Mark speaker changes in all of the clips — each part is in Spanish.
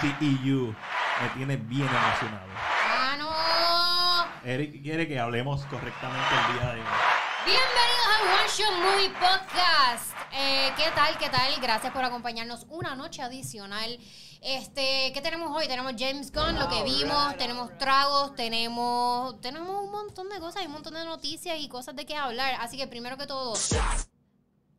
Speaker 1: DCEU E me tiene bien emocionado.
Speaker 2: ¡Ah, no!
Speaker 1: Eric quiere que hablemos correctamente el día de hoy.
Speaker 2: Bienvenidos al One Shot Movie Podcast. Eh, ¿Qué tal? ¿Qué tal? Gracias por acompañarnos una noche adicional. Este, ¿qué tenemos hoy? Tenemos James Gunn, lo que vimos, tenemos tragos, tenemos tenemos un montón de cosas, y un montón de noticias y cosas de qué hablar. Así que primero que todo,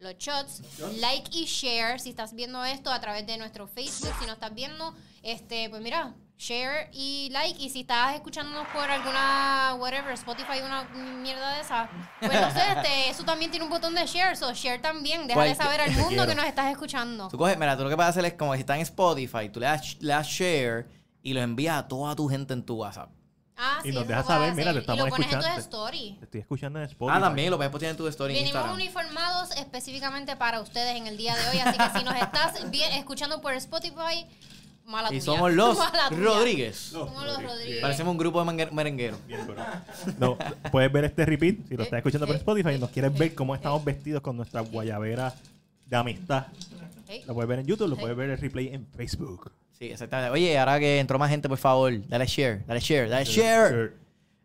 Speaker 2: los shots, like y share si estás viendo esto a través de nuestro Facebook, si no estás viendo, este, pues mira, share y like y si estás escuchándonos por alguna whatever, Spotify, una mierda de esa, pues no sé, este, eso también tiene un botón de share, so share también, déjale
Speaker 3: Cualquier-
Speaker 2: saber al
Speaker 3: Te
Speaker 2: mundo
Speaker 3: quiero.
Speaker 2: que nos estás escuchando.
Speaker 3: Tú coges, mira, tú lo que puedes hacer es como si está en Spotify, tú le das, le das share y lo envías a toda tu gente en tu WhatsApp.
Speaker 2: Ah,
Speaker 1: Y
Speaker 2: sí,
Speaker 1: nos
Speaker 2: eso
Speaker 1: dejas
Speaker 2: lo puedes
Speaker 1: saber, mira, te
Speaker 2: hacer. y lo
Speaker 1: estamos
Speaker 2: pones en
Speaker 1: escuchando.
Speaker 2: tu story.
Speaker 1: Te estoy escuchando en Spotify.
Speaker 3: Ah, también lo puedes postear en tu story en
Speaker 2: Venimos
Speaker 3: Instagram.
Speaker 2: uniformados específicamente para ustedes en el día de hoy, así que si nos estás bien, escuchando por Spotify, mala
Speaker 3: Y
Speaker 2: tuya.
Speaker 3: somos los
Speaker 2: Mala tuya.
Speaker 3: Rodríguez.
Speaker 2: Somos los Rodríguez.
Speaker 3: Parecemos un grupo de mangue- merengueros.
Speaker 1: Bien, bro. No, puedes ver este repeat si lo estás escuchando por
Speaker 2: eh,
Speaker 1: Spotify y nos quieres ver
Speaker 2: eh,
Speaker 1: cómo estamos vestidos con nuestra guayabera de amistad.
Speaker 2: Ey,
Speaker 1: Lo puedes ver en
Speaker 2: Eh.
Speaker 1: YouTube, lo puedes ver el replay en Facebook.
Speaker 3: Sí, exactamente. Oye, ahora que entró más gente, por favor, dale share, dale share, dale share.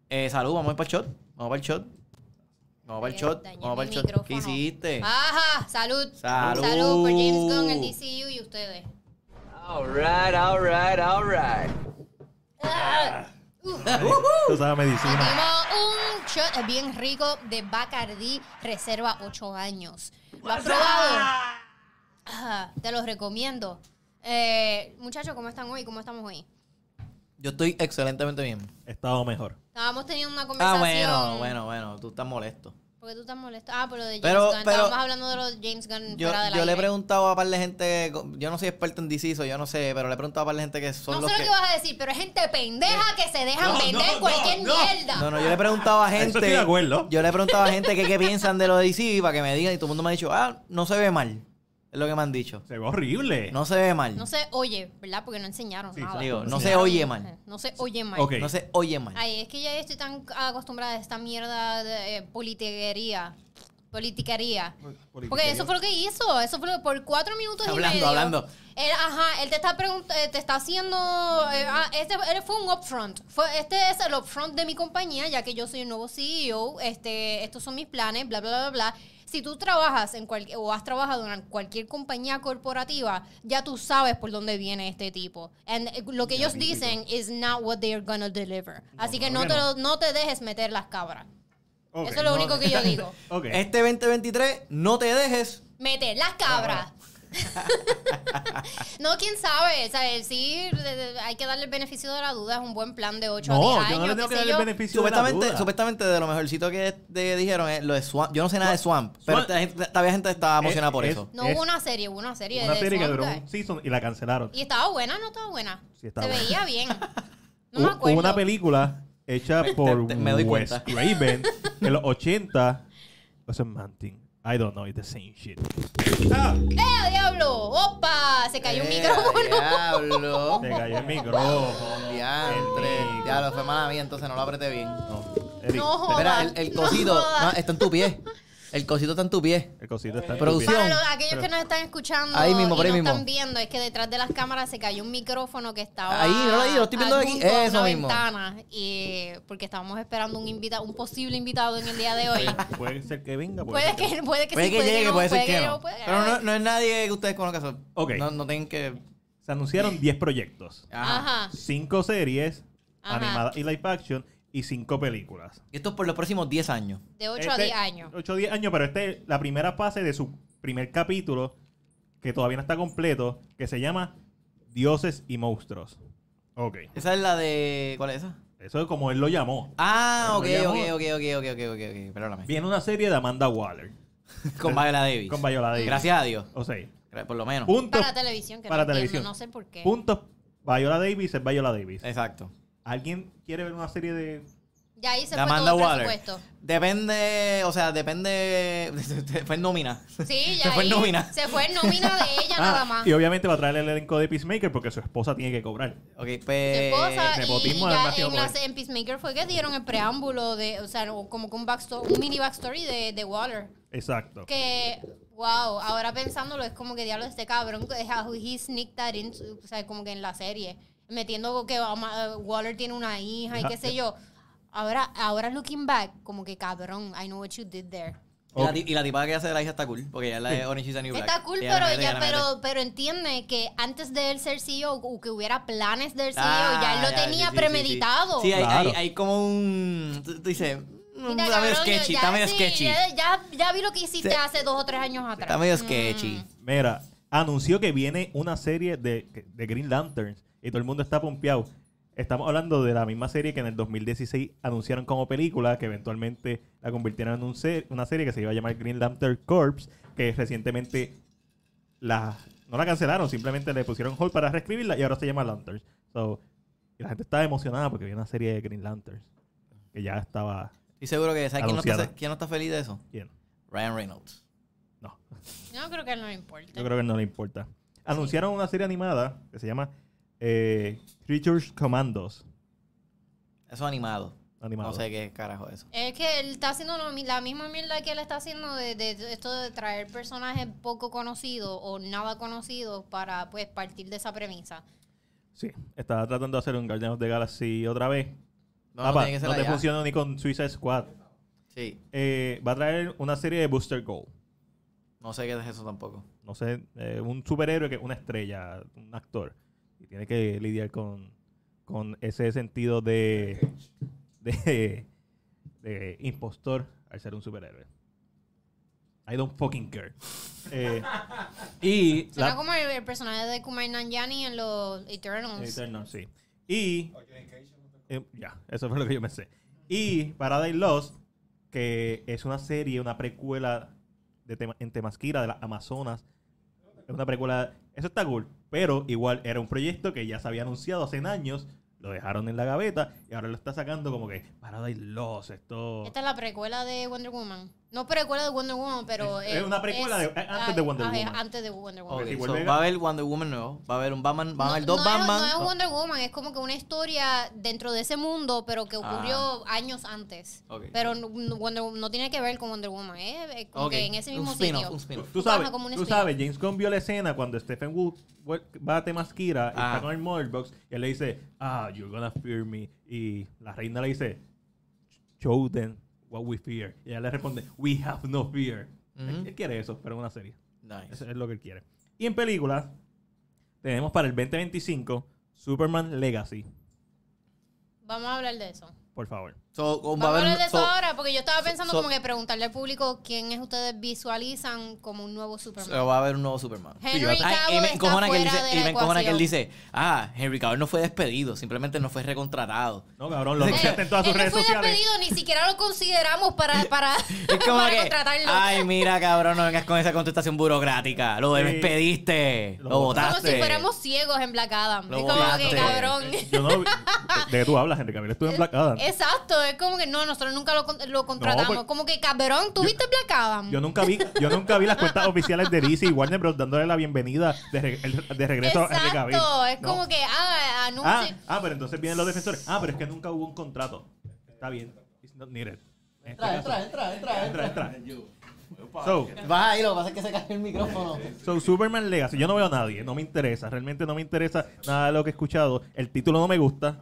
Speaker 3: Eh, salud, vamos a ir para el shot. Vamos para el shot. Vamos para el
Speaker 2: eh,
Speaker 3: shot.
Speaker 2: dañé
Speaker 3: Vamos para el
Speaker 2: mi
Speaker 3: shot. ¿Qué
Speaker 2: micrófono. Ah.
Speaker 3: hiciste?
Speaker 2: Ajá, salud.
Speaker 3: Salud.
Speaker 2: Salud por James Gunn, el DCU y ustedes.
Speaker 4: All right, all right, all right.
Speaker 2: Ah, uf.
Speaker 1: Tú sabes medicina.
Speaker 2: Tenemos un shot bien rico de Bacardi Reserva 8 años. ¿Lo has probado? Ah, te los recomiendo. Eh, muchachos, ¿cómo están hoy? ¿Cómo estamos hoy?
Speaker 3: Yo estoy excelentemente bien.
Speaker 1: He estado mejor.
Speaker 2: Estábamos teniendo una
Speaker 3: Ah,
Speaker 2: conversación.
Speaker 3: bueno, bueno, bueno. Tú estás molesto.
Speaker 2: Porque tú estás molesto. Ah, pero de James
Speaker 3: Pero-
Speaker 2: Gunn.
Speaker 3: pero-
Speaker 2: Estábamos hablando de los James Gunn
Speaker 3: Yo,
Speaker 2: fuera de la
Speaker 3: yo le he preguntado a un par de gente, yo no soy experto en DCISO, yo no sé, pero le he preguntado a un par de gente que son
Speaker 2: No sé
Speaker 3: los
Speaker 2: lo
Speaker 3: que...
Speaker 2: que vas a decir, pero es gente pendeja que se dejan
Speaker 3: No,
Speaker 2: vender
Speaker 3: no,
Speaker 2: cualquier
Speaker 3: no, no.
Speaker 2: mierda.
Speaker 3: No, no, yo le he preguntado a gente...
Speaker 1: Eso estoy de acuerdo.
Speaker 3: Yo le he preguntado a gente que qué piensan de lo de DC para que me digan y todo el mundo me ha dicho, ah, no se ve mal. Es lo que me han dicho.
Speaker 1: Se ve horrible.
Speaker 3: No se ve mal.
Speaker 2: No se oye, ¿verdad? Porque no enseñaron
Speaker 1: Sí,
Speaker 2: nada.
Speaker 3: Digo,
Speaker 1: Sí.
Speaker 3: no se oye mal.
Speaker 2: No se oye mal.
Speaker 1: Ok.
Speaker 3: No se oye mal.
Speaker 2: Ay, es que ya estoy tan acostumbrada a esta mierda de eh, politiquería. Politiquería. Porque eso fue lo que hizo. Eso fue lo- por cuatro minutos
Speaker 3: Hablando,
Speaker 2: y medio.
Speaker 3: hablando.
Speaker 2: Él, ajá, él te está pregunt- eh, te está haciendo. eh, ah, este él fue un upfront. Fue, este es el upfront de mi compañía, ya que yo soy el nuevo CEO. Este, estos son mis planes, bla, bla, bla, bla. Si tú trabajas en cual, o has trabajado en cualquier compañía corporativa, ya tú sabes por dónde viene este tipo. And eh, lo que ellos dicen is not what they are gonna deliver. Así que no,
Speaker 1: claro
Speaker 2: te,
Speaker 1: que
Speaker 2: lo- no te dejes meter las cabras.
Speaker 1: Ok,
Speaker 2: Eso es lo
Speaker 1: no-
Speaker 2: único que yo digo.
Speaker 1: Ok.
Speaker 3: Este 2023, no te dejes.
Speaker 2: Meter
Speaker 1: Ah,
Speaker 2: las cabras. no, quién sabe. O sea, sí, de- de- hay que darle el beneficio de la duda. Es un buen plan de 8 a 10
Speaker 1: No,
Speaker 2: años.
Speaker 1: yo no le tengo
Speaker 2: qué
Speaker 1: que dar
Speaker 2: sé
Speaker 1: el
Speaker 2: yo.
Speaker 1: beneficio de la
Speaker 3: Supuestamente,
Speaker 1: duda.
Speaker 3: supuestamente de lo mejorcito que de- dijeron es lo de Swamp. Yo no sé nada de Swamp, pero
Speaker 1: Swamp-
Speaker 3: la gente- todavía gente estaba emocionada por
Speaker 1: es-
Speaker 3: eso.
Speaker 2: No
Speaker 1: Es
Speaker 2: hubo una serie, hubo una serie.
Speaker 1: Una
Speaker 2: de
Speaker 1: serie que
Speaker 2: Swamp
Speaker 1: duró
Speaker 2: Guy.
Speaker 1: un season y la cancelaron.
Speaker 2: Y estaba buena, no estaba buena.
Speaker 1: Sí, estaba
Speaker 2: Se
Speaker 1: buena.
Speaker 2: veía bien.
Speaker 1: Hubo-
Speaker 2: No me
Speaker 1: hubo
Speaker 2: acuerdo.
Speaker 1: una película hecha por
Speaker 3: te- me doy
Speaker 1: Wes
Speaker 3: cuenta.
Speaker 1: Craven en los 80. O sea, Manting. I don't know, it's the same shit.
Speaker 2: ¡Eh, diablo! ¡Opa! Se cayó un
Speaker 3: Eh,
Speaker 2: micrófono.
Speaker 3: Diablo.
Speaker 1: Se cayó el micrófono.
Speaker 3: Diantre.
Speaker 1: El
Speaker 3: Diablo, fue mala mía, entonces no lo apreté bien.
Speaker 1: No, Eric,
Speaker 2: No
Speaker 1: te-
Speaker 2: jodas.
Speaker 3: Espera, el, el
Speaker 2: No
Speaker 3: cosito
Speaker 2: jodas.
Speaker 3: no, está en tu pie. El cosito está en tu pie.
Speaker 1: el cosito está en tu
Speaker 3: Producción.
Speaker 1: pie.
Speaker 2: Para los- aquellos que nos están escuchando
Speaker 3: Ahí mismo,
Speaker 2: y
Speaker 3: por ahí
Speaker 2: no
Speaker 3: mismo.
Speaker 2: están viendo, es que detrás de las cámaras se cayó un micrófono que estaba
Speaker 3: Ahí, míralo ahí, lo estoy viendo aquí.
Speaker 2: adjunto a
Speaker 3: Eso
Speaker 2: una
Speaker 3: mismo.
Speaker 2: ventana, y, porque estábamos esperando un invita- un posible invitado en el día de hoy.
Speaker 1: Puede ser que venga.
Speaker 2: puede que puede que
Speaker 3: Puede
Speaker 2: sí,
Speaker 3: que llegue,
Speaker 2: no,
Speaker 3: puede ser que no.
Speaker 2: puede que
Speaker 3: Pero no, no es nadie que ustedes conozcan. so-
Speaker 1: Ok.
Speaker 3: No, no tienen que.
Speaker 1: Se anunciaron 10 proyectos.
Speaker 3: Ajá.
Speaker 2: Ajá.
Speaker 1: Cinco series
Speaker 2: Ah. Ajá.
Speaker 1: animadas y live action y cinco películas.
Speaker 3: Y Esto es por los próximos 10 años.
Speaker 2: De 8
Speaker 3: Este,
Speaker 2: a 10 años.
Speaker 1: 8 Este a 10 años, pero esta es la primera fase de su primer capítulo, que todavía no está completo, que se llama Dioses y Monstruos. Ok.
Speaker 3: Esa es la de. ¿Cuál es esa?
Speaker 1: Eso es como él lo llamó.
Speaker 3: Ah, ok,
Speaker 1: Pero
Speaker 3: ok,
Speaker 1: llamó-
Speaker 3: ok, ok, ok, ok, ok, ok. Perdóname.
Speaker 1: Viene una serie de Amanda Waller.
Speaker 3: Con Viola Davis.
Speaker 1: Con Viola Davis.
Speaker 3: Gracias a Dios.
Speaker 1: O sea,
Speaker 3: Gra- Por lo menos.
Speaker 1: puntos.
Speaker 2: Para televisión, que
Speaker 1: para
Speaker 2: no entiendo,
Speaker 1: televisión.
Speaker 2: no sé por qué.
Speaker 1: Puntos. Viola Davis es Viola Davis.
Speaker 3: Exacto.
Speaker 1: ¿Alguien quiere ver una serie de
Speaker 2: Ya ahí se
Speaker 3: La
Speaker 2: fue
Speaker 3: Amanda
Speaker 2: todo el
Speaker 3: Waller.
Speaker 2: presupuesto.
Speaker 3: Depende, o sea, depende. Fue en nómina.
Speaker 2: Sí, ya
Speaker 3: Se fue en
Speaker 2: ahí
Speaker 3: nómina.
Speaker 2: Se fue en nómina de ella
Speaker 1: Ah,
Speaker 2: nada más.
Speaker 1: Y obviamente va a traer el elenco de Peacemaker porque su esposa tiene que cobrar.
Speaker 3: Ok,
Speaker 2: su
Speaker 3: pues.
Speaker 2: esposa
Speaker 1: nepotismo
Speaker 2: y
Speaker 1: de
Speaker 2: ya
Speaker 1: Matthew
Speaker 2: en, la-
Speaker 1: Boyd.
Speaker 2: en Peacemaker fue que dieron el preámbulo de, o sea, o como que un backstory, un mini backstory de, de Waller.
Speaker 1: Exacto.
Speaker 2: Que, Wow, ahora pensándolo es como que diablo este cabrón, que how he sneaked that in, o sea, como que en la serie, metiendo que Oma- eh, Waller tiene una hija y
Speaker 1: Ya,
Speaker 2: qué sé yo. Ahora, ahora looking back, como que cabrón, I know what you did there.
Speaker 3: Y, la,
Speaker 1: Ok.
Speaker 3: ti- y la tipa que hace de la hija está cool, porque ella es la de Orange is the New Black.
Speaker 2: Está cool,
Speaker 3: Ella la
Speaker 2: pero,
Speaker 3: mete,
Speaker 2: ya,
Speaker 3: la mete.
Speaker 2: pero, pero entiende que antes de él ser CEO, o que hubiera planes del CEO,
Speaker 3: Ah,
Speaker 2: ya él lo
Speaker 3: ya,
Speaker 2: tenía
Speaker 3: sí, sí, sí, sí.
Speaker 2: premeditado.
Speaker 3: Sí, hay,
Speaker 1: Claro.
Speaker 3: hay, hay como un... Tú, tú dices... mm,
Speaker 2: Mira,
Speaker 3: Está medio
Speaker 2: cabrón, yo
Speaker 3: sketchy,
Speaker 2: ya-
Speaker 3: está medio
Speaker 2: sí,
Speaker 3: sketchy.
Speaker 2: Ya, ya, ya vi lo que hiciste
Speaker 3: Sí.
Speaker 2: hace dos o tres años atrás. Mm.
Speaker 3: Está medio sketchy.
Speaker 1: Mira, anunció que viene una serie de, de Green Lanterns y todo el mundo está pompeado. Estamos hablando de la misma serie que en el 2016 anunciaron como película, que eventualmente la convirtieron en un ser- una serie que se iba a llamar Green Lantern Corps, que recientemente la, no la cancelaron, simplemente le pusieron hold para reescribirla y ahora se llama Lanterns. So, y la gente estaba emocionada porque viene una serie de Green Lanterns, que ya estaba
Speaker 3: Estoy seguro que... ¿Sabes quién no,
Speaker 1: Anunciada.
Speaker 3: está, quién no está feliz de eso?
Speaker 1: bien.
Speaker 3: Ryan Reynolds.
Speaker 1: No,
Speaker 2: No creo que a él no le importa.
Speaker 1: Yo creo que no le importa. Anunciaron una serie animada que se llama eh, Creatures Commandos.
Speaker 3: Eso animado.
Speaker 1: Animado.
Speaker 3: No sé qué carajo es eso.
Speaker 2: Es que él está haciendo lo mi- la misma mierda que él está haciendo de, de esto de traer personajes poco conocidos o nada conocidos para pues partir de esa premisa.
Speaker 1: Sí. Estaba tratando de hacer un Guardians of the Galaxy otra vez.
Speaker 3: No,
Speaker 1: Papá,
Speaker 3: tiene que ser
Speaker 1: no te
Speaker 3: allá.
Speaker 1: funcionó ni con Suicide Squad.
Speaker 3: Sí.
Speaker 1: Eh, va a traer una serie de Booster Gold.
Speaker 3: No sé qué es eso tampoco.
Speaker 1: No sé, eh, un superhéroe que es una estrella, un actor. Y tiene que lidiar con, con ese sentido de, de, de impostor al ser un superhéroe. I don't fucking care. Eh, y
Speaker 2: Suena como el, el personaje de Kumar Nanjiani en los Eternals.
Speaker 1: Eternal, sí. Y. Eh, ya, eso fue lo que yo pensé. Y Paradise Lost, que es una serie, una precuela de Tema- en Temasquira, de las Amazonas. Es una precuela. Eso está cool. Pero igual era un proyecto que ya se había anunciado hace años. Lo dejaron en la gaveta y ahora lo está sacando como que Paradise Lost. Esto.
Speaker 2: Esta es la precuela de Wonder Woman. No precuela de Wonder Woman, pero...
Speaker 1: Es- es una precuela de- antes de Wonder
Speaker 2: ah, es
Speaker 1: Woman.
Speaker 2: antes de Wonder Woman.
Speaker 3: Ok,
Speaker 1: si
Speaker 3: so
Speaker 1: vuelve-
Speaker 3: va a haber Wonder Woman nuevo. Va a haber un Batman. Va a haber dos
Speaker 2: no
Speaker 3: Batman.
Speaker 2: Es, no es Wonder Woman, es como que una historia dentro de ese mundo, pero que ocurrió años antes.
Speaker 3: Ah. Ok.
Speaker 2: Pero no- no- Wonder Woman- no tiene que ver con Wonder Woman, ¿eh? Es como
Speaker 3: Ok,
Speaker 2: que en ese mismo
Speaker 3: un spin-off.
Speaker 2: sitio.
Speaker 3: Un
Speaker 1: Tú,
Speaker 3: spin-off.
Speaker 1: tú sabes,
Speaker 2: Baja como un
Speaker 1: tú
Speaker 2: espía.
Speaker 1: sabes, James Gunn vio la escena cuando Stephen Wu vuel- va a Temasquira y
Speaker 3: Ah.
Speaker 1: está con el Murder Box y él le dice, ah, you're gonna fear me. Y la reina le dice, show them what we fear. Y ella le responde, we have no fear.
Speaker 3: Ujú.
Speaker 1: Él- Él quiere eso, pero en una serie. Eso
Speaker 3: Nice.
Speaker 1: es lo que él quiere. Y en películas, tenemos para el 2025 Superman Legacy,
Speaker 2: Vamos a hablar de eso.
Speaker 1: por favor.
Speaker 3: So, va a
Speaker 2: Vamos a hablar de
Speaker 3: haber.
Speaker 2: eso
Speaker 3: so-
Speaker 2: ahora, porque yo estaba pensando
Speaker 3: so-
Speaker 2: como que preguntarle al público quién es ustedes visualizan como un nuevo Superman.
Speaker 3: so va a haber un nuevo Superman.
Speaker 2: Henry
Speaker 3: Ay,
Speaker 2: Cavill
Speaker 3: y me
Speaker 2: está
Speaker 3: encojona que él
Speaker 2: fuera
Speaker 3: dice,
Speaker 2: de
Speaker 3: y
Speaker 2: la
Speaker 3: me encojona que él
Speaker 2: ecuación.
Speaker 3: dice, ah, Henry Cavill no fue despedido, simplemente no fue recontratado.
Speaker 1: No, cabrón, lo anunciaste en todas sus
Speaker 2: Él no
Speaker 1: redes
Speaker 2: fue
Speaker 1: sociales.
Speaker 2: despedido, ni siquiera lo consideramos para, para,
Speaker 3: Es como
Speaker 2: para
Speaker 3: que,
Speaker 2: contratarlo.
Speaker 3: ay, mira, cabrón, no vengas con esa contestación burocrática. Lo
Speaker 1: Sí.
Speaker 3: despediste,
Speaker 1: Lo
Speaker 3: lo
Speaker 1: botaste.
Speaker 3: votaste.
Speaker 2: como si fuéramos ciegos en Black Adam.
Speaker 3: Lo
Speaker 2: es como que
Speaker 3: votaste.
Speaker 2: cabrón.
Speaker 1: Yo no, ¿De de qué tú hablas, Henry Cavill? Estuve en Black Adam.
Speaker 2: Exacto, es como que no, nosotros nunca lo, con- lo contratamos.
Speaker 1: pues-
Speaker 2: como que cabrón, ¿tú
Speaker 1: Yo-
Speaker 2: viste Black Adam?
Speaker 1: Yo nunca vi, yo nunca vi las cuentas oficiales de DC y Warner Bros. dándole la bienvenida de, re- el- de regreso a Henry Cavill.
Speaker 2: Exacto, es
Speaker 1: No.
Speaker 2: como que, ah,
Speaker 1: ah,
Speaker 2: anuncio.
Speaker 1: ah, pero entonces vienen los defensores. Ah, pero es que nunca hubo un contrato. Está bien. It's not needed. En este caso.
Speaker 3: entra,
Speaker 1: Entra, entra. So,
Speaker 3: Baja ahí, lo que pasa es que se cayó el micrófono.
Speaker 1: so, Superman Legacy. Yo no veo a nadie. No me interesa. Realmente no me interesa nada de lo que he escuchado. El título no me gusta.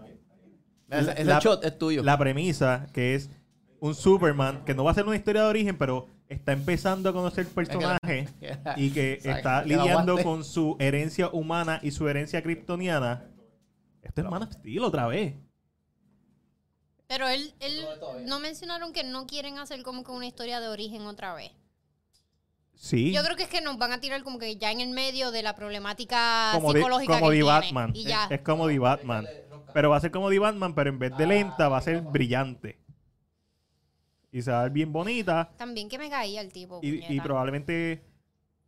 Speaker 3: Ese, ese
Speaker 1: La-
Speaker 3: shot es tuyo.
Speaker 1: La premisa que es un Superman que no va a ser una historia de origen, pero está empezando a conocer el personaje y que
Speaker 3: Exacto,
Speaker 1: está
Speaker 3: que lo
Speaker 1: lidiando
Speaker 3: aguante.
Speaker 1: con su herencia humana y su herencia kryptoniana. Esto es Man of Steel otra vez.
Speaker 2: Pero él, él, no mencionaron que no quieren hacer como que una historia de origen otra vez.
Speaker 1: Sí.
Speaker 2: Yo creo que es que nos van a tirar como que ya en el medio de la problemática
Speaker 1: como de,
Speaker 2: psicológica
Speaker 1: como
Speaker 2: que
Speaker 1: The
Speaker 2: tiene.
Speaker 1: Batman.
Speaker 2: Y ya.
Speaker 1: Es, es como The Batman. Pero va a ser como The Batman, pero en vez
Speaker 3: Ah,
Speaker 1: de lenta va a ser brillante. Y se va a ver bien bonita.
Speaker 2: También que me caía el tipo.
Speaker 1: Y- Y,
Speaker 2: puñeta.
Speaker 1: probablemente.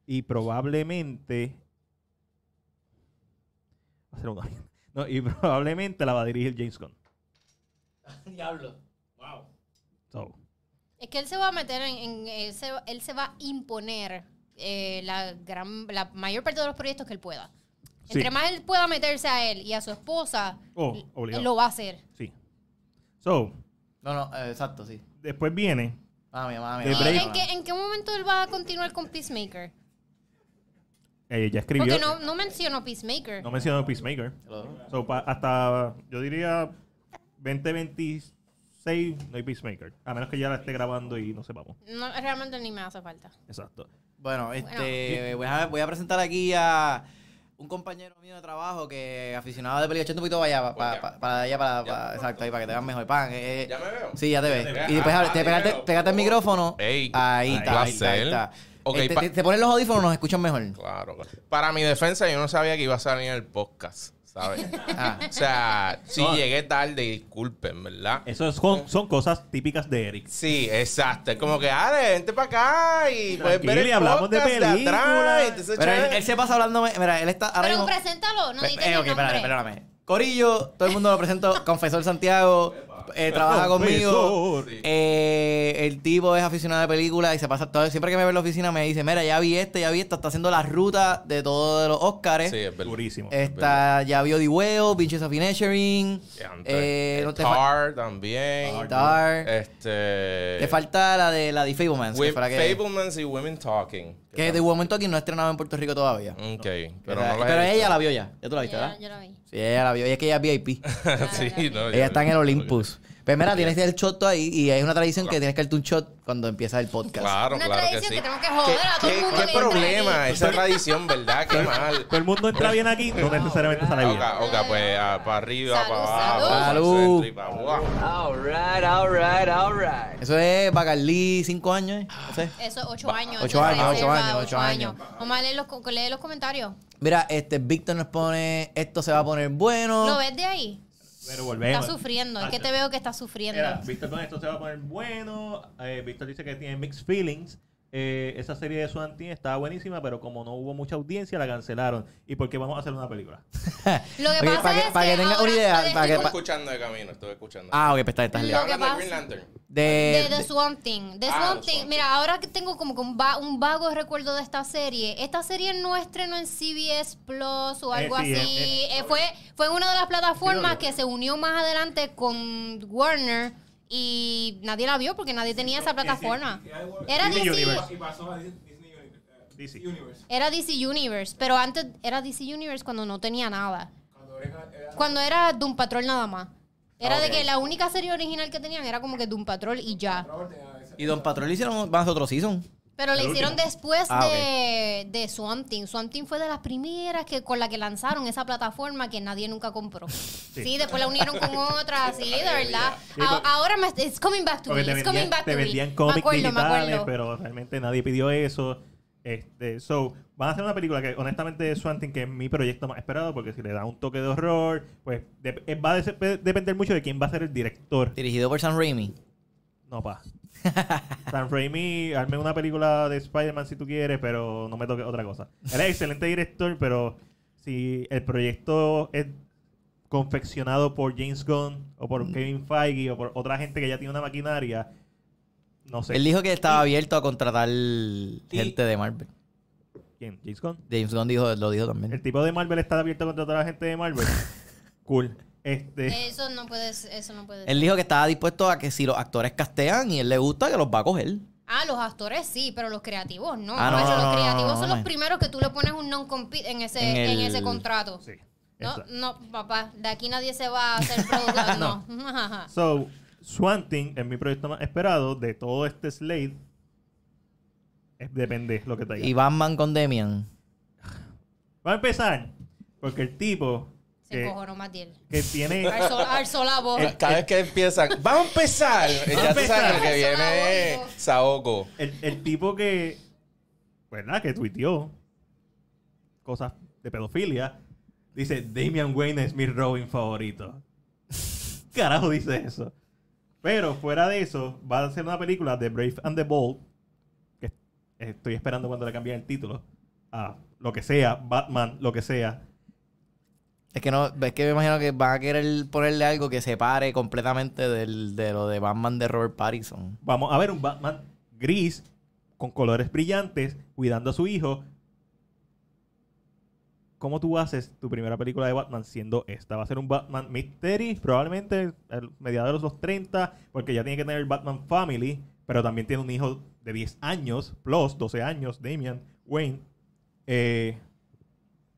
Speaker 1: Y probablemente. Va a ser una- No, y probablemente la va a dirigir James Gunn.
Speaker 3: Diablo.
Speaker 1: So,
Speaker 2: Es que él se va a meter en, en- él, se, él se va a imponer eh, la gran, la mayor parte de los proyectos que él pueda.
Speaker 1: Sí.
Speaker 2: Entre más él pueda meterse a él y a su esposa,
Speaker 1: Oh,
Speaker 2: él-
Speaker 1: obligado.
Speaker 2: él lo va a hacer.
Speaker 1: sí. So,
Speaker 3: No, no, eh, exacto, sí.
Speaker 1: después viene
Speaker 3: Mami, mami.
Speaker 1: De
Speaker 2: ¿Y
Speaker 3: mami,
Speaker 1: Brave.
Speaker 2: en
Speaker 3: mami.
Speaker 2: qué, en qué momento él va a continuar con Peacemaker?
Speaker 1: Eh, ya escribió.
Speaker 2: Porque no, no mencionó Peacemaker.
Speaker 1: No mencionó Peacemaker.
Speaker 3: Hello.
Speaker 1: So, pa- hasta, yo diría, 2026 no hay Peacemaker. A menos que ya la esté grabando y no sepamos.
Speaker 2: No, realmente ni me hace falta.
Speaker 1: Exacto.
Speaker 3: Bueno, este, voy, a, voy a presentar aquí a un compañero mío de trabajo que aficionado de películas. Echate un poquito para allá, para, para, para allá, para, para- exacto, ahí para que te vean mejor. Pan, eh, eh.
Speaker 5: Pues ¿Ya me veo?
Speaker 3: Sí, ya te
Speaker 5: te
Speaker 3: ves.
Speaker 5: veo.
Speaker 3: Y después
Speaker 5: Ah,
Speaker 3: habla- te
Speaker 5: ah,
Speaker 3: pegaste,
Speaker 5: dímelo.
Speaker 3: pegaste el micrófono.
Speaker 5: Ey,
Speaker 3: ahí está, ahí está, ahí
Speaker 5: placer.
Speaker 3: está.
Speaker 5: Ok,
Speaker 3: Eh, te,
Speaker 5: pa-
Speaker 3: te- te pones los audífonos, nos escuchan mejor.
Speaker 5: Claro. Para mi defensa, yo no sabía que iba a salir en el podcast, ¿sabes?
Speaker 3: Ah.
Speaker 5: o sea, si
Speaker 1: No.
Speaker 5: llegué tarde, disculpen, ¿verdad?
Speaker 3: Eh.
Speaker 1: Eso es- son, son cosas típicas de Eric.
Speaker 5: Sí, exacto. Es como que, Ale, vente para acá y puedes ver
Speaker 1: Tranquilo, y
Speaker 5: el
Speaker 1: hablamos de
Speaker 5: podcast de,
Speaker 1: películas.
Speaker 5: atrás. y entonces,
Speaker 3: Pero él,
Speaker 5: chévere.
Speaker 3: él se pasa hablándome. Mira, él está ahora
Speaker 2: Pero
Speaker 3: mismo-
Speaker 2: preséntalo, no
Speaker 3: Pe-
Speaker 2: dices
Speaker 3: eh,
Speaker 2: el
Speaker 3: ok, espérame,
Speaker 2: nombre.
Speaker 3: espérame. Corillo, todo el mundo lo presento. Confesor Santiago eh, trabaja conmigo.
Speaker 1: Confesor.
Speaker 3: Eh, el tipo es aficionado de películas y se pasa todo. Siempre que me ve en la oficina me dice: Mira, ya vi este, ya vi esto. Está haciendo la ruta de todos los Oscars.
Speaker 5: Sí, es verdad.
Speaker 1: Durísimo.
Speaker 3: Eh. Está, ya vio The Whale, Bitches of Inisherin.
Speaker 5: Ya, entonces,
Speaker 3: Eh,
Speaker 5: el
Speaker 3: no te, fa-
Speaker 5: Tar también.
Speaker 3: Tar.
Speaker 5: Eh. Este.
Speaker 3: te falta la de la de Fablemans.
Speaker 5: Wi-
Speaker 3: que fue la que,
Speaker 5: Fablemans y Women Talking.
Speaker 3: que de momento aquí no ha estrenado en Puerto Rico todavía.
Speaker 5: Ok, Mm, pero
Speaker 3: pero
Speaker 5: no las he
Speaker 3: pero
Speaker 5: visto.
Speaker 3: ella la vio ya. Ya tú la viste,
Speaker 2: Ya,
Speaker 3: ¿verdad?
Speaker 2: ya lo vi.
Speaker 3: Sí, ella la vio. Y es que ella es VIP.
Speaker 5: sí, no,
Speaker 3: Ella está en el Olympus. Pero mira, tienes el shot ahí y es una tradición que tienes que darte un shot cuando empieza el podcast.
Speaker 5: Claro,
Speaker 2: Una
Speaker 5: claro que
Speaker 2: tradición
Speaker 5: sí.
Speaker 2: que, tenemos que joder a todo el
Speaker 5: ¿Qué,
Speaker 2: mundo.
Speaker 5: qué
Speaker 2: que entra
Speaker 5: problema?
Speaker 2: aquí.
Speaker 5: Esa tradición, ¿verdad? Qué mal.
Speaker 1: Todo el mundo entra bien aquí, no necesariamente sale bien.
Speaker 5: Oca, oca, pues para arriba,
Speaker 2: Salud,
Speaker 5: para
Speaker 3: salud.
Speaker 5: abajo, para el centro y para abajo.
Speaker 4: All right, all right, all right.
Speaker 3: Eso es Bacardí, cinco años, ¿eh? No sé.
Speaker 2: Eso es ocho
Speaker 5: Va-
Speaker 2: años.
Speaker 3: ocho
Speaker 2: eso
Speaker 3: años,
Speaker 2: se
Speaker 3: ocho
Speaker 2: reserva,
Speaker 3: años, ocho años.
Speaker 2: Vamos a leer los, co- leer los comentarios.
Speaker 3: Mira, este Víctor nos pone, esto se va a poner bueno.
Speaker 2: ¿Lo ves de ahí?
Speaker 1: Pero
Speaker 2: Está
Speaker 3: Eh,
Speaker 1: volvemos.
Speaker 2: sufriendo. Es que te veo que está sufriendo.
Speaker 1: Mira, Víctor con esto se va a poner bueno. Eh, Víctor dice que tiene mixed feelings. Eh, esa serie de Swan Teen estaba buenísima, pero como no hubo mucha audiencia, la cancelaron. ¿Y por qué vamos a hacer una película?
Speaker 2: Lo que
Speaker 3: Ok,
Speaker 2: pasa
Speaker 3: para que-
Speaker 2: es
Speaker 3: para que tengas
Speaker 2: ahora
Speaker 3: una idea,
Speaker 2: está
Speaker 3: para que-
Speaker 5: Estoy
Speaker 3: pa-
Speaker 5: escuchando de camino, estoy escuchando.
Speaker 3: Ah, ok, pues está, estás
Speaker 2: Lo
Speaker 3: liado.
Speaker 5: Estaban hablando de
Speaker 2: pasa-
Speaker 5: Green Lantern.
Speaker 3: De,
Speaker 2: De
Speaker 3: de-
Speaker 2: The Swamp Thing. The
Speaker 5: Ah,
Speaker 2: Swamp
Speaker 5: The
Speaker 2: Thing.
Speaker 5: Swamp
Speaker 2: Mira, ahora que tengo como que un, va- un vago recuerdo de esta serie. Esta serie no estrenó en CBS Plus o
Speaker 1: Eh,
Speaker 2: algo
Speaker 1: sí,
Speaker 2: así.
Speaker 1: eh, eh.
Speaker 2: Eh, fue, fue en una de las plataformas
Speaker 1: Sí,
Speaker 2: que se unió más adelante con Warner y nadie la vio porque nadie tenía esa plataforma. Era
Speaker 1: Disney
Speaker 2: DC,
Speaker 1: Universe.
Speaker 6: Y pasó a Dis- Disney Uni- eh,
Speaker 1: DC.
Speaker 6: Universe.
Speaker 2: era DC Universe, pero antes era DC Universe cuando no tenía nada.
Speaker 6: Cuando era- era-
Speaker 2: Cuando era Doom Patrol nada más. Era
Speaker 3: Ok.
Speaker 2: de que la única serie original que tenían era como que Doom Patrol y ya.
Speaker 6: Robert tenía esa-
Speaker 3: y Don Patrol hicieron más otro season.
Speaker 2: Pero la
Speaker 1: El
Speaker 2: hicieron
Speaker 1: último.
Speaker 2: después
Speaker 3: Ah,
Speaker 2: de, de Swamp Thing. Swamp Thing fue de las primeras que con la que lanzaron esa plataforma que nadie nunca compró. Sí, después la unieron con otra, sí, de verdad.
Speaker 1: Sí, porque-
Speaker 2: A- ahora me, it's coming back to me,
Speaker 1: Porque te
Speaker 2: it's coming
Speaker 1: vendían,
Speaker 2: back
Speaker 1: te
Speaker 2: to me.
Speaker 1: vendían
Speaker 2: Me
Speaker 1: cómics
Speaker 2: acuerdo, me
Speaker 1: digitales,
Speaker 2: acuerdo.
Speaker 1: pero realmente nadie pidió eso. Este, so, van a hacer una película que, honestamente, Swan Teen, que es mi proyecto más esperado, porque si le da un toque de horror, pues de- eh, va a des- de- depender mucho de quién va a ser el director.
Speaker 3: Dirigido por Sam Raimi.
Speaker 1: No, pa. San Raimi, hazme una película de Spider-Man si tú quieres, pero no me toques otra cosa. Él es excelente director, pero si el proyecto es confeccionado por James Gunn o
Speaker 3: Mm.
Speaker 1: por Kevin Feige o por otra gente que ya tiene una maquinaria, no sé.
Speaker 3: Él dijo que estaba abierto a contratar gente de Marvel.
Speaker 1: ¿Quién? ¿James Gunn?
Speaker 3: James Gunn dijo, lo dijo
Speaker 1: El
Speaker 3: también.
Speaker 1: tipo de Marvel está abierto contra toda la gente de Marvel. cool. Este,
Speaker 2: Eso no puede ser, eso no puede ser.
Speaker 3: Él dijo que estaba dispuesto a que si los actores castean y él le gusta, que los va a coger.
Speaker 2: Ah, los actores sí, pero los creativos no.
Speaker 3: Ah, no,
Speaker 2: Eso,
Speaker 3: no, no,
Speaker 2: los
Speaker 3: no,
Speaker 2: creativos
Speaker 3: no,
Speaker 2: son
Speaker 3: no,
Speaker 2: los
Speaker 3: no.
Speaker 2: primeros que tú le pones un non-compete en ese,
Speaker 3: En
Speaker 2: en,
Speaker 3: el-
Speaker 2: ese contrato.
Speaker 1: sí.
Speaker 2: No,
Speaker 1: exacto.
Speaker 2: no, papá, de aquí nadie se va a hacer productor, no. Ajá.
Speaker 1: So, Swanting es mi proyecto más esperado de todo este slate. Es- Depende lo que te diga.
Speaker 3: Y Batman con Demian.
Speaker 1: Va a empezar porque el tipo
Speaker 2: Se
Speaker 1: que,
Speaker 2: cojonó Matiel.
Speaker 1: que tiene
Speaker 2: Arzola, Arzola vos.
Speaker 3: Eh,
Speaker 5: Cada vez que empiezan, vamos a empezar. Ya tú sabes
Speaker 1: empezar.
Speaker 5: que lo que viene es Saoko.
Speaker 1: el, el tipo que verdad que tuiteó cosas de pedofilia dice Damian Wayne es mi Robin favorito. Carajo dice eso. Pero fuera de eso va a ser una película de Brave and the Bold que estoy esperando cuando le cambien el título a lo que sea Batman lo que sea
Speaker 3: Es que no, es que me imagino que van a querer ponerle algo que se pare completamente del, de lo de Batman de Robert Pattinson.
Speaker 1: vamos a ver un Batman gris con colores brillantes cuidando a su hijo. ¿Cómo tú haces tu primera película de Batman siendo esta? Va a ser un Batman Mystery, probablemente el- mediados de los 30, porque ya tiene que tener el Batman Family, pero también tiene un hijo de 10 años, plus 12 años, Damian Wayne. Eh,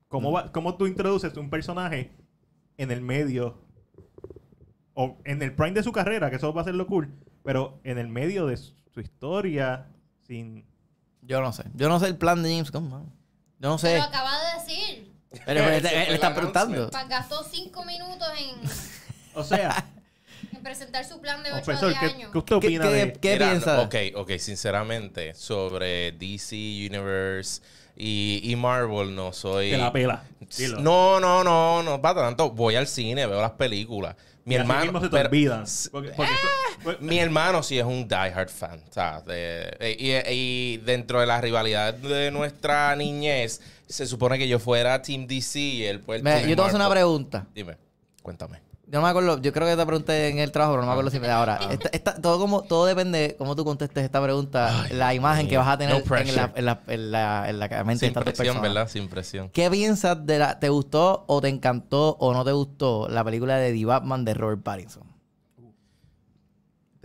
Speaker 1: ¿cómo, va- ¿Cómo tú introduces un personaje en el medio o en el prime de su carrera, que eso va a ser lo cool, pero en el medio de su su historia, sin...
Speaker 3: Yo no sé. Yo no sé el plan de James Gunn, mano. Yo no sé.
Speaker 2: Lo acaba de decir.
Speaker 3: Pero, pero él, él
Speaker 5: Ese
Speaker 3: está
Speaker 5: fue el
Speaker 3: preguntando.
Speaker 2: Pa- Gastó cinco minutos en,
Speaker 1: O sea,
Speaker 2: en presentar su plan de 8 a
Speaker 1: profesor,
Speaker 2: 10
Speaker 1: ¿qué,
Speaker 2: años.
Speaker 1: ¿qué usted
Speaker 3: ¿Qué,
Speaker 1: opina
Speaker 3: qué-
Speaker 1: de...?
Speaker 3: qué
Speaker 5: Mira,
Speaker 3: piensa?
Speaker 5: Ok, ok, sinceramente, sobre DC Universe y, y Marvel no soy...
Speaker 1: de la pela. Dilo.
Speaker 5: No, no, no, no va tanto. Voy al cine, veo las películas. Mi
Speaker 1: Y así
Speaker 5: hermano.
Speaker 1: mismo se te
Speaker 5: pero-
Speaker 1: olvidan.
Speaker 5: S-
Speaker 1: Porque- porque eso- pues-
Speaker 5: Mi hermano sí es un diehard fan. o sea, de- eh, y, eh, y dentro de la rivalidad de nuestra niñez, se supone que yo fuera Team DC y él fue el
Speaker 3: Me-
Speaker 5: Team
Speaker 3: yo te voy a hacer una
Speaker 5: Marvel.
Speaker 3: pregunta.
Speaker 5: Dime, cuéntame.
Speaker 3: Yo no me acuerdo, yo creo que te pregunté en el trabajo, pero no me acuerdo si me ahora. Esta- esta- todo como, todo depende de cómo tú contestes esta pregunta,
Speaker 5: Ay,
Speaker 3: la imagen
Speaker 5: Dios
Speaker 3: que vas a tener
Speaker 5: mío. No
Speaker 3: en, la,
Speaker 5: pressure.
Speaker 3: en, la, en, la, en la mente de
Speaker 5: Sin
Speaker 3: estas dos
Speaker 5: presión,
Speaker 3: personas.
Speaker 5: ¿verdad? Sin presión.
Speaker 3: ¿Qué piensas de la, te gustó o te encantó o no te gustó la película de The Batman de Robert Pattinson?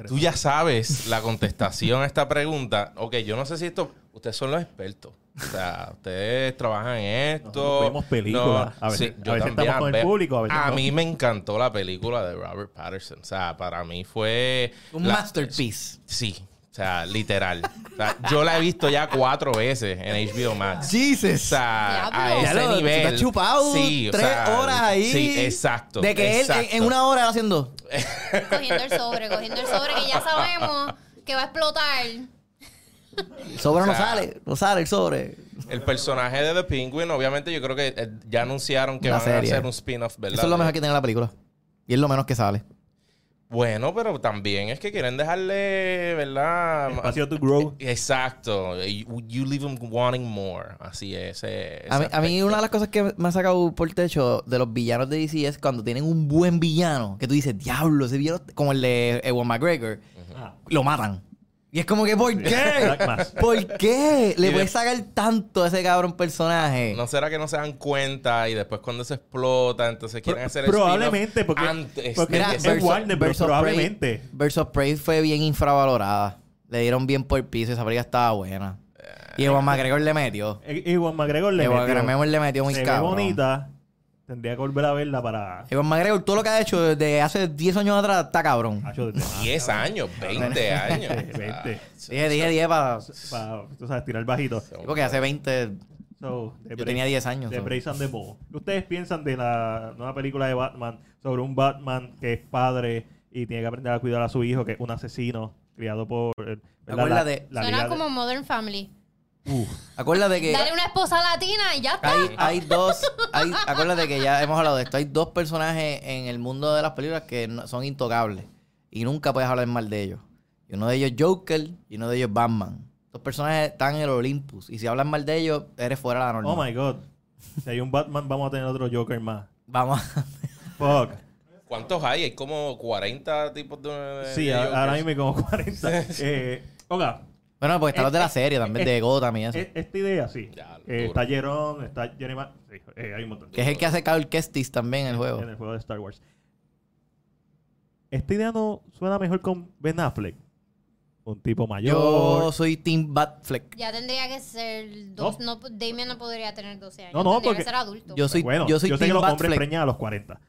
Speaker 5: Tú ya sabes la contestación a esta pregunta. Ok, yo no sé si esto. Ustedes son los expertos. O sea, ustedes trabajan en esto.
Speaker 1: Nosotros vemos películas. A veces- a veces estamos con el
Speaker 5: veo-
Speaker 1: público, a veces no.
Speaker 5: mí me encantó la película de Robert Patterson. O sea, para mí fue.
Speaker 3: Un
Speaker 5: la-
Speaker 3: masterpiece.
Speaker 5: Sí, o sea, literal. O sea, yo la he visto ya cuatro veces en HBO Max.
Speaker 3: Jesus.
Speaker 5: O sea, a
Speaker 2: Diablo.
Speaker 5: ese
Speaker 3: Ya lo- tú
Speaker 5: nivel.
Speaker 3: te has chupado
Speaker 5: Sí, o
Speaker 3: tres
Speaker 5: sea,
Speaker 3: horas ahí.
Speaker 5: Sí, exacto.
Speaker 3: De que él en- en,
Speaker 5: exacto.
Speaker 3: una hora haciendo.
Speaker 2: Cogiendo el sobre, cogiendo el sobre que ya sabemos que va a explotar.
Speaker 3: Sobre no
Speaker 5: O sea,
Speaker 3: sale, no sale el sobre.
Speaker 5: El personaje de The Penguin, obviamente, yo creo que eh, ya anunciaron que
Speaker 3: La
Speaker 5: van
Speaker 3: serie.
Speaker 5: a hacer un spin-off, ¿verdad?
Speaker 3: Eso es lo mejor que tiene la película. Y es lo menos que sale.
Speaker 5: Bueno, pero también es que quieren dejarle, ¿verdad?
Speaker 1: Espacio to grow.
Speaker 5: Exacto. You, you leave them wanting more. Así es. eh, ese
Speaker 3: A mí, a mí
Speaker 5: aspecto.
Speaker 3: una de las cosas que me ha sacado por el techo de los villanos de DC es cuando tienen un buen villano, que tú dices, diablo, ese villano, como el de Ewan McGregor,
Speaker 1: Ah,
Speaker 3: lo matan. Y es como que, ¿por qué?
Speaker 1: Black Mass.
Speaker 3: ¿Por qué
Speaker 5: Y
Speaker 3: le
Speaker 5: de-
Speaker 3: puedes sacar tanto a ese cabrón personaje?
Speaker 5: ¿No será que no se dan cuenta y después cuando se explota, entonces quieren
Speaker 1: Pro-
Speaker 5: hacer el
Speaker 1: probablemente,
Speaker 5: spin-off
Speaker 1: porque-
Speaker 5: antes
Speaker 1: porque
Speaker 5: de
Speaker 1: era-
Speaker 5: que
Speaker 1: es
Speaker 5: se-
Speaker 1: versus- Warner Bros., probablemente.
Speaker 3: Prey- versus Prey fue bien infravalorada. Le dieron bien por piso y esa película estaba buena. Y Ewan McGregor le metió.
Speaker 1: Y Juan McGregor Eh. le
Speaker 3: Ewan
Speaker 1: metió.
Speaker 3: McGregor le metió muy
Speaker 1: Se ve
Speaker 3: cabrón.
Speaker 1: bonita. Tendría que volver a verla para...
Speaker 3: Ewan McGregor, todo lo que ha hecho desde hace 10 años atrás está cabrón.
Speaker 1: Hacho, desde-
Speaker 5: 10 años, 20 años. o sea,
Speaker 1: 20.
Speaker 3: Dije, dije 10 para...
Speaker 1: para, tú sabes, tirar bajito.
Speaker 3: Porque hace 20...
Speaker 1: So, de
Speaker 3: Yo tenía 10 años,
Speaker 1: De
Speaker 3: so.
Speaker 1: Brace and the Bow. ¿Qué ustedes piensan de la nueva película de Batman sobre un Batman que es padre y tiene que aprender a cuidar a su hijo, que es un asesino criado por. eh, ¿verdad?
Speaker 3: Acuérdate.
Speaker 1: liga
Speaker 2: Suena
Speaker 1: de-
Speaker 2: como Modern Family.
Speaker 1: Uf,
Speaker 3: Acuérdate que...
Speaker 2: Dale una esposa latina y ya está.
Speaker 3: Hay, hay dos, hay, acuérdate que ya hemos hablado de esto, hay dos personajes en el mundo de las películas que no- son intocables y nunca puedes hablar mal de ellos. Y uno de ellos es Joker y uno de ellos es Batman. Estos personajes están en el Olympus y si hablan mal de ellos, eres fuera de la norma.
Speaker 1: Oh my god. Si hay un Batman, vamos a tener otro Joker más.
Speaker 3: Vamos. a-
Speaker 1: Fuck.
Speaker 5: ¿Cuántos hay? Hay como 40 tipos de. de-
Speaker 1: Sí,
Speaker 5: de
Speaker 1: a- ahora
Speaker 5: Jokers.
Speaker 1: mismo hay como 40. eh, oiga,
Speaker 3: Bueno, porque están los de
Speaker 1: Eh,
Speaker 3: la serie también, de Gotham y eso.
Speaker 1: e- esta idea, sí.
Speaker 5: Ya, lo
Speaker 1: Eh,
Speaker 5: duro.
Speaker 1: está Jerón, está Jeremy. Sí, eh, hay un montón.
Speaker 3: Que es el que hace Carl Kestis también en el juego.
Speaker 1: en el juego de Star Wars. ¿Esta idea no suena mejor con Ben Affleck? Un tipo mayor.
Speaker 3: Yo soy Team Batfleck.
Speaker 2: Ya tendría que ser dos. No. Damien no podría tener 12 años.
Speaker 1: No, no,
Speaker 2: tendría
Speaker 1: porque-
Speaker 2: que ser adulto.
Speaker 3: Yo soy,
Speaker 1: bueno,
Speaker 3: yo soy
Speaker 1: sé que
Speaker 3: Team
Speaker 1: los hombres
Speaker 3: Batfleck.
Speaker 1: preñan a los 40.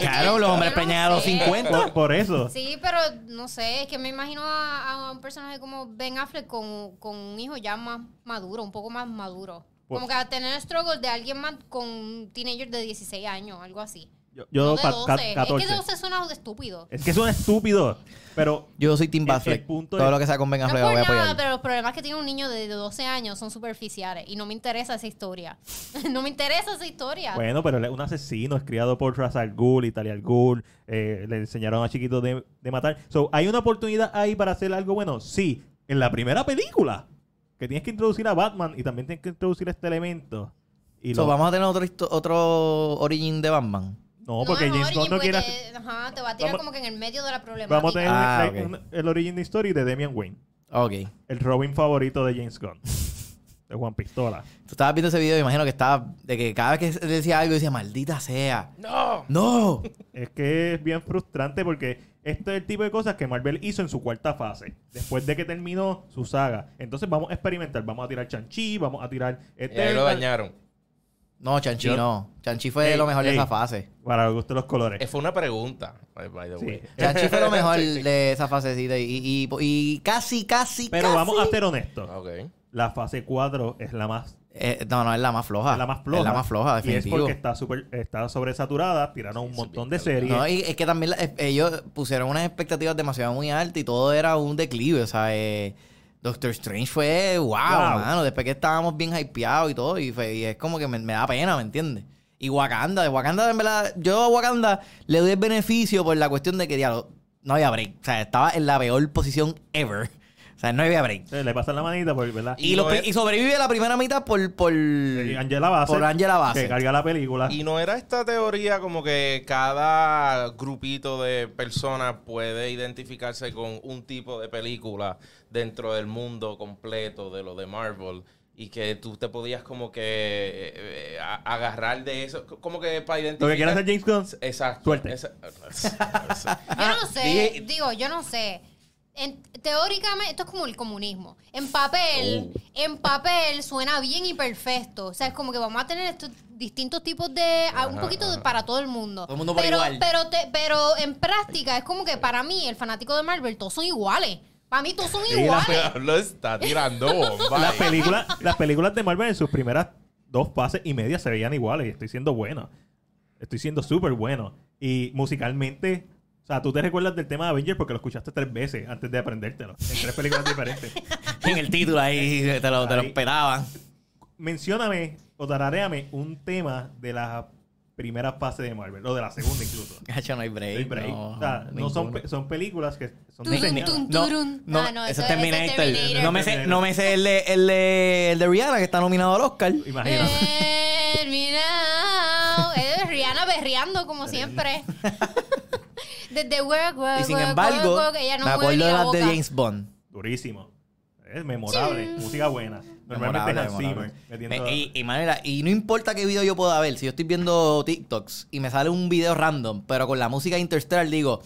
Speaker 3: Claro, los hombres
Speaker 2: Eh, Yo no
Speaker 3: preñados a los
Speaker 2: sé.
Speaker 3: 50.
Speaker 1: Por, por eso.
Speaker 2: Sí, pero no sé, es que me imagino a, a un personaje como Ben Affleck con, con un hijo ya más maduro, un poco más maduro.
Speaker 1: Pues-
Speaker 2: Como que a tener struggles de alguien más con un teenager de 16 años, algo así.
Speaker 1: Yo,
Speaker 2: No
Speaker 1: yo
Speaker 2: de
Speaker 1: ca- Eh,
Speaker 2: 12.
Speaker 1: ca- 14.
Speaker 2: Es que 12 suena estúpido.
Speaker 1: Es que son estúpidos. Pero
Speaker 3: Yo soy Team
Speaker 1: El- el
Speaker 3: Batfleck.
Speaker 1: punto
Speaker 3: Todo
Speaker 1: es-
Speaker 3: lo que sea con Ben
Speaker 2: No es
Speaker 3: Affleck
Speaker 2: por
Speaker 3: lo voy a
Speaker 2: nada,
Speaker 3: apoyar.
Speaker 2: pero los problemas que tiene un niño de 12 años son superficiales y no me interesa esa historia. no me interesa esa historia.
Speaker 1: Bueno, pero él es un asesino, es criado por Ra's al Ghul, Italia al Ghul, eh, le enseñaron a chiquitos de, de matar. So, ¿Hay una oportunidad ahí para hacer algo bueno? Sí, en la primera película, que tienes que introducir a Batman y también tienes que introducir este elemento. Y
Speaker 3: So,
Speaker 1: lo-
Speaker 3: vamos a tener otro, histo- otro origin de Batman.
Speaker 1: No, porque
Speaker 2: es
Speaker 1: James
Speaker 2: origin,
Speaker 1: Gunn no quiere...
Speaker 2: porque-
Speaker 1: hacer-
Speaker 2: Ajá, pues te va a tirar
Speaker 1: Vamos-
Speaker 2: como que en el medio de la problemática.
Speaker 1: Vamos a tener
Speaker 3: Ah,
Speaker 1: la-
Speaker 3: ok.
Speaker 1: un- el origin story de Damian Wayne,
Speaker 3: Ok.
Speaker 1: el Robin favorito de James Gunn. de Juan Pistola.
Speaker 3: Tú estabas viendo ese video, me imagino que estaba. De que cada vez que decía algo, decía, maldita sea.
Speaker 5: ¡No!
Speaker 3: ¡No!
Speaker 1: Es que es bien frustrante porque este es el tipo de cosas que Marvel hizo en su cuarta fase, después de que terminó su saga. Entonces vamos a experimentar, vamos a tirar Chanchi, vamos a tirar
Speaker 5: Y ahí lo
Speaker 1: Eternal,
Speaker 5: dañaron.
Speaker 3: No, Chanchi
Speaker 1: Yo-
Speaker 3: no. Chanchi fue
Speaker 1: Ey,
Speaker 3: lo mejor de
Speaker 1: ey.
Speaker 3: esa fase.
Speaker 1: para el gusto de los
Speaker 5: Eh,
Speaker 1: colores.
Speaker 5: Fue una pregunta, by- by the
Speaker 1: Sí.
Speaker 5: way.
Speaker 3: Chanchi fue lo mejor de esa fasecita. Y, y, y, y casi, casi,
Speaker 1: Pero
Speaker 3: casi.
Speaker 1: vamos a ser honestos.
Speaker 5: Ok.
Speaker 1: La fase 4 es la más
Speaker 3: Eh, no, no, es la más floja.
Speaker 1: es la más floja.
Speaker 3: Es la más floja,
Speaker 1: Y es
Speaker 3: definitivo.
Speaker 1: porque está super, está sobresaturada, tiraron un montón de series.
Speaker 3: No, y es que también la- eh, ellos pusieron unas expectativas demasiado muy altas y todo era un declive. O sea, eh, Doctor Strange fue wow,
Speaker 1: Wow.
Speaker 3: mano. Después que estábamos bien hypeados y todo, y, fue- y es como que me, me da pena, ¿me entiendes? Y Wakanda, de Wakanda, en verdad, yo a Wakanda le doy el beneficio por la cuestión de que diablo, no había break. O sea, estaba en la peor posición ever. O sea, no había break.
Speaker 1: Eh, Le pasan la manita, porque, ¿verdad?
Speaker 5: Y
Speaker 3: Y, los
Speaker 5: no
Speaker 3: pri-
Speaker 5: es-
Speaker 3: y sobrevive la primera mitad por. por
Speaker 1: Y Eh, Angela Bassett.
Speaker 3: Por Angela Bassett.
Speaker 1: Que carga la película.
Speaker 5: Y no era esta teoría como que cada grupito de personas puede identificarse con un tipo de película dentro del mundo completo de lo de Marvel y que tú te podías como que eh, eh, a- agarrar de eso, c- como que para
Speaker 1: Lo
Speaker 5: identificar.
Speaker 1: que quiere hacer James Gunn.
Speaker 5: Exacto.
Speaker 1: Suerte.
Speaker 5: Esa-
Speaker 2: Yo
Speaker 3: Ah,
Speaker 2: no sé,
Speaker 5: Dije-
Speaker 2: digo, yo no sé. En- teóricamente, esto es como el comunismo. En papel,
Speaker 3: Oh.
Speaker 5: Uh.
Speaker 2: en papel suena bien y perfecto. O sea, es como que vamos a tener estos distintos tipos de. a- un
Speaker 5: Ajá,
Speaker 2: poquito de-
Speaker 5: ajá.
Speaker 2: para todo el mundo.
Speaker 3: Todo el mundo por
Speaker 2: pero,
Speaker 3: igual.
Speaker 2: Pero, te- pero en práctica, es como que para mí, el fanático de Marvel, todos son iguales. Para mí, todos son iguales.
Speaker 5: Lo está tirando bomba.
Speaker 1: Las películas, las películas de Marvel en sus primeras dos fases y media se veían iguales. Y estoy siendo bueno. Estoy siendo súper bueno. Y musicalmente. O sea, tú te recuerdas del tema de Avengers porque lo escuchaste tres veces antes de aprendértelo. En tres películas diferentes.
Speaker 3: en el título ahí, te lo, te lo
Speaker 1: Ahí.
Speaker 3: esperaban.
Speaker 1: Mencióname o tararéame un tema de la primera fase de Marvel. O de la segunda incluso.
Speaker 3: Gacho, no hay break.
Speaker 1: No hay break.
Speaker 3: No,
Speaker 1: O sea, no son,
Speaker 3: ninguno.
Speaker 1: pe- son películas que son
Speaker 2: Turun,
Speaker 1: diseñadas.
Speaker 2: tun,
Speaker 3: No,
Speaker 2: Turun.
Speaker 3: no,
Speaker 2: Ah, no, eso
Speaker 3: eso es
Speaker 2: es
Speaker 3: Terminator.
Speaker 2: Terminator.
Speaker 3: No, me sé, no me sé el de, el de- el de Rihanna, que está nominado al Oscar.
Speaker 1: Imagino.
Speaker 2: Terminado. Es Rihanna berreando como siempre. Desde work, work,
Speaker 3: Y sin
Speaker 2: work,
Speaker 3: embargo,
Speaker 2: work, work, ella no
Speaker 3: me
Speaker 2: mueve ni
Speaker 3: acuerdo de
Speaker 2: la
Speaker 3: las de
Speaker 2: boca.
Speaker 3: James Bond.
Speaker 1: Durísimo. Es memorable. Música buena. Normalmente
Speaker 3: Memorable,
Speaker 1: es Hans
Speaker 3: memorable.
Speaker 1: Zimmer. metiendo-
Speaker 3: Me- y, y, manera, y no importa qué video yo pueda ver, si yo estoy viendo TikToks y me sale un video random, pero con la música interstellar digo,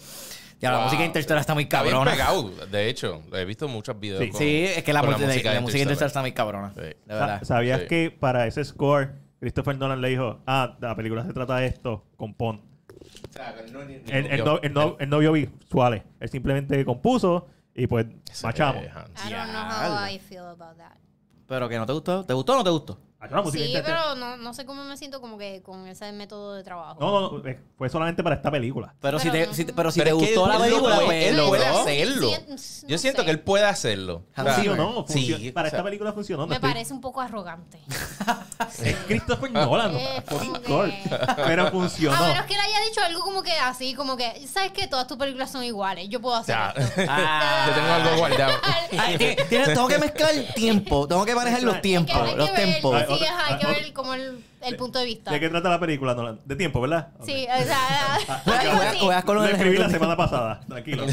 Speaker 3: ya la
Speaker 5: Wow.
Speaker 3: música interstellar está muy
Speaker 5: Está bien
Speaker 3: cabrona.
Speaker 5: pegado, de hecho. He visto muchos videos.
Speaker 1: Sí.
Speaker 5: con-
Speaker 3: Sí, es que la,
Speaker 5: con
Speaker 3: mu- de- la música, interstellar
Speaker 5: Interstellar.
Speaker 3: está muy cabrona.
Speaker 5: Sí.
Speaker 3: De
Speaker 1: Sa-
Speaker 3: verdad.
Speaker 1: ¿Sabías
Speaker 5: Sí.
Speaker 1: que para ese score, Christopher Nolan le dijo, ah, la película se trata de esto, compón.
Speaker 5: O sea, no- ni- ni-
Speaker 1: Él, él no, él
Speaker 5: Eh,
Speaker 1: no- él no vio visuales. Él simplemente compuso y pues machamos.
Speaker 5: Eh, Hans.
Speaker 2: I don't know how I feel about that.
Speaker 3: Pero que no te gustó. ¿Te gustó o no te gustó?
Speaker 1: Machamos música
Speaker 2: Sí,
Speaker 1: interna-
Speaker 2: pero no, no sé cómo me siento como que con ese método de trabajo.
Speaker 1: No, no, no, eh, fue solamente para esta película.
Speaker 3: Pero, si
Speaker 2: Pero
Speaker 3: te,
Speaker 2: no.
Speaker 3: si te- pero si
Speaker 5: Pero
Speaker 3: te
Speaker 5: es que
Speaker 3: gustó la
Speaker 5: él lo
Speaker 3: película,
Speaker 5: puede-
Speaker 3: pues
Speaker 5: él
Speaker 3: lo Ah,
Speaker 5: puede
Speaker 3: logró.
Speaker 5: hacer. hacerlo.
Speaker 2: Sí,
Speaker 5: Yo
Speaker 2: no
Speaker 5: siento
Speaker 2: sé.
Speaker 5: que él puede hacerlo.
Speaker 3: Hans
Speaker 1: Sí o
Speaker 3: Zimmer.
Speaker 1: no, funcio-
Speaker 5: Sí,
Speaker 1: para
Speaker 5: o sea,
Speaker 1: esta película funcionó. no
Speaker 2: Me
Speaker 1: estoy-
Speaker 2: parece un poco arrogante.
Speaker 1: Es Christopher Nolan,
Speaker 2: Eh,
Speaker 1: por
Speaker 2: como
Speaker 1: favor.
Speaker 2: que-
Speaker 1: pero
Speaker 2: A
Speaker 1: funcionó.
Speaker 2: menos Ah, que le haya dicho algo como que así, como que, ¿sabes que Todas tus películas son iguales. Yo puedo hacer
Speaker 5: Ya.
Speaker 2: esto.
Speaker 3: Ah.
Speaker 5: Yo tengo algo guardado.
Speaker 3: Ay, tiene- tiene- tengo que mezclar el tiempo. Tengo que manejar los
Speaker 2: Hay que,
Speaker 3: tiempos.
Speaker 2: hay que
Speaker 3: los
Speaker 2: ver,
Speaker 3: tiempos.
Speaker 1: Ay,
Speaker 2: sí,
Speaker 1: otra-
Speaker 2: ajá, hay que
Speaker 1: ah,
Speaker 2: ver como el, el punto de vista.
Speaker 1: ¿De qué trata la película, Nolan? De tiempo, ¿verdad? Ok. Ah,
Speaker 2: Sí, o sea,
Speaker 3: Voy a- voy a- voy a
Speaker 1: Lo
Speaker 3: colocar-
Speaker 1: escribí la semana pasada, tranquilo.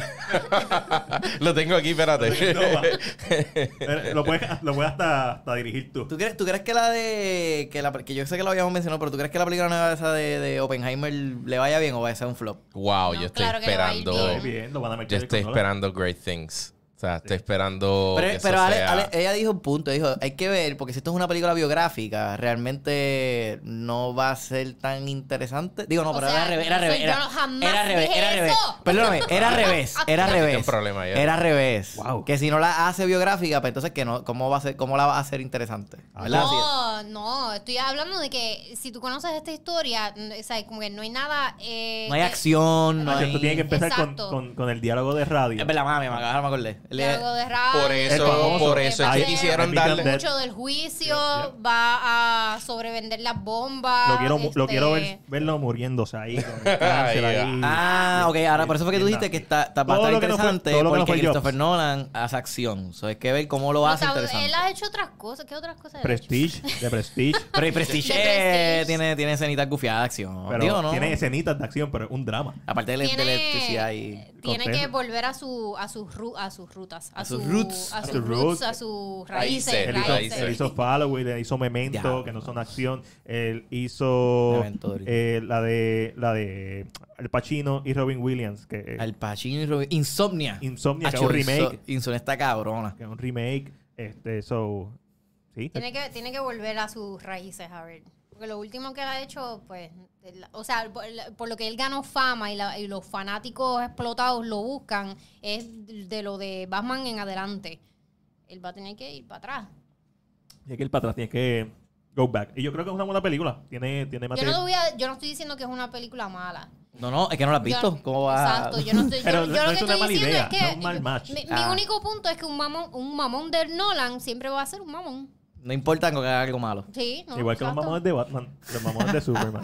Speaker 5: Lo tengo aquí, espérate.
Speaker 1: No, va. Eh, lo puedes, lo puedes hasta, hasta dirigir tú.
Speaker 3: ¿Tú crees, ¿Tú crees que la de. Que, la, que yo sé que lo habíamos mencionado, pero ¿tú crees que la película nueva esa de, de Oppenheimer le vaya bien o va a ser un flop?
Speaker 5: Wow,
Speaker 2: No,
Speaker 5: yo estoy
Speaker 2: claro que le va a ir
Speaker 5: esperando.
Speaker 1: Muy
Speaker 2: bien.
Speaker 1: bien, lo van a meter
Speaker 5: Yo estoy
Speaker 1: con Nolan.
Speaker 5: esperando great things. O sea, estoy esperando.
Speaker 1: Oh,
Speaker 3: pero
Speaker 5: que eso
Speaker 3: pero Ale-
Speaker 5: sea-
Speaker 3: Ale- eh, ella dijo un punto: dijo, hay que ver, porque si esto es una película biográfica, realmente no va a ser tan interesante. Digo, no,
Speaker 2: O
Speaker 3: pero
Speaker 2: sea,
Speaker 3: era revés. Era
Speaker 2: eso
Speaker 3: revés.
Speaker 2: yo
Speaker 3: Era,
Speaker 2: no- jamás
Speaker 3: era revés.
Speaker 2: dije
Speaker 3: Era
Speaker 2: eso. Ah,
Speaker 3: revés. Perdóname, era revés. Era
Speaker 5: Ya tiene un
Speaker 3: revés.
Speaker 5: problema ya.
Speaker 3: Era revés.
Speaker 1: Wow.
Speaker 3: Que si no la hace biográfica, pues entonces que no, ¿cómo va a ser, cómo la va a hacer interesante? ¿Verdad? Así es.
Speaker 2: No, no, estoy hablando de que si tú conoces esta historia, n- o sea, como que no hay nada... eh,
Speaker 3: No hay
Speaker 2: que-
Speaker 3: acción, no
Speaker 1: Ah, que
Speaker 3: hay...
Speaker 1: Esto tiene que empezar con,
Speaker 2: Exacto.
Speaker 1: con- con el diálogo de radio.
Speaker 3: Es verdad, mami, me acabas me acordé. Le-
Speaker 2: que algo de radio,
Speaker 5: Por
Speaker 1: El
Speaker 5: eso,
Speaker 1: famoso.
Speaker 5: por eso es
Speaker 1: Ahí-
Speaker 5: que quisieron
Speaker 1: Ahí-
Speaker 5: darle.
Speaker 1: Dead.
Speaker 2: Mucho del juicio,
Speaker 1: Yeah, yeah.
Speaker 2: va a sobrevender las bombas.
Speaker 1: Lo quiero, mu- lo
Speaker 2: este,
Speaker 1: quiero ver- verlo muriéndose ahí. Con el cáncer
Speaker 5: Ahí
Speaker 1: ahí.
Speaker 3: Ah, ok, ahora por eso fue que tú
Speaker 1: Bien,
Speaker 3: dijiste que está, está
Speaker 1: Todo
Speaker 3: bastante
Speaker 1: lo que no fue-
Speaker 3: interesante
Speaker 1: todo lo que no
Speaker 3: porque
Speaker 1: fue
Speaker 3: Christopher
Speaker 1: Jobs.
Speaker 3: Nolan hace acción. So, hay que ver cómo lo
Speaker 2: no
Speaker 3: hace
Speaker 2: sabe,
Speaker 3: interesante.
Speaker 2: él ha hecho otras cosas. ¿Qué otras cosas? él ha
Speaker 1: Prestige, de Prestige.
Speaker 3: Pero el Prestige,
Speaker 2: De Prestige.
Speaker 3: eh, tiene, tiene escenitas gufiadas de acción.
Speaker 1: pero
Speaker 3: Digo, ¿no?
Speaker 1: tiene escenitas de acción, pero es un drama.
Speaker 3: Aparte de la de
Speaker 2: Tiene- eh,
Speaker 3: electricidad y...
Speaker 2: Tiene
Speaker 1: Contento.
Speaker 2: que volver a su a sus ru- a sus rutas, a,
Speaker 3: A
Speaker 2: sus
Speaker 3: sus roots.
Speaker 2: a
Speaker 1: A
Speaker 2: sus
Speaker 1: sus
Speaker 2: roots,
Speaker 1: roots.
Speaker 2: a sus raíces.
Speaker 5: Raíces,
Speaker 1: Él
Speaker 5: Right,
Speaker 1: hizo,
Speaker 5: right,
Speaker 1: él
Speaker 5: right.
Speaker 1: hizo Follow, él hizo Memento,
Speaker 3: Diablo.
Speaker 1: que no son acción. Él hizo
Speaker 3: Memento ahorita.
Speaker 1: eh, la de la de Al Pacino y Robin Williams, que eh,
Speaker 3: Al Pacino y Robin. Insomnia.
Speaker 1: Insomnia, que es
Speaker 3: Hacho,
Speaker 1: un remake.
Speaker 3: Inso- Insomnia está cabrona.
Speaker 1: Que es un remake. Este, so. Sí.
Speaker 2: Tiene que, tiene que volver a sus raíces, a ver. Porque lo último que él ha hecho, pues, el- o sea, por, la- por lo que él ganó fama y, la- y los fanáticos explotados lo buscan, es de lo de Batman en adelante. Él va a tener que ir para atrás.
Speaker 1: Tiene que ir para atrás, tiene que go back. Y yo creo que es una buena película. Tiene, tiene
Speaker 2: Yo
Speaker 1: material.
Speaker 2: no, voy a- yo no estoy diciendo que es una película mala.
Speaker 3: No, no, es que no la has
Speaker 2: Yo-
Speaker 3: visto. ¿Cómo va?
Speaker 2: Exacto, yo no estoy. yo-
Speaker 1: Pero no
Speaker 2: yo lo
Speaker 1: es
Speaker 2: que
Speaker 1: una
Speaker 2: estoy
Speaker 1: mala
Speaker 2: diciendo
Speaker 1: idea,
Speaker 2: es que.
Speaker 1: no es un mal match.
Speaker 2: mi, mi
Speaker 3: Ah.
Speaker 2: único punto es que un mamón, un mamón del Nolan siempre va a ser un mamón.
Speaker 3: No importa que haga algo malo.
Speaker 2: Sí, no,
Speaker 1: Igual que los
Speaker 2: exacto.
Speaker 1: mamones de Batman, los mamones de Superman.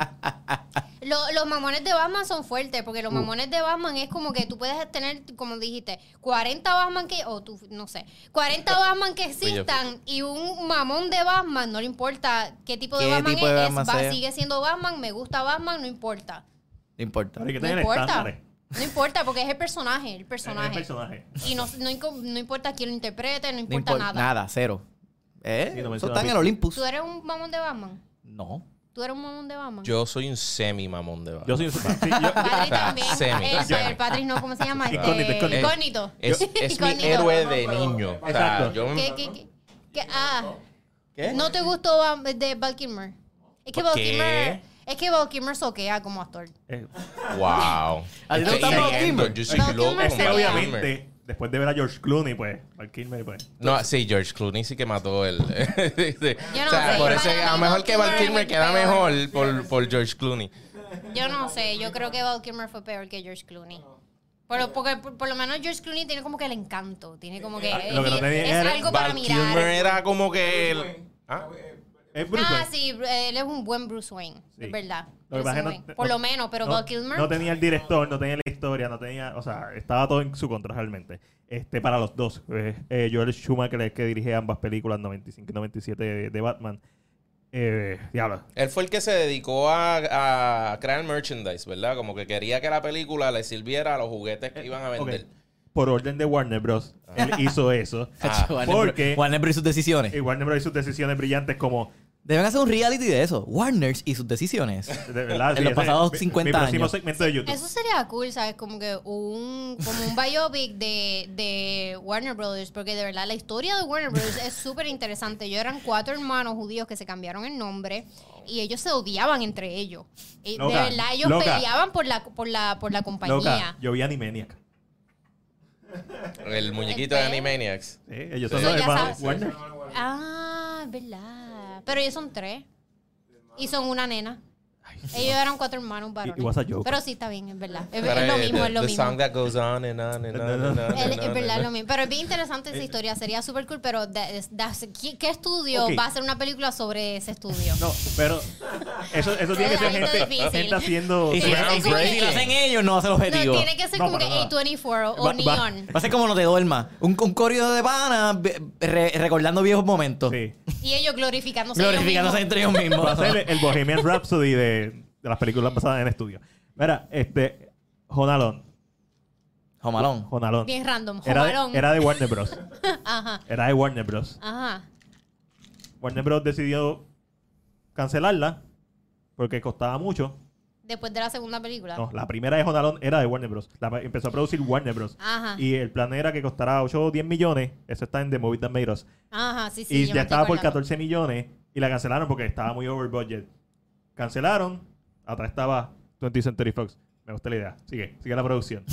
Speaker 2: Lo- los mamones de Batman son fuertes, porque los mamones de Batman es como que tú puedes tener, como dijiste, 40 Batman que, o tú, no sé,
Speaker 3: Eh,
Speaker 2: 40 Batman
Speaker 3: pues
Speaker 2: que existan y un mamón de Batman, no le importa qué tipo de
Speaker 3: ¿Qué
Speaker 2: Batman
Speaker 3: tipo
Speaker 2: es,
Speaker 3: de
Speaker 2: es,
Speaker 3: Batman
Speaker 2: va-
Speaker 3: sea?
Speaker 2: sigue siendo Batman, me gusta Batman, no importa.
Speaker 3: No importa.
Speaker 1: Pero hay que
Speaker 2: No
Speaker 1: tener
Speaker 2: importa.
Speaker 1: estándares.
Speaker 2: No importa, porque es el personaje, el
Speaker 1: Es el
Speaker 2: personaje.
Speaker 1: personaje.
Speaker 2: Y no, no, inco- no importa quién lo interprete, no
Speaker 3: No
Speaker 2: importa
Speaker 3: importa
Speaker 2: nada.
Speaker 3: Nada, cero. ¿Eh?
Speaker 1: Sí, no
Speaker 3: Eso
Speaker 1: menciona
Speaker 3: está en
Speaker 1: a
Speaker 3: el
Speaker 1: Pete.
Speaker 3: Olympus.
Speaker 2: ¿Tú eres un mamón de Batman?
Speaker 3: No.
Speaker 2: ¿Tú eres un mamón de Batman?
Speaker 5: Yo soy un semi mamón de
Speaker 1: Yo
Speaker 5: Batman.
Speaker 1: soy un sí, yo-
Speaker 2: Patrick
Speaker 5: Ah,
Speaker 2: también.
Speaker 5: semi,
Speaker 2: el,
Speaker 5: semi.
Speaker 2: el Patrick no, ¿cómo se llama? Este,
Speaker 1: Incógnito, incógnito.
Speaker 2: incógnito.
Speaker 5: Es, es mi
Speaker 2: Incógnito.
Speaker 5: héroe de niño. O sea,
Speaker 1: Exacto.
Speaker 5: yo me-
Speaker 2: ¿Qué, qué, qué? ¿Qué? Ah,
Speaker 3: ¿Qué?
Speaker 2: ¿no te gustó Bam- de Val Kilmer? Es que
Speaker 5: ¿Por
Speaker 2: Val
Speaker 5: qué?
Speaker 2: Kilmer... Es que Val Kilmer soquea como actor.
Speaker 1: eh,
Speaker 5: Wow.
Speaker 3: ¿A ti te
Speaker 5: Estoy
Speaker 3: gusta Val
Speaker 5: leyendo,
Speaker 3: Kilmer?
Speaker 5: Yo soy
Speaker 2: Val
Speaker 5: loco
Speaker 2: Kilmer
Speaker 5: con
Speaker 1: es que
Speaker 5: Val Kilmer.
Speaker 1: obviamente, después de ver a George Clooney, pues, al Kilmer, pues.
Speaker 5: No, sí, George Clooney sí que mató el. sí, sí.
Speaker 2: Yo no
Speaker 5: o sea,
Speaker 2: sé,
Speaker 5: por
Speaker 2: para
Speaker 5: eso
Speaker 2: mí
Speaker 5: a lo mejor que Val Kilmer queda
Speaker 2: peor.
Speaker 5: mejor por, por George Clooney.
Speaker 2: Yo no sé, yo creo que Val Kilmer fue peor que George Clooney. Pero porque por, por lo menos George Clooney tiene como que el encanto, tiene como que,
Speaker 1: Ah, Lo que no tenía
Speaker 2: es
Speaker 1: era-
Speaker 2: algo para
Speaker 5: Val
Speaker 2: mirar.
Speaker 5: Kilmer era como que.
Speaker 6: Bruce
Speaker 5: El...
Speaker 6: Wayne.
Speaker 5: ¿Ah?
Speaker 1: Es Bruce
Speaker 2: ah,
Speaker 1: Wayne.
Speaker 2: sí, él es un buen Bruce Wayne,
Speaker 1: Sí.
Speaker 2: es verdad.
Speaker 1: Lo que
Speaker 2: Bruce
Speaker 1: pasa es que no-
Speaker 2: Wayne.
Speaker 1: no-
Speaker 2: Por lo menos, pero
Speaker 1: no-
Speaker 2: Val Kilmer.
Speaker 1: No tenía el director, no tenía la historia, no tenía. O sea, estaba todo en su contra realmente. Este, para los dos. Eh, eh, Joel Schumacher es el que dirige ambas películas, 95 y 97 de, de Batman. Eh, diablo.
Speaker 5: Él fue el que se dedicó a, a crear merchandise, ¿verdad? Como que quería que la película le sirviera a los juguetes que iban a vender.
Speaker 1: Ok. Por orden de Warner Bros. Él hizo eso.
Speaker 5: Ah,
Speaker 3: Hacho, Warner,
Speaker 1: porque- Eh,
Speaker 3: Warner Bros. y sus decisiones.
Speaker 1: Y Warner Bros. hizo sus decisiones brillantes como.
Speaker 3: Deben hacer un reality de eso. Warner y sus decisiones.
Speaker 1: De verdad,
Speaker 3: En
Speaker 1: sí,
Speaker 3: los
Speaker 1: ese-
Speaker 3: pasados
Speaker 1: mi-
Speaker 3: 50
Speaker 1: Mi próximo
Speaker 3: años.
Speaker 1: segmento de YouTube.
Speaker 2: Eso sería cool, ¿sabes? Como que un, como un biopic de, de Warner Brothers, porque de verdad la historia de Warner Brothers es súper interesante. Yo eran cuatro hermanos judíos que se cambiaron el nombre y ellos se odiaban entre ellos. Y de
Speaker 1: Loca,
Speaker 2: verdad, ellos
Speaker 1: loca.
Speaker 2: peleaban por la, por la, por la compañía.
Speaker 1: Loca, yo vi Animaniac.
Speaker 5: El muñequito de Animaniacs.
Speaker 1: Sí, ellos
Speaker 5: Sí.
Speaker 1: son
Speaker 5: Eso
Speaker 1: los
Speaker 2: ya
Speaker 1: hermanos
Speaker 2: sabes.
Speaker 1: Warner.
Speaker 2: Ah, es verdad. Pero ellos son tres. Y son una nena. Ellos eran cuatro hermanos varones.
Speaker 1: It was a joke.
Speaker 2: Pero sí, está bien, es verdad. Es,
Speaker 5: Pero,
Speaker 2: es lo
Speaker 5: eh,
Speaker 2: mismo,
Speaker 5: the-
Speaker 2: es lo
Speaker 5: the
Speaker 2: mismo.
Speaker 5: song that goes on and on and on and on and
Speaker 2: El-
Speaker 5: on
Speaker 2: es
Speaker 5: and
Speaker 2: verdad
Speaker 5: on.
Speaker 2: lo mismo. Pero es bien interesante
Speaker 1: Eh,
Speaker 2: esa historia. Sería súper cool, pero da- es- da- ¿qué, qué estudio
Speaker 1: Ok.
Speaker 2: va a hacer una película sobre ese estudio?
Speaker 1: No, pero eso, eso tiene que ser
Speaker 2: Está
Speaker 1: gente,
Speaker 2: difícil.
Speaker 1: gente haciendo.
Speaker 3: Y si,
Speaker 2: Sí,
Speaker 3: y si-
Speaker 2: groundbreaking.
Speaker 3: si lo hacen ellos, no va a ser objetivo.
Speaker 2: No, tiene que ser
Speaker 1: No,
Speaker 2: como que
Speaker 1: para nada.
Speaker 2: A24 o, o
Speaker 1: Va- va-
Speaker 2: Neon.
Speaker 3: Va a ser como no te duermas. Un, un corrido de pana be- re- recordando viejos momentos.
Speaker 1: Sí.
Speaker 2: Y ellos glorificándose. ellos
Speaker 3: Glorificándose
Speaker 2: mismos.
Speaker 3: entre ellos mismos.
Speaker 1: Va a ser el Bohemian Rhapsody de, de las películas basadas en estudio. Mira, este. Jonalón.
Speaker 3: Jomalón.
Speaker 1: Jonalón.
Speaker 2: Bien random.
Speaker 1: Era
Speaker 2: Jomalón.
Speaker 1: de, era de Warner Bros.
Speaker 2: Ajá.
Speaker 1: Era de Warner Bros.
Speaker 2: Ajá.
Speaker 1: Warner Bros. decidió cancelarla porque costaba mucho.
Speaker 2: Después de la segunda película.
Speaker 1: No, la primera de Jonalón era de Warner Bros. La empezó a producir Warner Bros.
Speaker 2: Ajá.
Speaker 1: Y el plan era que costara 8 o 10 millones. Eso está en The Movie That Made Us.
Speaker 2: Ajá, sí, sí.
Speaker 1: y
Speaker 2: yo
Speaker 1: ya
Speaker 2: me estoy
Speaker 1: estaba por
Speaker 2: acordando.
Speaker 1: 14 millones y la cancelaron porque estaba muy over budget. Cancelaron, atrás estaba 20th Century Fox. Me gusta la idea. Sigue, sigue la producción.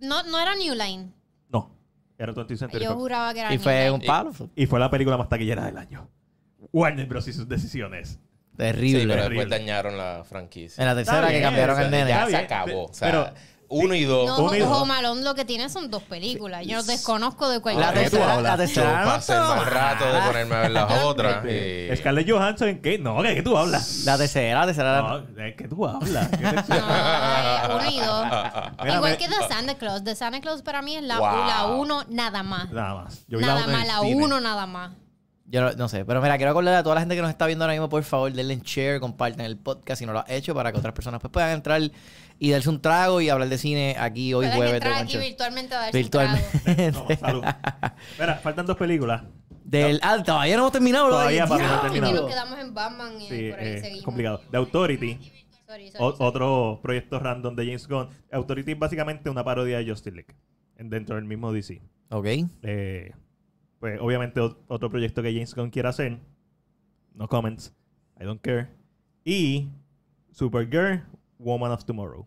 Speaker 2: No, no era New Line.
Speaker 1: No, era 20th Century
Speaker 2: Yo
Speaker 1: Fox.
Speaker 2: juraba que era
Speaker 3: Y
Speaker 2: New
Speaker 3: fue
Speaker 2: Line.
Speaker 3: un palo.
Speaker 1: Y fue la película más taquillera del año. Warner Bros. y sus decisiones.
Speaker 5: Sí,
Speaker 3: Terrible.
Speaker 5: pero después
Speaker 1: horrible.
Speaker 5: dañaron la franquicia.
Speaker 3: en la tercera
Speaker 1: Está
Speaker 3: que
Speaker 1: bien,
Speaker 3: cambiaron
Speaker 1: está
Speaker 3: al nene.
Speaker 5: Ya
Speaker 1: Está
Speaker 5: se
Speaker 1: bien,
Speaker 5: acabó. O sea,
Speaker 1: pero-
Speaker 5: uno y dos.
Speaker 2: No,
Speaker 1: Uno y dos.
Speaker 2: Home Alone lo que tiene son dos películas. Yo desconozco de cuál
Speaker 3: La
Speaker 1: ¿De qué tú
Speaker 3: tercera,
Speaker 1: hablas?
Speaker 3: la
Speaker 5: Yo
Speaker 3: tercera. no
Speaker 5: pasé
Speaker 3: estaba
Speaker 5: más rato de
Speaker 3: mala.
Speaker 5: ponerme a ver las otras. y-
Speaker 1: Eh, Scarlett Johansson, ¿en qué? No, ¿de qué tú hablas?
Speaker 3: La tercera, la tercera.
Speaker 1: No, ¿de qué tú hablas? ¿Qué
Speaker 2: No,
Speaker 1: te-
Speaker 2: ay, uno y dos.
Speaker 1: Mira,
Speaker 2: Igual
Speaker 1: me-
Speaker 2: que The Santa Claus. The Santa Claus para mí es la,
Speaker 5: Wow.
Speaker 2: la uno nada más.
Speaker 1: Nada más. Yo vi
Speaker 2: Nada
Speaker 1: la uno en
Speaker 2: más,
Speaker 1: el
Speaker 2: la
Speaker 1: cine.
Speaker 2: uno nada más.
Speaker 3: Yo no, no sé, pero mira, quiero acordar a toda la gente que nos está viendo ahora mismo, por favor, denle en share, compartan el podcast si no lo has hecho para que otras personas pues, puedan entrar y darse un trago y hablar de cine aquí hoy
Speaker 2: Pueden
Speaker 3: jueves.
Speaker 2: entrar
Speaker 3: de
Speaker 2: aquí
Speaker 3: Guancho.
Speaker 2: virtualmente a darse un trago.
Speaker 3: Virtualmente.
Speaker 1: Toma, salud. Mira, faltan dos películas.
Speaker 3: Del, ah, todavía no hemos terminado, bro.
Speaker 1: Todavía, papi, no hemos
Speaker 3: Diablo.
Speaker 2: Y
Speaker 1: terminado.
Speaker 2: nos quedamos en Batman y
Speaker 1: Sí,
Speaker 2: por ahí
Speaker 1: eh,
Speaker 2: seguimos.
Speaker 1: complicado. The Authority.
Speaker 2: Sorry, sorry,
Speaker 1: O-
Speaker 2: sorry.
Speaker 1: otro proyecto random de James Gunn. Authority es básicamente una parodia de Justice League en- dentro del mismo DC.
Speaker 3: Ok.
Speaker 1: Eh, pues obviamente ot- otro proyecto que James Gunn quiera hacer. No comments. I don't care. Y Supergirl, Woman of Tomorrow.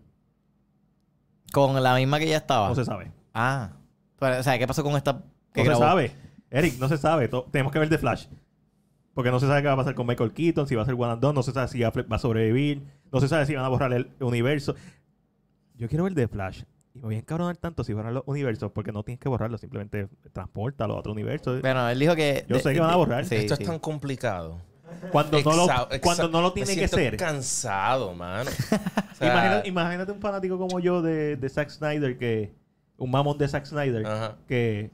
Speaker 3: Con la misma que ya estaba.
Speaker 1: No se sabe.
Speaker 3: ah. Pero, o sea, ¿qué pasó con esta? que
Speaker 1: No se
Speaker 3: grabó?
Speaker 1: sabe. Eric, no se sabe. To- tenemos que ver The Flash. Porque no se sabe qué va a pasar con Michael Keaton, si va a ser One and Done, no se sabe si Affleck va a sobrevivir, no se sabe si van a borrar el universo. Yo quiero ver The Flash. Y me voy a encabronar tanto si borran los universos, porque no tienes que borrarlos, simplemente transportalo a otro universo.
Speaker 3: Bueno, él dijo que.
Speaker 1: Yo
Speaker 3: de-
Speaker 1: sé que van a
Speaker 3: de-
Speaker 1: borrar.
Speaker 3: sí,
Speaker 5: Esto
Speaker 3: sí.
Speaker 5: es tan complicado.
Speaker 1: Cuando no lo,
Speaker 5: Exa- exa-
Speaker 1: cuando no lo
Speaker 5: me
Speaker 1: tiene que
Speaker 5: siento
Speaker 1: ser.
Speaker 5: cansado, mano. O sea,
Speaker 1: Imagina- imagínate un fanático como yo de, de Zack Snyder, que un mamón de Zack Snyder,
Speaker 5: Ajá.
Speaker 1: que,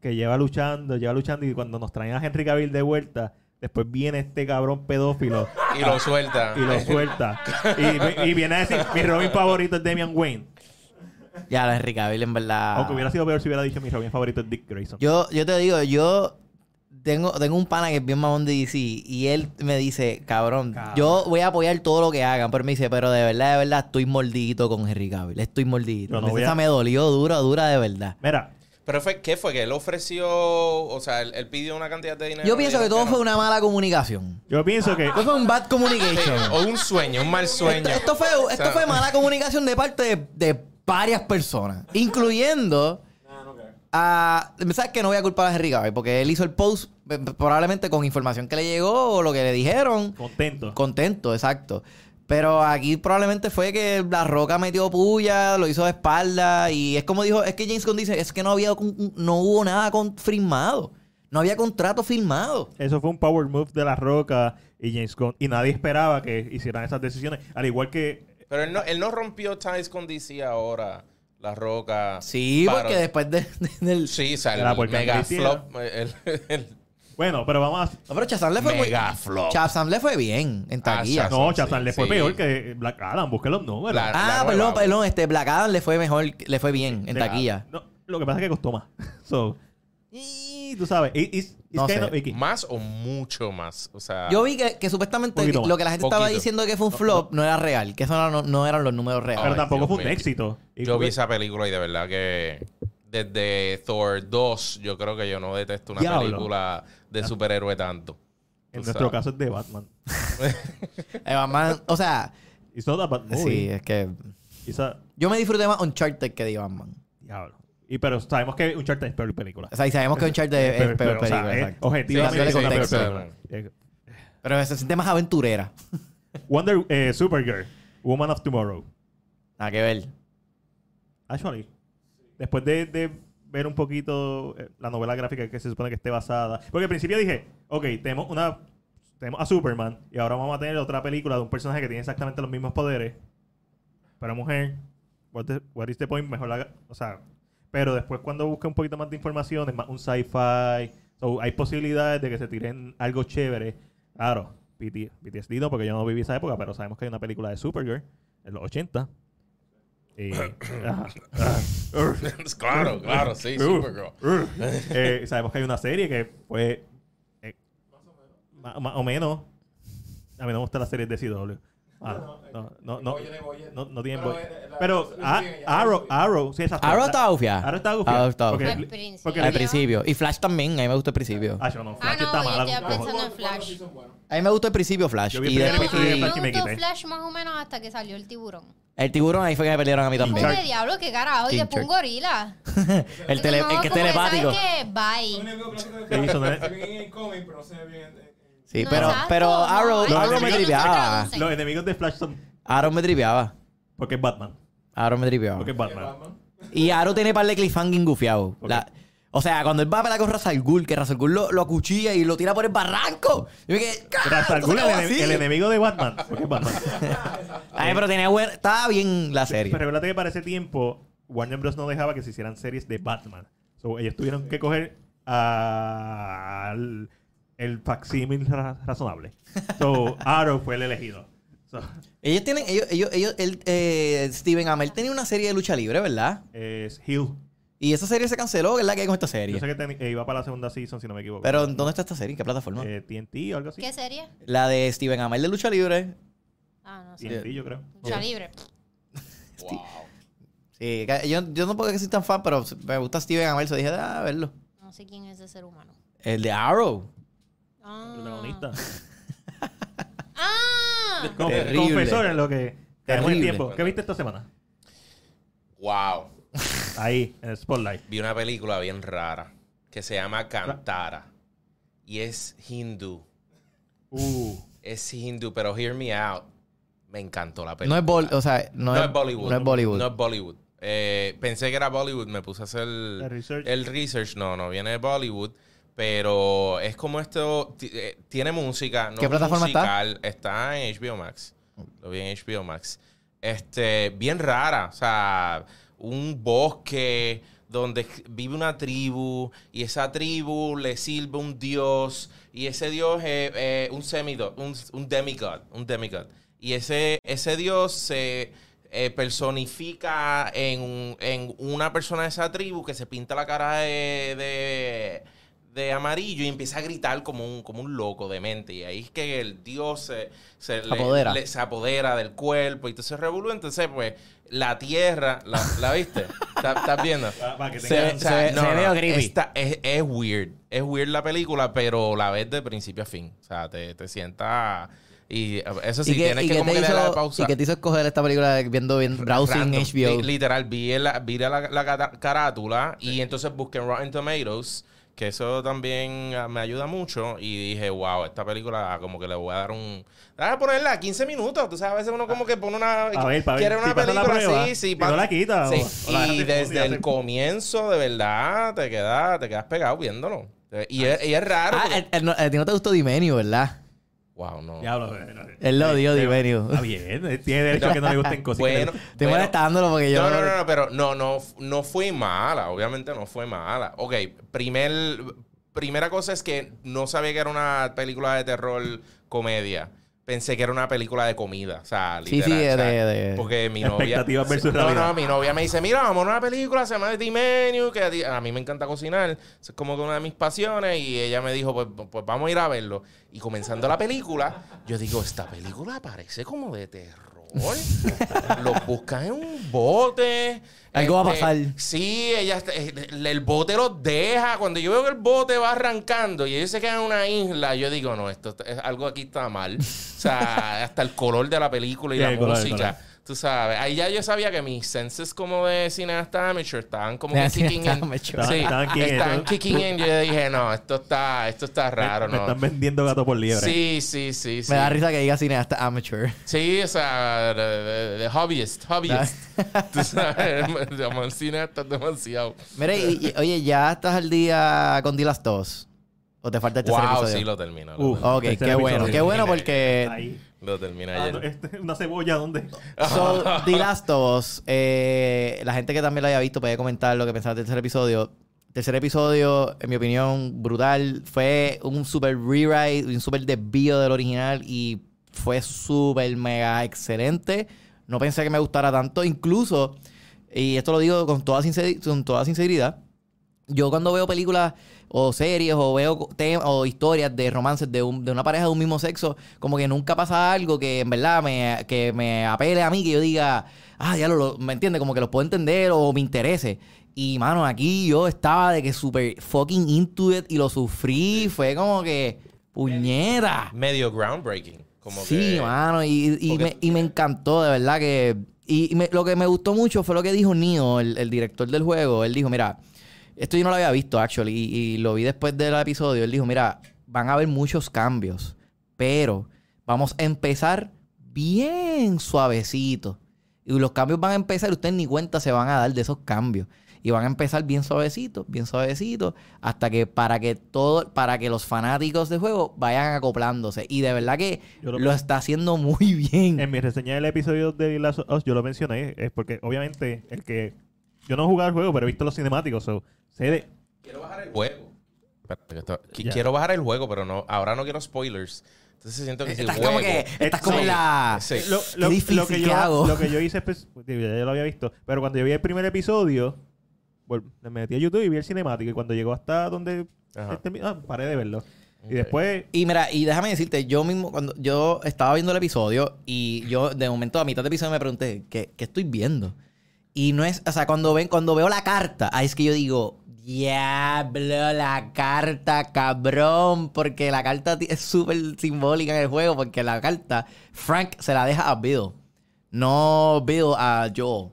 Speaker 1: que lleva luchando, lleva luchando, y cuando nos traen a Henry Cavill de vuelta, después viene este cabrón pedófilo
Speaker 5: Y lo suelta.
Speaker 1: y lo suelta. y, y viene a decir, mi Robin favorito es Damian Wayne.
Speaker 3: Ya, la Henry Cavill, en verdad.
Speaker 1: Aunque hubiera sido peor si hubiera dicho, mi Robin favorito es Dick Grayson.
Speaker 3: Ah. Yo, yo te digo, yo tengo, tengo un pana que es bien mamón de DC y él me dice, cabrón, yo voy a apoyar todo lo que hagan, pero me dice, pero de verdad, de verdad, estoy mordidito con Henry Cavill, estoy mordidito.
Speaker 1: Yo no
Speaker 3: Me dice,
Speaker 1: voy a-
Speaker 3: Esa me dolió dura, dura de verdad.
Speaker 1: Mira,
Speaker 5: Pero fue, ¿qué fue? Que él ofreció, o sea, él, él pidió una cantidad de dinero.
Speaker 3: Yo pienso que
Speaker 5: dijo
Speaker 3: todo
Speaker 5: no.
Speaker 3: fue una mala comunicación.
Speaker 1: yo pienso que...
Speaker 3: Esto fue un bad communication.
Speaker 5: O un sueño, un mal sueño.
Speaker 3: Esto fue,
Speaker 5: O sea,
Speaker 3: esto fue mala comunicación de parte de, de varias personas, incluyendo
Speaker 6: Nah, no creo.
Speaker 3: a... ¿Sabes que No voy a culpar a Henry Cavill porque él hizo el post eh, probablemente con información que le llegó o lo que le dijeron.
Speaker 1: Contento.
Speaker 3: Contento, exacto. Pero aquí probablemente fue que La Roca metió puya, lo hizo de espalda y es como dijo, es que James Gunn dice, es que no había con- no hubo nada con- firmado. No había contrato firmado.
Speaker 1: Eso fue un power move de La Roca y James Gunn. Y nadie esperaba que hicieran esas decisiones. Al igual que
Speaker 5: Pero él no, él no rompió ties con DC ahora. La Roca.
Speaker 3: Sí,
Speaker 5: Paro.
Speaker 3: porque después de- de- del...
Speaker 5: Sí, o sea,
Speaker 1: Era
Speaker 5: el
Speaker 1: porque
Speaker 5: mega
Speaker 1: Andrés
Speaker 5: flop. El, el-
Speaker 1: Bueno, pero vamos a...
Speaker 3: No, pero Chazam le fue muy-
Speaker 5: Mega flop.
Speaker 3: Shazam le fue bien en taquilla.
Speaker 5: Ah,
Speaker 1: No,
Speaker 5: sí,
Speaker 1: Chazán le fue
Speaker 5: sí.
Speaker 1: peor que Black Adam. Busquen los números.
Speaker 5: La-
Speaker 3: Ah,
Speaker 5: nueva,
Speaker 3: perdón,
Speaker 5: güey.
Speaker 3: perdón, este Black Adam le fue mejor, le fue bien en
Speaker 1: De-
Speaker 3: taquilla.
Speaker 1: No, lo que pasa es que costó más. So, y tú sabes, it- it's, it's
Speaker 3: No
Speaker 1: kind
Speaker 3: sé.
Speaker 1: of icky.
Speaker 5: Más o mucho más. O sea.
Speaker 3: Yo vi que, que supuestamente
Speaker 1: Poquito más.
Speaker 3: lo que la gente estaba
Speaker 5: Poquito.
Speaker 3: diciendo que fue un flop no, era real, que eso no, no eran los números reales.
Speaker 1: Pero
Speaker 5: Ay,
Speaker 1: tampoco
Speaker 5: Dios
Speaker 1: fue un
Speaker 5: mío.
Speaker 1: éxito. Y pues,
Speaker 5: Yo vi
Speaker 1: porque-
Speaker 5: esa película y de verdad que desde Thor 2 yo creo que yo no detesto una
Speaker 1: Diablo.
Speaker 5: película de superhéroe tanto.
Speaker 1: En
Speaker 5: Tú
Speaker 1: nuestro
Speaker 5: sabes.
Speaker 1: caso es de Batman.
Speaker 3: Eh, Batman, o sea,
Speaker 1: It's not a bad
Speaker 3: sí, eh.
Speaker 1: movie.
Speaker 3: es que
Speaker 1: It's a-
Speaker 3: yo me disfruté más Uncharted que de Batman.
Speaker 1: Diablo. Y pero sabemos que Uncharted es peor película.
Speaker 3: O sea, y sabemos que Uncharted es, es
Speaker 1: Pero-
Speaker 3: peor
Speaker 1: pero, o sea,
Speaker 3: película,
Speaker 1: es
Speaker 3: exacto.
Speaker 1: objetivamente
Speaker 3: Sí, sí,
Speaker 1: es una peor
Speaker 3: contexto.
Speaker 1: película. Eh,
Speaker 3: Pero se siente más aventurera.
Speaker 1: Wonder, eh, Supergirl, Woman of Tomorrow.
Speaker 3: Nada que ver.
Speaker 1: Actually, después de, de ver un poquito eh, la novela gráfica que se supone que esté basada. Porque al principio dije, ok, tenemos una. Tenemos a Superman y ahora vamos a tener otra película de un personaje que tiene exactamente los mismos poderes. Pero mujer, what, the- what is the point? Mejor la. O sea. Pero después cuando busqué un poquito más de información, es más un sci-fi. So, hay posibilidades de que se tiren algo chévere. Claro, PT PTSD no, porque yo no viví esa época, pero sabemos que hay una película de Supergirl en los 80. Y, ajá.
Speaker 5: claro, claro, sí,
Speaker 1: Uh,
Speaker 5: Supergirl.
Speaker 1: uh. Eh, sabemos que hay una serie que fue eh, ma- ma- o menos. A mí no me gusta la serie de CW. Ah, no, no, no,
Speaker 6: Oye, oye.
Speaker 1: no, no tienen
Speaker 6: Pero,
Speaker 1: voz.
Speaker 6: eh, la-
Speaker 1: Pero
Speaker 6: la-
Speaker 1: ah,
Speaker 6: la- la-
Speaker 1: Arrow, Arrow, sí, esa
Speaker 3: Arrow estaba ufia.
Speaker 1: Arrow estaba gufia.
Speaker 3: Arrow estaba
Speaker 1: Porque-
Speaker 3: ufia.
Speaker 2: Al
Speaker 1: porque-
Speaker 2: principio.
Speaker 3: Al principio. Y Flash también, a mí me gustó el principio.
Speaker 1: Ah, yo no, Flash
Speaker 2: Ah, no,
Speaker 1: está
Speaker 2: yo
Speaker 1: mala.
Speaker 2: estaba
Speaker 1: con cojones.
Speaker 2: pensando en
Speaker 6: Cuatro- cuatro
Speaker 2: Flash.
Speaker 6: seasons buenos.
Speaker 3: A mí me gustó el principio Flash.
Speaker 1: Yo vi el
Speaker 3: Y
Speaker 1: primer
Speaker 2: No, a
Speaker 3: después-
Speaker 1: episodio
Speaker 2: mí
Speaker 1: de
Speaker 2: me
Speaker 1: Flash y me
Speaker 2: gustó
Speaker 1: quité.
Speaker 2: Flash más o menos hasta que salió el tiburón.
Speaker 3: el tiburón ahí fue que me pelearon a mí
Speaker 2: ¿Cómo
Speaker 3: también.
Speaker 1: Shark.
Speaker 2: que diablo? ¿Qué carajo? Y
Speaker 3: King
Speaker 2: después un
Speaker 3: Shark.
Speaker 2: gorila.
Speaker 3: El, tele,
Speaker 2: No,
Speaker 3: el que es
Speaker 2: como que,
Speaker 3: telepático.
Speaker 2: ¿sabes qué?
Speaker 6: Es un
Speaker 2: Bye.
Speaker 6: enemigo clásico de
Speaker 1: Sí,
Speaker 6: Flash.
Speaker 1: eso no es-
Speaker 6: Se ve bien en cómic, pero no se ve bien en- en-
Speaker 3: Sí,
Speaker 2: No,
Speaker 3: pero,
Speaker 2: exacto,
Speaker 3: pero
Speaker 2: no,
Speaker 3: Arrow,
Speaker 2: no,
Speaker 3: Arrow
Speaker 1: no,
Speaker 3: me
Speaker 1: no, no,
Speaker 3: tripeaba.
Speaker 2: no,
Speaker 1: Los enemigos de Flash son
Speaker 3: Arrow me tripeaba.
Speaker 1: porque es Batman.
Speaker 3: Arrow me tripeaba.
Speaker 1: Porque es
Speaker 6: en
Speaker 1: Batman.
Speaker 6: Batman.
Speaker 3: Y Arrow tiene par de cliffhanging gufiado.
Speaker 1: Ok.
Speaker 3: La- o sea, cuando él va a pelear con Razal Ghul, que Razal Ghul lo, lo acuchilla y lo tira por el barranco. Yo me quedé, "¡Ca-
Speaker 1: Tras
Speaker 3: esto se
Speaker 1: alguna,
Speaker 3: acabó
Speaker 1: el,
Speaker 3: así!"
Speaker 1: ene- el enemigo de Batman. Porque es Batman.
Speaker 3: Ay, pero tenía buen, estaba bien la serie.
Speaker 1: Pero recuerda que para ese tiempo Warner Bros. no dejaba que se hicieran series de Batman. So, ellos tuvieron que coger al el facsímil ra- razonable. So, Arrow fue el elegido. So,
Speaker 3: Ellos tienen, ellos, ellos, ellos, el, eh, Steven Amell tenía una serie de lucha libre, ¿verdad?
Speaker 1: es Hill.
Speaker 3: Y esa serie se canceló, ¿verdad? Que hay con esta
Speaker 1: Yo
Speaker 3: serie.
Speaker 1: sé que teni- eh, iba para la segunda season, si no me equivoco.
Speaker 3: Pero ¿dónde está esta serie? ¿En qué plataforma?
Speaker 1: Eh, TNT o algo así.
Speaker 2: ¿Qué serie?
Speaker 3: La de Steven Amell de lucha libre.
Speaker 2: Ah, no sé.
Speaker 1: TNT, yo creo.
Speaker 2: Lucha libre.
Speaker 3: Sí, que- yo, yo no puedo que soy tan fan, pero me gusta Steven Amell, se dije, ah, a verlo.
Speaker 2: No sé quién es ese ser humano.
Speaker 3: El de Arrow.
Speaker 2: Ah.
Speaker 1: Protagonista.
Speaker 2: Ah.
Speaker 1: Confe-
Speaker 3: Terrible.
Speaker 1: Confesor en lo que tenemos el
Speaker 3: Terrible.
Speaker 1: tiempo. ¿Qué viste esta semana?
Speaker 5: Wow.
Speaker 1: Ahí, en el Spotlight.
Speaker 5: Vi una película bien rara que se llama Cantara. Y es hindú.
Speaker 1: Uh,
Speaker 5: Es hindú, pero hear me out. Me encantó la
Speaker 3: No
Speaker 5: película.
Speaker 3: es, bol- o sea, no
Speaker 5: No
Speaker 3: es-
Speaker 5: es Bollywood.
Speaker 3: No es Bollywood.
Speaker 5: No es Bollywood. Eh, pensé que era Bollywood, me puse a hacer
Speaker 1: El research.
Speaker 5: el research. No, no, viene de Bollywood. Pero es como esto. ti- eh, Tiene música. No
Speaker 3: ¿Qué
Speaker 5: es
Speaker 3: plataforma está?
Speaker 5: musical, está? en HBO Max. Lo vi en HBO Max. Este, bien rara. O sea, un bosque donde vive una tribu y esa tribu le sirve un dios y ese dios es eh, un semidot, un, un demigod, un demigod. Y ese, ese dios se eh, personifica en, un- en una persona de esa tribu que se pinta la cara de- de de amarillo y empieza a gritar como un, como un loco de mente. Y ahí es que el dios se, se le-
Speaker 3: Apodera.
Speaker 5: le- se apodera del cuerpo y entonces revuelve. Entonces, pues, la tierra, ¿la, la viste? ¿Está- ¿Estás viendo?
Speaker 1: Pa- pa' que
Speaker 5: Se-
Speaker 1: tenga-
Speaker 5: o
Speaker 3: se
Speaker 5: sea,
Speaker 3: ve-
Speaker 5: no,
Speaker 3: se ve
Speaker 5: no,
Speaker 3: medio creepy.
Speaker 5: está- es, es weird. Es weird la película, pero la ves de principio a fin. O sea, te, te sientas... Y eso sí,
Speaker 3: ¿Y qué-
Speaker 5: tienes
Speaker 3: y
Speaker 5: que
Speaker 3: qué
Speaker 5: como
Speaker 3: te
Speaker 5: que darle
Speaker 3: hizo-
Speaker 5: la pausa.
Speaker 3: ¿Y qué te hizo escoger esta película viendo bien browsing
Speaker 5: Random.
Speaker 3: HBO?
Speaker 5: Li- literal, vi la, vi la, la cara- carátula y entonces busqué en Rotten Tomatoes, que eso también ah, me ayuda mucho. Y dije, wow, esta película como que le voy a dar un... Voy a ponerla 15 minutos. Tú sabes, a veces uno como que pone una...
Speaker 1: A ver, pa' ver
Speaker 5: quiere
Speaker 1: si
Speaker 5: una
Speaker 1: pasa la
Speaker 5: película
Speaker 1: prueba,
Speaker 5: sí, sí.
Speaker 1: si
Speaker 5: pa-
Speaker 1: no la quita,
Speaker 5: sí.
Speaker 1: o- o la
Speaker 5: Y
Speaker 1: hace- o
Speaker 5: desde
Speaker 1: la
Speaker 5: el
Speaker 1: hace-
Speaker 5: comienzo, de verdad, te quedas, te quedas pegado viéndolo. Y es, y es raro.
Speaker 3: Ah,
Speaker 5: porque-
Speaker 3: el- el no- a ti no te gustó Dimenio, ¿verdad?
Speaker 5: Wow, no.
Speaker 1: Diablo. eh, eh,
Speaker 3: Él lo
Speaker 1: eh,
Speaker 3: odió,
Speaker 1: eh,
Speaker 3: Dimenio.
Speaker 1: Está bien. eh, Tiene derecho a pues que no le gusten cosas.
Speaker 5: Bueno,
Speaker 3: Estoy
Speaker 5: bueno.
Speaker 3: molestándolo porque yo...
Speaker 5: No, no, no, no, pero no, no, no fue mala, obviamente no fue mala. Ok, primer, primera cosa es que no sabía que era una película de terror comedia. Pensé que era una película de comida, o sea,
Speaker 3: Sí,
Speaker 5: literal.
Speaker 3: sí,
Speaker 5: o sea,
Speaker 3: de- de-
Speaker 5: Porque mi novia...
Speaker 1: Expectativas versus
Speaker 5: No,
Speaker 1: realidad.
Speaker 5: no, mi novia me dice, mira, vamos a una película, se llama The Menu, que a ti- a mí me encanta cocinar, eso es como que una de mis pasiones, y ella me dijo, pues, pues vamos a ir a verlo. Y comenzando la película, yo digo, esta película parece como de terror. Los buscan en un bote.
Speaker 3: Algo va a
Speaker 5: Este,
Speaker 3: pasar.
Speaker 5: Sí, ella está- eh, el, el bote los deja. Cuando yo veo que el bote va arrancando y ellos se quedan en una isla, yo digo, no, esto está- es- algo aquí está mal. O sea, hasta el color de la película y
Speaker 1: Sí,
Speaker 5: la
Speaker 1: el color, el
Speaker 5: música. Tú sabes, ahí ya yo sabía que mis senses como de cineasta amateur estaban como
Speaker 3: De
Speaker 5: que
Speaker 3: cineasta
Speaker 5: kicking in.
Speaker 3: amateur.
Speaker 5: Sí,
Speaker 1: Estaban kicking in.
Speaker 5: estaban kicking in. Yo dije, no, esto está, esto está raro,
Speaker 1: Me, me
Speaker 5: ¿no?
Speaker 1: están vendiendo ¿eh? gato por liebre.
Speaker 5: Sí, sí, sí, sí.
Speaker 3: Me da risa que diga cineasta amateur.
Speaker 5: Sí, o sea, de, de- de hobbyist, hobbyist. Tú sabes, de mancina está demasiado.
Speaker 3: Mira, y- y- oye, ¿ya estás al día con Dilas 2? ¿O te falta este
Speaker 5: Wow,
Speaker 3: episodio? Este
Speaker 5: sí, lo termino.
Speaker 1: Uh,
Speaker 5: Lo, termino,
Speaker 3: Ok,
Speaker 1: Tercer
Speaker 3: qué bueno,
Speaker 1: episodio.
Speaker 3: qué bueno porque...
Speaker 1: Ahí.
Speaker 5: lo termino
Speaker 1: Ah, no,
Speaker 5: eh, ayer.
Speaker 1: este, una cebolla, ¿dónde?
Speaker 3: So, The Last of Us, eh, la gente que también lo haya visto puede comentar lo que pensaba del tercer episodio. Tercer episodio, en mi opinión, brutal. Fue un super rewrite, un super desvío del original y fue súper mega excelente. No pensé que me gustara tanto. Incluso, y esto lo digo con toda, sinceri- con toda sinceridad, yo cuando veo películas o series o veo co- tem- o historias de romances de, un- de una pareja de un mismo sexo, como que nunca pasa algo que en verdad me, que me apele a mí, que yo diga, ah, ya lo, lo- me entiende, como que los puedo entender o me interese. Y mano, aquí yo estaba de que super fucking into it y lo sufrí, fue como que puñera.
Speaker 5: Medio groundbreaking. Como
Speaker 3: Sí,
Speaker 5: que,
Speaker 3: mano, y, y
Speaker 5: porque-
Speaker 3: me, y me encantó, de verdad que... Y y me- lo que me gustó mucho fue lo que dijo Neo, el, el director del juego. Él dijo, mira, esto yo no lo había visto, actually, y, y lo vi después del episodio. Él dijo, mira, van a haber muchos cambios, pero vamos a empezar bien suavecito. Y los cambios van a empezar, ustedes ni cuenta se van a dar de esos cambios. Y van a empezar bien suavecito, bien suavecito, hasta que para que todo, para que los fanáticos de juego vayan acoplándose. Y de verdad que
Speaker 1: Yo
Speaker 3: lo,
Speaker 1: lo-
Speaker 3: está haciendo muy bien.
Speaker 1: En mi reseña del episodio de The Last of Us, yo lo mencioné. Es porque, obviamente, el que. Yo no he jugado el juego, pero he visto los cinemáticos. so, sé de-
Speaker 5: Quiero bajar el juego. Espérate, que esto- qui-
Speaker 1: Ya.
Speaker 5: Quiero bajar el juego, pero no, ahora no quiero spoilers. Entonces siento que si
Speaker 3: Estás
Speaker 5: juego-
Speaker 3: como que. Estás como
Speaker 5: Sí,
Speaker 3: en la.
Speaker 5: sí.
Speaker 1: Lo, lo-
Speaker 3: difícil
Speaker 1: lo que
Speaker 3: que
Speaker 1: yo,
Speaker 3: hago.
Speaker 1: lo que yo hice, pues, digo, ya yo lo había visto, pero cuando yo vi el primer episodio, vol- me metí a YouTube y vi el cinemático. Y cuando llegó hasta donde
Speaker 5: Ajá.
Speaker 1: él terminó, ah, paré de verlo.
Speaker 5: Ok.
Speaker 1: Y después,
Speaker 3: Y mira, y déjame decirte, yo mismo, cuando yo estaba viendo el episodio y yo de momento a mitad de episodio me pregunté, ¿qué, qué estoy viendo? Y no es, o sea, cuando ven, cuando veo la carta, ahí es que yo digo, diablo, la carta, cabrón, porque la carta ti- es súper simbólica en el juego, porque la carta, Frank se la deja a Bill, no Bill a Joel.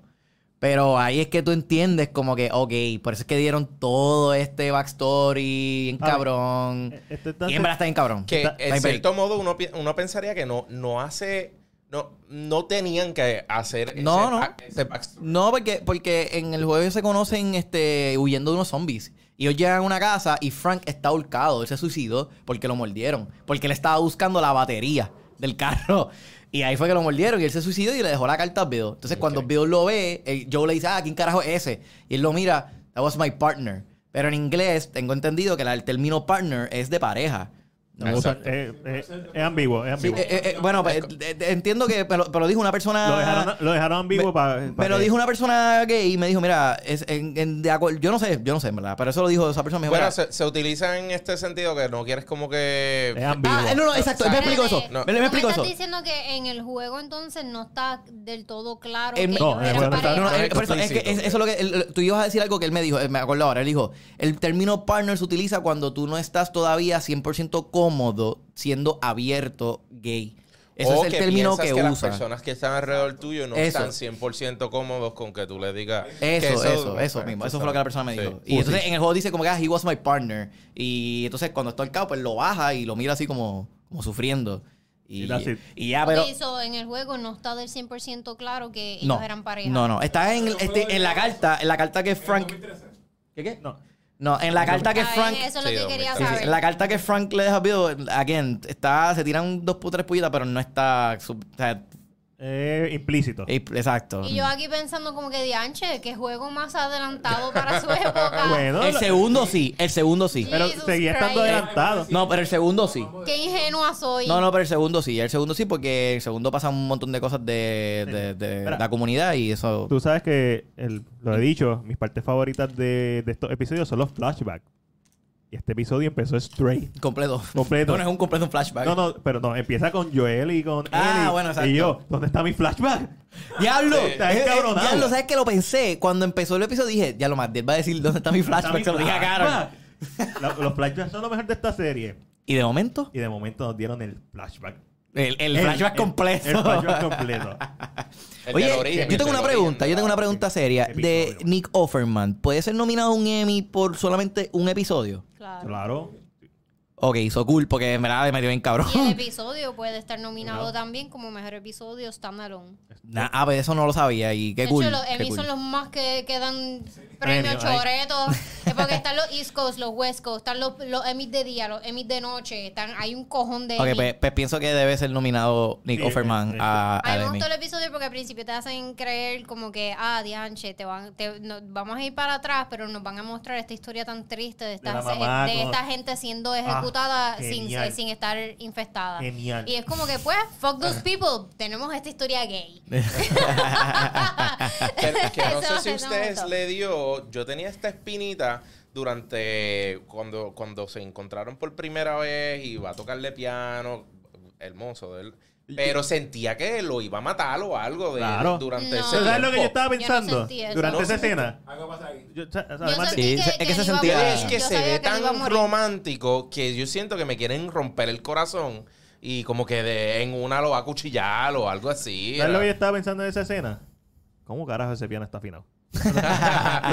Speaker 3: Pero ahí es que tú entiendes como que, ok, por eso es que dieron todo este backstory, bien
Speaker 1: A ver,
Speaker 3: cabrón.
Speaker 1: eh, esto está-
Speaker 3: Y en verdad está bien cabrón.
Speaker 5: que
Speaker 3: Está- está
Speaker 5: en
Speaker 3: bien
Speaker 5: cierto modo uno, pi- uno pensaría que no, no hace. No, no tenían que hacer ese
Speaker 3: No, no.
Speaker 5: back- ese backstory.
Speaker 3: No, porque, porque en el juego ellos se conocen este, huyendo de unos zombies. Y ellos llegan a una casa y Frank está ahorcado. Él se suicidó porque lo mordieron. Porque él estaba buscando la batería del carro. Y ahí fue que lo mordieron y él se suicidó y le dejó la carta a Bill. Entonces cuando Bill lo ve, eh, Joe le dice, ah, ¿quién carajo es ese? Y él lo mira, that was my partner. Pero en inglés tengo entendido que la- el término partner es de pareja. No me
Speaker 1: no,
Speaker 3: gusta
Speaker 1: usan- eh, eh, es ambiguo, es
Speaker 3: Sí,
Speaker 1: ambiguo.
Speaker 3: eh, eh, eh, bueno, pues, eh, eh, entiendo que pero, pero dijo una persona.
Speaker 1: lo, dejaron, lo dejaron ambiguo
Speaker 3: ah, me,
Speaker 1: para.
Speaker 3: me lo dijo una persona gay y me dijo, mira, es en- en- de acuerdo- yo no sé, yo no sé, en verdad, pero eso lo dijo esa persona. Me dijo,
Speaker 5: Bueno,
Speaker 3: mira,
Speaker 5: se, se utiliza en este sentido que no quieres como
Speaker 1: Es
Speaker 5: que.
Speaker 1: ambiguo.
Speaker 3: ah, eh, no, no, exacto, me explico eso.
Speaker 2: No.
Speaker 3: Me, me
Speaker 2: ¿Tú
Speaker 3: explico
Speaker 2: estás
Speaker 3: eso.
Speaker 2: diciendo que en el juego entonces no está del todo claro
Speaker 3: Él
Speaker 2: que
Speaker 3: me-
Speaker 1: No, en
Speaker 2: ellos
Speaker 1: el
Speaker 2: eran
Speaker 1: juego no está-
Speaker 2: pareja?
Speaker 3: No, no,
Speaker 5: pareja.
Speaker 3: eh, por eso, es que es- eso es lo que el- tú ibas a decir algo que él me dijo, eh, me acuerdo ahora, él dijo, el término partner se utiliza cuando tú no estás todavía 100% cómodo siendo abierto gay. Ese
Speaker 5: o
Speaker 3: es el término
Speaker 5: piensas
Speaker 3: que,
Speaker 5: que las
Speaker 3: usa.
Speaker 5: personas que están alrededor tuyo no
Speaker 3: Eso.
Speaker 5: están 100% cómodos con que tú le digas. que
Speaker 3: Eso, eso, eso,
Speaker 5: pues,
Speaker 3: mismo.
Speaker 5: tú
Speaker 3: Eso fue lo que la persona me
Speaker 5: sabes.
Speaker 3: dijo.
Speaker 5: Sí.
Speaker 3: Y entonces en el juego dice como que ah, he was my partner. Y entonces cuando está al cabo, pues lo baja y lo mira así como, como sufriendo. Y,
Speaker 1: Y that's it.
Speaker 3: y ya, ah, pero.
Speaker 2: Ok, so, en el juego no está del 100% claro que ellos
Speaker 3: No,
Speaker 2: eran pareja.
Speaker 3: no, no. Está en, este, en la carta, en la carta que Frank. ¿Qué qué?
Speaker 1: No.
Speaker 3: No, en la carta que
Speaker 2: Ah,
Speaker 3: Frank.
Speaker 2: Eso es lo
Speaker 5: Sí,
Speaker 2: que
Speaker 5: hombre,
Speaker 2: quería
Speaker 5: sí, sí.
Speaker 3: Sí,
Speaker 2: saber.
Speaker 3: sí. La carta que Frank le deja a Bill, again, está, se tiran dos o tres pullitas, pero no está. sub- o sea,
Speaker 1: Eh, implícito.
Speaker 3: exacto.
Speaker 2: Y yo aquí pensando como que dianche, que juego más adelantado para su época.
Speaker 1: Bueno,
Speaker 3: El
Speaker 1: lo-
Speaker 3: segundo sí, el segundo sí.
Speaker 1: pero
Speaker 2: Jesus
Speaker 1: seguía estando
Speaker 2: Christ.
Speaker 1: adelantado.
Speaker 3: No, pero el segundo sí.
Speaker 2: Qué ingenua soy.
Speaker 3: No, no, pero el segundo sí. El segundo sí, porque el segundo pasa un montón de cosas de, de- de
Speaker 1: Espera.
Speaker 3: la comunidad y eso.
Speaker 1: Tú sabes que, el- lo he dicho, mis partes favoritas de, de estos episodios son los flashbacks. Y este episodio empezó straight.
Speaker 3: Completo.
Speaker 1: Completo.
Speaker 3: Bueno, es un completo un flashback.
Speaker 1: No, no, pero no, empieza con Joel y con
Speaker 3: Ah,
Speaker 1: Ellie.
Speaker 3: bueno, exacto.
Speaker 1: Y yo, ¿dónde está mi flashback?
Speaker 3: ¡Diablo!
Speaker 1: Sí. Estás
Speaker 3: Eh, eh,
Speaker 1: encabronado.
Speaker 3: Diablo, ¿sabes qué? Lo pensé. Cuando empezó el episodio dije, ya lo más, él va a decir dónde está mi flashback.
Speaker 1: ¿Dónde
Speaker 3: Se lo dije a Carol.
Speaker 1: flashback? La- los flashbacks son lo mejor de esta serie.
Speaker 3: Y de momento,
Speaker 1: Y de momento nos dieron el flashback.
Speaker 3: el, el flashback
Speaker 1: el-
Speaker 3: completo.
Speaker 1: El flashback completo.
Speaker 5: El del
Speaker 3: Oye,
Speaker 5: origen,
Speaker 3: yo
Speaker 5: el
Speaker 3: tengo una
Speaker 5: del
Speaker 3: pregunta, yo
Speaker 5: origen,
Speaker 3: tengo una
Speaker 5: ¿verdad?
Speaker 3: pregunta seria. De
Speaker 1: Episodio.
Speaker 3: Nick Offerman, ¿puede ser nominado a un Emmy por solamente un episodio?
Speaker 2: Claro.
Speaker 1: Claro.
Speaker 3: Ok, hizo cool, porque en verdad me dio bien cabrón.
Speaker 2: Y el episodio puede estar nominado
Speaker 1: No.
Speaker 2: también como mejor episodio standalone.
Speaker 3: Nah, ah, pues eso no lo sabía y qué
Speaker 2: De
Speaker 3: cool.
Speaker 2: hecho, los
Speaker 3: qué
Speaker 2: Emmy
Speaker 3: cool.
Speaker 2: son los más que, que dan
Speaker 1: Premio,
Speaker 2: premios
Speaker 1: ay.
Speaker 2: choretos. Es porque están los East Coast, los West Coast, están los, los Emmys de día, los Emmys de noche. Están, hay un cojón de.
Speaker 3: Ok,
Speaker 2: Emmy.
Speaker 3: pues, ah, pues pienso que debe ser nominado Nick
Speaker 1: Sí,
Speaker 3: Offerman
Speaker 1: eh, eh,
Speaker 3: a,
Speaker 2: A mí
Speaker 3: al
Speaker 2: me
Speaker 3: Emmy.
Speaker 2: gustó el episodio porque al principio te hacen creer como que, ah, dianche, te van, te- no- vamos a ir para atrás, pero nos van a mostrar esta historia tan triste de, esta,
Speaker 1: la mamá,
Speaker 2: de
Speaker 1: como-
Speaker 2: esta gente siendo ejecutada sin,
Speaker 1: genial.
Speaker 2: eh, sin estar infestada.
Speaker 1: Genial. Ah.
Speaker 2: Y es como que, pues, fuck those people, tenemos esta historia gay.
Speaker 5: Que, que no
Speaker 2: Eso
Speaker 5: sé si
Speaker 2: me
Speaker 5: ustedes
Speaker 2: gustó.
Speaker 5: le dio. Yo tenía esta espinita durante cuando, cuando se encontraron por primera vez y va a tocarle piano. Hermoso de él. Pero sentía que lo iba a matar o algo de
Speaker 1: Claro.
Speaker 5: durante
Speaker 2: No.
Speaker 5: ese
Speaker 2: Pero
Speaker 1: ¿Sabes lo que yo
Speaker 5: tiempo.
Speaker 1: estaba
Speaker 2: Yo no
Speaker 1: pensando
Speaker 2: sentí eso.
Speaker 1: durante
Speaker 5: No
Speaker 1: esa
Speaker 5: sentí-
Speaker 1: escena?
Speaker 6: Algo pasa ahí.
Speaker 1: Yo- o sea,
Speaker 2: Yo
Speaker 1: además de-
Speaker 2: sentí
Speaker 3: Sí,
Speaker 2: que,
Speaker 3: es que
Speaker 2: que
Speaker 3: se
Speaker 2: él iba a
Speaker 3: sentía-
Speaker 2: morir.
Speaker 5: Es que
Speaker 2: Yo
Speaker 5: se
Speaker 2: sabía
Speaker 5: ve
Speaker 2: que él iba a
Speaker 5: tan
Speaker 2: morir.
Speaker 5: romántico que yo siento que me quieren romper el corazón y como que de- en una lo va a cuchillar o algo así.
Speaker 1: ¿Sabes lo que yo
Speaker 5: Era-
Speaker 1: estaba pensando en esa escena? ¿Cómo carajo ese piano está afinado? Eso es lo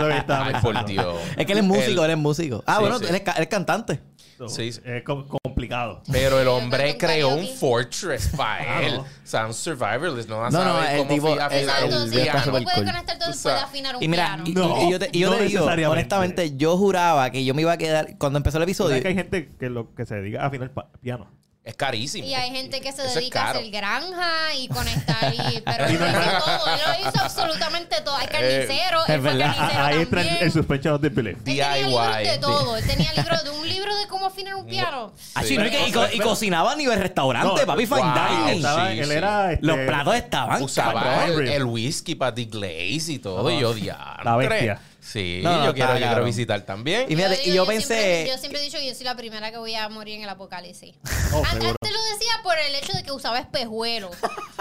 Speaker 1: que yo estaba
Speaker 5: Ay,
Speaker 1: pensando.
Speaker 5: por Dios.
Speaker 3: Es que él es músico, él es músico. Ah,
Speaker 5: Sí,
Speaker 3: bueno,
Speaker 5: sí.
Speaker 3: Él, es, ca- él es cantante.
Speaker 1: So,
Speaker 5: Sí, sí.
Speaker 1: Es com- complicado.
Speaker 5: Pero el
Speaker 2: Yo
Speaker 5: hombre
Speaker 2: canto un
Speaker 5: creó un
Speaker 2: karaoke.
Speaker 5: fortress para
Speaker 1: Claro.
Speaker 5: él. Sound Survivorless no va a
Speaker 3: No, no,
Speaker 5: saber
Speaker 3: el
Speaker 5: cómo
Speaker 3: tipo-
Speaker 5: fi- afinar
Speaker 3: el-
Speaker 2: Exacto,
Speaker 5: un
Speaker 2: sí,
Speaker 3: video está
Speaker 5: piano.
Speaker 2: tú
Speaker 3: súper
Speaker 2: puedes
Speaker 3: cool.
Speaker 2: conectar todo
Speaker 5: Tú
Speaker 2: y puedes
Speaker 5: sabes.
Speaker 2: afinar un
Speaker 3: Y mira,
Speaker 2: piano.
Speaker 3: y,
Speaker 1: No,
Speaker 3: y yo te, y yo
Speaker 1: no
Speaker 3: te digo,
Speaker 1: necesariamente.
Speaker 3: honestamente, yo juraba que yo me iba a quedar, cuando empezó el
Speaker 1: ¿Sabes
Speaker 3: episodio,
Speaker 1: que hay gente que lo que se dedica a afinar pa- piano.
Speaker 5: Es carísimo.
Speaker 2: Y hay gente que se
Speaker 5: Eso es
Speaker 2: dedica a
Speaker 5: caro.
Speaker 2: hacer granja y conectar y... Pero
Speaker 1: Y
Speaker 2: él lo
Speaker 1: no-
Speaker 2: hizo todo, él lo hizo absolutamente todo. Hay carnicero, él
Speaker 1: Es
Speaker 2: fue
Speaker 1: verdad.
Speaker 2: carnicero
Speaker 1: Ah, Ahí entra
Speaker 2: también.
Speaker 1: el, el sospechoso del pelé.
Speaker 2: Él tenía libros de
Speaker 5: DIY.
Speaker 2: todo. Él tenía libros de un libro de cómo afinar un piano.
Speaker 3: Ah, sí, no, y, que- y co- y cocinaba a nivel restaurante,
Speaker 1: No,
Speaker 3: papi,
Speaker 5: wow,
Speaker 3: fine dining.
Speaker 1: Estaba-
Speaker 5: sí,
Speaker 1: él
Speaker 5: sí.
Speaker 1: era. este,
Speaker 3: Los platos estaban
Speaker 5: Usaba
Speaker 3: cabrón.
Speaker 5: el,
Speaker 1: Henry.
Speaker 5: el whisky para The Glaze y todo, y yo odiaba.
Speaker 1: La bestia.
Speaker 5: Sí,
Speaker 7: No, no,
Speaker 5: yo, quiero,
Speaker 7: está
Speaker 5: yo quiero
Speaker 7: cabrón.
Speaker 5: visitar también.
Speaker 7: Y mira,
Speaker 2: digo,
Speaker 7: y yo
Speaker 2: siempre-
Speaker 7: pensé.
Speaker 2: yo siempre he dicho que yo soy la primera que voy a morir en el apocalipsis.
Speaker 1: Oh,
Speaker 2: An-
Speaker 1: seguro.
Speaker 2: Antes lo decía por el hecho de que usaba espejuelos.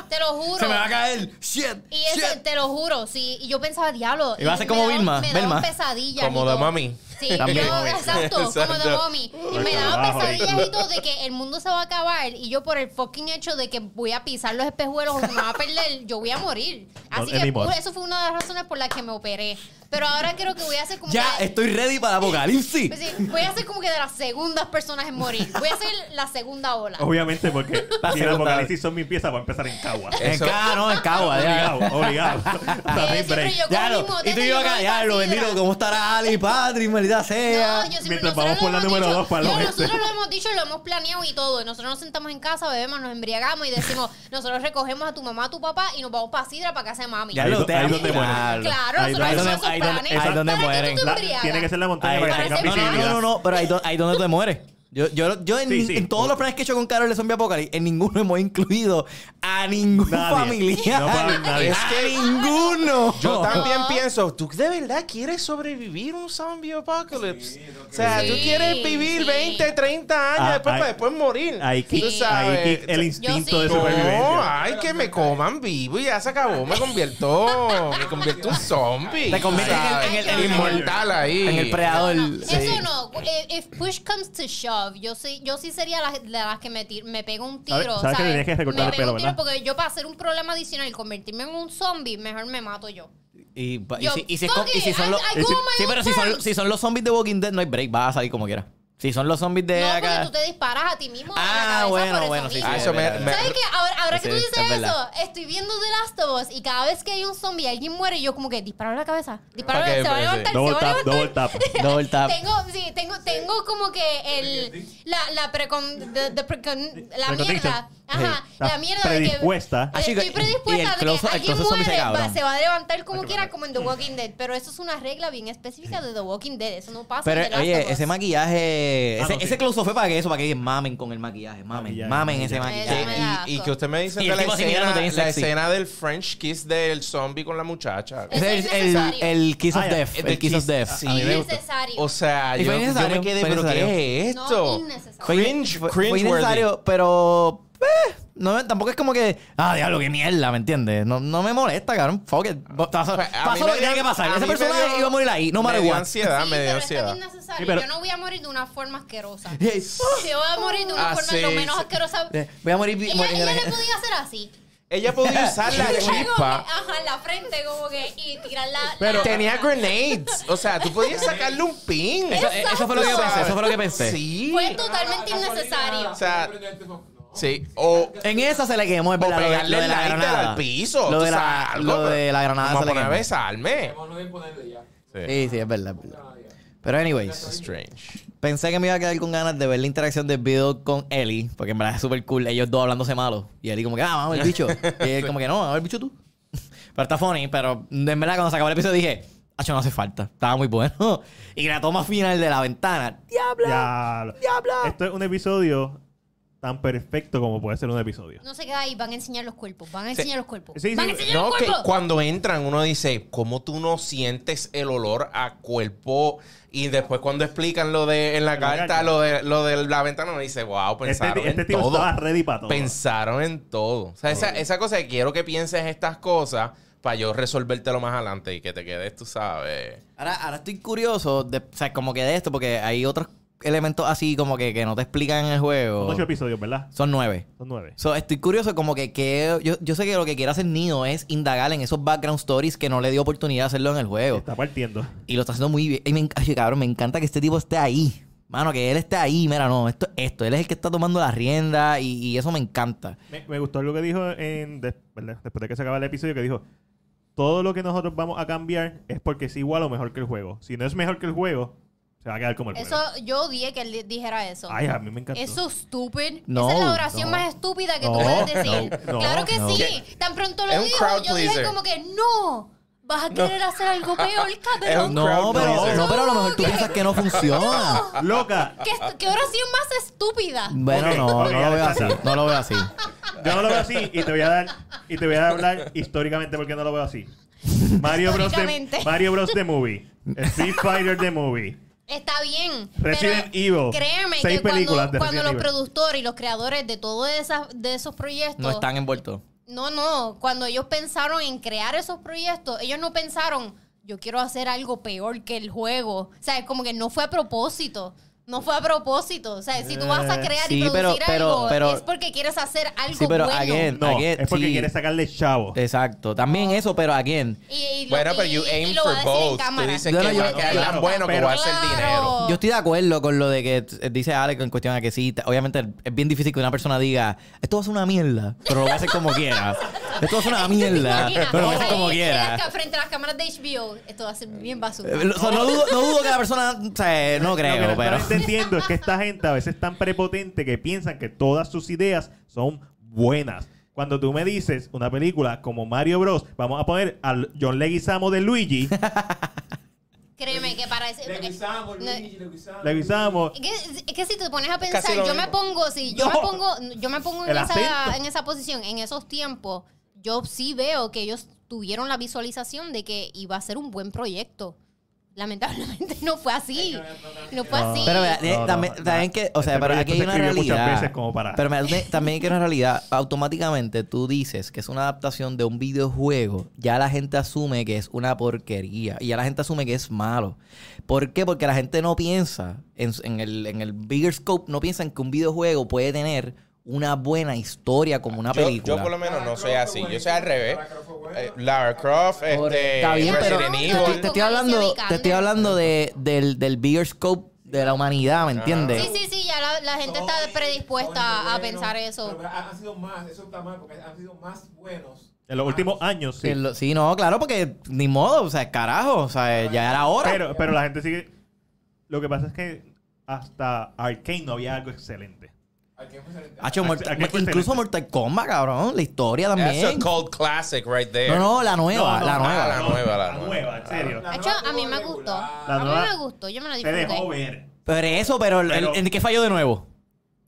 Speaker 2: te lo juro.
Speaker 3: Se me va a caer. Shit.
Speaker 2: Y eso,
Speaker 3: shit.
Speaker 2: te lo juro, sí. Y yo pensaba, diablo.
Speaker 7: Iba a
Speaker 2: y
Speaker 7: ser
Speaker 2: me
Speaker 7: como
Speaker 2: daba-
Speaker 7: Vilma,
Speaker 2: Me daba
Speaker 7: Vilma.
Speaker 2: pesadillas.
Speaker 5: Como
Speaker 2: y
Speaker 5: la
Speaker 2: todo.
Speaker 5: mami.
Speaker 2: Sí,
Speaker 7: También.
Speaker 2: yo, exacto, como de
Speaker 5: Exacto.
Speaker 2: mami. Y me
Speaker 1: Ay,
Speaker 2: daba
Speaker 1: carajo.
Speaker 2: pesadillas y todo de que el mundo se va a acabar. Y yo, por el fucking hecho de que voy a pisar los espejuelos o se me va a perder, yo voy a morir. Así
Speaker 1: No,
Speaker 2: que
Speaker 1: anymore.
Speaker 2: pu- eso fue una de las razones por las que me operé. Pero ahora creo que voy a hacer como.
Speaker 3: Ya
Speaker 2: que-
Speaker 3: estoy ready para el apocalipsis.
Speaker 2: pues sí, voy a ser como que de las segundas personas en morir. Voy a ser la segunda ola.
Speaker 1: Obviamente, porque
Speaker 3: La
Speaker 1: si el
Speaker 3: segunda
Speaker 1: apocalipsis son mi pieza, va a empezar en Cagua.
Speaker 3: En
Speaker 5: Eso-
Speaker 3: Cagua, no, en Cagua.
Speaker 1: Obligado,
Speaker 3: ya.
Speaker 1: obligado.
Speaker 2: Eh,
Speaker 1: También
Speaker 2: siempre
Speaker 1: break.
Speaker 2: yo cojo
Speaker 3: Ya,
Speaker 2: el
Speaker 3: no.
Speaker 2: mismo
Speaker 3: Y tú
Speaker 2: hotel
Speaker 3: y yo
Speaker 2: voy
Speaker 3: acá,
Speaker 2: con
Speaker 3: ya, lo
Speaker 2: sidra.
Speaker 3: bendito, ¿cómo estará Ali, Patrick, maldita sea?
Speaker 2: No, yo siempre-
Speaker 1: Mientras
Speaker 2: nosotros
Speaker 1: vamos
Speaker 2: lo
Speaker 1: por la
Speaker 2: hemos
Speaker 1: número
Speaker 2: dicho-
Speaker 1: dos para el
Speaker 2: no,
Speaker 1: oeste.
Speaker 3: este.
Speaker 2: Nosotros lo hemos dicho, lo hemos planeado y todo. Y Nosotros nos sentamos en casa, bebemos, nos embriagamos y decimos, nosotros recogemos a tu mamá, a tu papá y nos vamos para Sidra, para casa de mami.
Speaker 3: Ya
Speaker 1: Ahí
Speaker 3: lo
Speaker 1: do-
Speaker 3: te
Speaker 1: ahí
Speaker 3: amo,
Speaker 1: donde mueren.
Speaker 3: diablo.
Speaker 2: Claro,
Speaker 1: Ahí
Speaker 2: nosotros
Speaker 1: donde-
Speaker 2: hacemos esos
Speaker 3: ahí donde- ahí donde-
Speaker 2: planes.
Speaker 3: ahí donde
Speaker 2: ¿Para qué tú
Speaker 3: mueren.
Speaker 2: te
Speaker 1: La-
Speaker 2: embriagas?
Speaker 1: tiene que ser la montaña
Speaker 3: Ahí-
Speaker 1: para que
Speaker 3: ahí-
Speaker 1: tenga
Speaker 2: parece
Speaker 3: no, no,
Speaker 1: visibilidad.
Speaker 3: no, no, no, pero ahí, do- ahí donde te mueres. Yo, yo, yo en,
Speaker 1: Sí, sí.
Speaker 3: en todos los planes que he hecho con Carol de Zombie Apocalypse, en ninguno hemos incluido a ningún
Speaker 1: Nadie.
Speaker 3: familiar.
Speaker 1: No para nadie.
Speaker 3: Es que ninguno.
Speaker 5: Yo también pienso, ¿tú de verdad quieres sobrevivir un zombie apocalypse? o sea, tú
Speaker 2: Sí,
Speaker 5: quieres vivir
Speaker 2: sí.
Speaker 5: 20, 30 años
Speaker 1: Ah,
Speaker 5: después
Speaker 1: ahí-
Speaker 5: para después morir.
Speaker 1: Ahí
Speaker 5: Tú
Speaker 1: kick-
Speaker 5: sabes,
Speaker 1: ahí kick el instinto de
Speaker 2: sí. ah.
Speaker 5: No,
Speaker 1: supervivencia.
Speaker 5: ay, que me coman vivo y ya se acabó. Me convierto, me convierto en un zombie.
Speaker 3: Te conviertes en el-
Speaker 5: ¿sabes?
Speaker 3: en el-
Speaker 2: en el-
Speaker 5: inmortal ahí.
Speaker 3: En el predador.
Speaker 2: No,
Speaker 3: sí.
Speaker 2: Eso no. Eh, If push comes to shove, yo sí, yo sí sería la- de las que me, tir- me pego un tiro.
Speaker 1: ¿Sabes- sabes que tenías que recortar
Speaker 2: Me
Speaker 1: el
Speaker 2: pego
Speaker 1: pelo,
Speaker 2: un tiro
Speaker 1: verdad?
Speaker 2: Porque yo para hacer un problema adicional y convertirme en un zombie, mejor me mato yo.
Speaker 3: Y, pa- y
Speaker 2: Yo,
Speaker 3: si, y si es
Speaker 2: fuck
Speaker 3: con- y si
Speaker 2: it,
Speaker 3: son los.
Speaker 2: I- I
Speaker 3: y si-
Speaker 2: go on my
Speaker 3: sí,
Speaker 2: own
Speaker 3: pero si
Speaker 2: terms.
Speaker 3: son, si son los zombies de Walking Dead, no hay break, vas a salir como quieras. Si son los zombies de
Speaker 2: No, porque
Speaker 3: acá.
Speaker 2: tú te disparas a ti mismo. en la
Speaker 3: Ah,
Speaker 2: cabeza
Speaker 3: bueno,
Speaker 2: por eso
Speaker 3: bueno, sí,
Speaker 2: mismo.
Speaker 5: Ah, eso me- me-
Speaker 2: ¿Sabes qué? Ahora, ahora que tú
Speaker 3: Ese-
Speaker 2: dices
Speaker 3: es
Speaker 2: eso,
Speaker 3: verdad.
Speaker 2: estoy viendo The Last of Us y cada vez que hay un zombie y alguien muere, yo como que disparo en la cabeza. Disparo,
Speaker 5: Pa'
Speaker 2: se
Speaker 5: que-
Speaker 2: va a
Speaker 5: sí.
Speaker 2: levantar, se
Speaker 1: Double
Speaker 2: va a
Speaker 1: tap,
Speaker 2: levantar.
Speaker 1: double tap.
Speaker 3: Double tap.
Speaker 2: Tengo, sí, tengo, tengo como que el, la, la precon, the- the precon- la
Speaker 1: Precondition.
Speaker 2: mierda. Ajá,
Speaker 1: Sí.
Speaker 2: la
Speaker 1: Está
Speaker 2: mierda de que...
Speaker 1: predispuesta.
Speaker 2: de- Estoy
Speaker 3: Así que- y- y el
Speaker 2: predispuesta de
Speaker 3: closet-
Speaker 2: que
Speaker 3: el
Speaker 2: alguien
Speaker 3: closet zombie se
Speaker 2: muere,
Speaker 3: cabrón.
Speaker 2: va- se va a levantar como quiera, como en The Walking Dead. Pero eso es una regla bien específica de The Walking Dead. Eso no pasa
Speaker 3: Pero,
Speaker 2: en The Last of Us.
Speaker 3: oye, ese maquillaje.
Speaker 1: Ah,
Speaker 3: ese
Speaker 1: no, sí.
Speaker 3: ese close fue para que eso, para que mamen con el maquillaje. Mamen,
Speaker 1: Maquillaje,
Speaker 3: mamen ese
Speaker 2: maquillaje.
Speaker 3: maquillaje.
Speaker 5: Y, y que usted me dice
Speaker 3: Y
Speaker 5: de
Speaker 3: el
Speaker 5: la
Speaker 3: tipo así
Speaker 5: escena,
Speaker 3: mirándote bien
Speaker 5: la
Speaker 3: sexy.
Speaker 5: escena del French kiss del zombie con la muchacha.
Speaker 2: Eso
Speaker 3: Ese es
Speaker 2: es
Speaker 3: el,
Speaker 2: necesario.
Speaker 3: el Kiss of
Speaker 1: Ah, ya.
Speaker 3: Death.
Speaker 5: The
Speaker 3: El Kiss of
Speaker 5: kiss,
Speaker 3: Death.
Speaker 5: sí.
Speaker 3: A mí me gusta.
Speaker 2: Innecesario.
Speaker 5: O sea,
Speaker 3: Y
Speaker 5: yo,
Speaker 3: fue
Speaker 5: yo
Speaker 3: necesario,
Speaker 5: me quedé,
Speaker 3: fue
Speaker 5: pero ¿qué es
Speaker 3: necesario.
Speaker 5: esto?
Speaker 2: No, innecesario.
Speaker 3: Fue-
Speaker 5: cringe,
Speaker 3: fue- fue
Speaker 5: cringe
Speaker 3: innecesario, pero. eh, no, tampoco es como que. Ah, diablo, qué mierda, ¿me entiendes? No, no me molesta, cabrón. Fuck it. Pasó,
Speaker 5: Pues, a mí
Speaker 3: pasó
Speaker 5: me
Speaker 3: lo que
Speaker 5: dio-
Speaker 3: tiene que pasar.
Speaker 5: a
Speaker 3: Ese
Speaker 5: mí me
Speaker 3: personaje
Speaker 5: dio-
Speaker 3: iba a morir ahí, no matter
Speaker 5: Me dio
Speaker 3: what.
Speaker 5: ansiedad,
Speaker 2: Sí,
Speaker 5: me dio
Speaker 2: pero está
Speaker 5: ansiedad.
Speaker 2: bien necesario.
Speaker 1: Sí, pero-
Speaker 2: Yo no voy a morir de una forma asquerosa.
Speaker 3: Y-
Speaker 2: Yo voy a morir de una
Speaker 5: Ah,
Speaker 2: forma
Speaker 5: sí,
Speaker 2: lo menos
Speaker 5: sí.
Speaker 2: asquerosa.
Speaker 3: eh, Voy a morir.
Speaker 2: Ella,
Speaker 3: morir-
Speaker 2: ella le podía hacer así.
Speaker 5: Ella podía usar la
Speaker 2: Ella como que,
Speaker 5: chispa.
Speaker 2: ajá, en la frente como que y tirar la...
Speaker 5: Pero
Speaker 2: la-
Speaker 5: tenía grenades. O sea, tú podías sacarle un pin.
Speaker 3: eso, eh, eso fue lo que yo pensé. Eso fue lo que pensé.
Speaker 5: Sí.
Speaker 2: Fue totalmente innecesario.
Speaker 5: O sea,
Speaker 8: No.
Speaker 5: sí. O,
Speaker 3: En esa se le quemó el
Speaker 5: o
Speaker 3: verdadero-
Speaker 5: pegarle
Speaker 3: lo de
Speaker 5: el
Speaker 3: la
Speaker 5: lighter
Speaker 3: granada.
Speaker 5: al piso.
Speaker 3: Lo
Speaker 5: tú
Speaker 3: de la,
Speaker 5: sabes, algo,
Speaker 3: lo
Speaker 5: pero-
Speaker 3: de la granada
Speaker 5: Vamos
Speaker 3: se
Speaker 5: a
Speaker 3: le
Speaker 5: poner a
Speaker 3: quemó.
Speaker 5: besarme.
Speaker 8: Vamos a imponerle ya.
Speaker 3: Sí, sí, es verdad, es verdad. Pero anyways,
Speaker 5: Strange.
Speaker 3: pensé que me iba a quedar con ganas de ver la interacción del video con Ellie, porque en verdad es súper cool, ellos dos hablándose malos. Y Ellie como que, ah, vamos el bicho. Y él como que, no, vamos el bicho tú. Pero está funny, pero en verdad cuando se acabó el episodio dije, hecho no hace falta, estaba muy bueno. Y la toma final de la ventana, diablo.
Speaker 1: Diablo.
Speaker 3: Diablo.
Speaker 1: Esto es un episodio tan perfecto como puede ser un episodio. Este
Speaker 2: No se queda ahí, van a enseñar los cuerpos, van a enseñar los cuerpos.
Speaker 1: Sí, sí.
Speaker 2: Van a enseñar
Speaker 5: No,
Speaker 2: los
Speaker 5: que
Speaker 2: cuerpos.
Speaker 5: cuando entran uno dice, ¿cómo tú no sientes el olor a cuerpo? Y después cuando explican lo de en la
Speaker 1: En la
Speaker 5: carta,
Speaker 1: carta.
Speaker 5: lo de, lo de la ventana, uno dice, wow,
Speaker 1: Este,
Speaker 5: pensaron
Speaker 1: este
Speaker 5: en
Speaker 1: tipo
Speaker 5: pues, todo.
Speaker 1: estaba ready para todo.
Speaker 5: Pensaron en todo. O sea, esa, esa cosa de quiero que pienses estas cosas para yo resolvértelo más adelante y que te quedes, tú sabes.
Speaker 3: Ahora, ahora estoy curioso, de, o sea, como que de esto, porque hay otros elementos así como que, que no te explican en el
Speaker 1: Son
Speaker 3: juego.
Speaker 1: ocho episodios, ¿verdad?
Speaker 3: Son nueve.
Speaker 1: Son nueve.
Speaker 3: So, estoy curioso como que, que- yo, yo sé que lo que quiere hacer Nino es indagar en esos background stories que no le dio oportunidad de hacerlo en el juego.
Speaker 1: Está partiendo.
Speaker 3: Y lo está haciendo muy bien. Y me, enc- ay, cabrón, me encanta que este tipo esté ahí. Mano, que él esté ahí. Mira, no, esto esto. Él es el que está tomando la rienda y, y eso me encanta.
Speaker 1: Me, me gustó algo que dijo en, des- ¿verdad? después de que se acaba el episodio, que dijo, todo lo que nosotros vamos a cambiar es porque es igual o mejor que el juego. Si no es mejor que el juego, Se va a quedar como el
Speaker 2: Eso,
Speaker 1: juego.
Speaker 2: yo odié que él di- dijera eso.
Speaker 1: Ay, a mí me encantó.
Speaker 2: Eso es estúpido.
Speaker 3: No,
Speaker 2: Esa es la oración
Speaker 3: no.
Speaker 2: más estúpida que
Speaker 1: No,
Speaker 2: tú puedes decir.
Speaker 1: no, no,
Speaker 2: claro que
Speaker 1: no.
Speaker 2: sí. Tan pronto lo
Speaker 5: Es un
Speaker 2: dijo,
Speaker 5: crowd
Speaker 2: yo dije
Speaker 5: pleaser.
Speaker 2: como que no. Vas a querer hacer algo peor, cabrón.
Speaker 5: un crowd
Speaker 3: No, pero,
Speaker 5: pleaser.
Speaker 3: no, pero a lo mejor tú piensas que no funciona.
Speaker 1: ¡Loca!
Speaker 2: ¿Qué, est- qué oración más estúpida?
Speaker 3: Bueno,
Speaker 1: Ok,
Speaker 3: no,
Speaker 1: ok,
Speaker 3: no lo veo
Speaker 1: está
Speaker 3: así.
Speaker 1: bien.
Speaker 3: No lo veo así.
Speaker 1: Yo no lo veo así y te voy a dar y te voy a hablar históricamente porque no lo veo así. Mario Bros. The,
Speaker 2: Históricamente.
Speaker 1: Mario Bros. The Movie. Street Fighter The Movie.
Speaker 2: Está bien.
Speaker 1: Resident
Speaker 2: pero
Speaker 1: Evil.
Speaker 2: Créeme
Speaker 1: Seis
Speaker 2: que cuando,
Speaker 1: películas de
Speaker 2: cuando
Speaker 1: Resident
Speaker 2: los
Speaker 1: Evil.
Speaker 2: productores y los creadores de todos esas, de esos proyectos.
Speaker 3: No están envueltos.
Speaker 2: No, no. Cuando ellos pensaron en crear esos proyectos, ellos no pensaron, yo quiero hacer algo peor que el juego. O sea, es como que no fue a propósito. No fue a propósito. O sea, si tú vas a crear y
Speaker 3: Eh, sí, pero-
Speaker 2: producir
Speaker 3: pero-
Speaker 2: algo,
Speaker 3: pero-
Speaker 2: es porque quieres hacer algo
Speaker 3: Sí, pero
Speaker 2: bueno.
Speaker 3: again,
Speaker 1: No,
Speaker 3: again,
Speaker 1: es porque
Speaker 3: sí. Eh,
Speaker 1: quieres sacarle chavo.
Speaker 3: Exacto. También eso, pero again.
Speaker 2: Y, y lo-
Speaker 5: Bueno, pero
Speaker 2: y-
Speaker 5: you
Speaker 2: y
Speaker 5: aim
Speaker 2: lo va a
Speaker 5: for
Speaker 2: decir en
Speaker 5: both. Tú
Speaker 2: cámara.
Speaker 5: dices
Speaker 3: No,
Speaker 5: que
Speaker 3: no, yo-
Speaker 5: va a quedar
Speaker 1: claro,
Speaker 5: tan bueno que
Speaker 1: pero-
Speaker 5: va a hacer dinero.
Speaker 2: Claro.
Speaker 3: Yo estoy de acuerdo con lo de que t- dice Alex en cuestión a que sí, t- obviamente es bien difícil que una persona diga, esto va a ser una mierda, pero lo voy a hacer como quiera. Esto va a ser una mierda,
Speaker 2: Imagina,
Speaker 3: pero lo voy a
Speaker 2: ahí,
Speaker 3: hacer como
Speaker 2: en
Speaker 3: quiera.
Speaker 2: las ca- frente a las cámaras de HBO, esto va a ser bien basura.
Speaker 3: Eh, lo- o sea, no, dudo, no dudo que la persona, o sea, no
Speaker 1: Lo que
Speaker 3: creo,
Speaker 1: no
Speaker 3: pero...
Speaker 1: están entendiendo es que esta gente a veces es tan prepotente que piensan que todas sus ideas son buenas. Cuando tú me dices una película como Mario Bros, vamos a poner al John Leguizamo de Luigi,
Speaker 2: Créeme que para ese...
Speaker 6: Le guisamos,
Speaker 2: No.
Speaker 6: Luigi, le guisamos.
Speaker 1: Leguizamo,
Speaker 2: Es que, es que si te pones a
Speaker 5: casi
Speaker 2: pensar,
Speaker 5: lo
Speaker 2: yo me
Speaker 5: mismo.
Speaker 2: pongo, si yo
Speaker 1: No.
Speaker 2: me pongo, yo me pongo en
Speaker 1: El
Speaker 2: esa,
Speaker 1: acento.
Speaker 2: en esa posición, en esos tiempos, yo sí veo que ellos tuvieron la visualización de que iba a ser un buen proyecto. Lamentablemente no fue así. No fue así.
Speaker 3: Pero vea, eh,
Speaker 1: No, no,
Speaker 3: también,
Speaker 1: no.
Speaker 3: también que, o sea,
Speaker 1: Este
Speaker 3: pero
Speaker 1: proyecto
Speaker 3: aquí hay
Speaker 1: se
Speaker 3: una
Speaker 1: escribió muchas
Speaker 3: realidad.
Speaker 1: veces como para-
Speaker 3: Pero me- me- también hay que una realidad. Automáticamente tú dices que es una adaptación de un videojuego, ya la gente asume que es una porquería y ya la gente asume que es malo. ¿Por qué? Porque la gente no piensa en, en el, en el bigger scope, no piensa en que un videojuego puede tener una buena historia como una
Speaker 5: Yo,
Speaker 3: película.
Speaker 5: yo por lo menos no
Speaker 6: Lara
Speaker 5: soy
Speaker 6: Croft
Speaker 5: así.
Speaker 6: fue
Speaker 5: Yo soy al
Speaker 6: buena.
Speaker 5: revés.
Speaker 6: Lara Croft fue
Speaker 5: Eh, Lara Croft,
Speaker 6: buena.
Speaker 5: este,
Speaker 3: Está bien, pero
Speaker 5: Resident
Speaker 2: Pero-
Speaker 3: te estoy-
Speaker 5: Evil.
Speaker 3: te estoy hablando, te estoy hablando de, del, del bigger scope de la humanidad, ¿me entiendes?
Speaker 2: sí, sí, sí, ya la, la gente está
Speaker 6: Sony,
Speaker 2: predispuesta
Speaker 6: Sony,
Speaker 2: a
Speaker 6: bueno,
Speaker 2: pensar eso.
Speaker 6: Pero han han sido más, eso está mal, porque han sido más buenos.
Speaker 1: en los últimos años, sí.
Speaker 3: Que lo- Sí, no, claro, porque ni modo, o sea, carajo, o sea, ya era hora.
Speaker 1: Pero, pero la gente sigue. Lo que pasa es que hasta Arcane no había algo excelente.
Speaker 6: Al que fue excelente.
Speaker 5: Ah,
Speaker 3: Hacho, Mortal-
Speaker 1: ¿a qué este? fue
Speaker 3: incluso
Speaker 1: excelente?
Speaker 3: Mortal Kombat, cabrón, la historia
Speaker 5: That's a
Speaker 3: también.
Speaker 5: cold classic right there.
Speaker 3: No, no, la nueva,
Speaker 1: No, no,
Speaker 3: la
Speaker 1: no,
Speaker 3: nueva.
Speaker 5: la nueva, la
Speaker 1: La
Speaker 5: nueva.
Speaker 1: nueva, en serio.
Speaker 6: La
Speaker 2: Hecho,
Speaker 6: nueva
Speaker 2: a mí
Speaker 6: estuvo
Speaker 2: me gustó.
Speaker 6: regular.
Speaker 1: La
Speaker 2: A mí
Speaker 1: nueva-
Speaker 2: me gustó, yo me la
Speaker 1: Se
Speaker 2: disfruté.
Speaker 1: dejó ver.
Speaker 3: Pero eso, pero, el-
Speaker 1: Pero-
Speaker 3: el- ¿en qué falló de nuevo?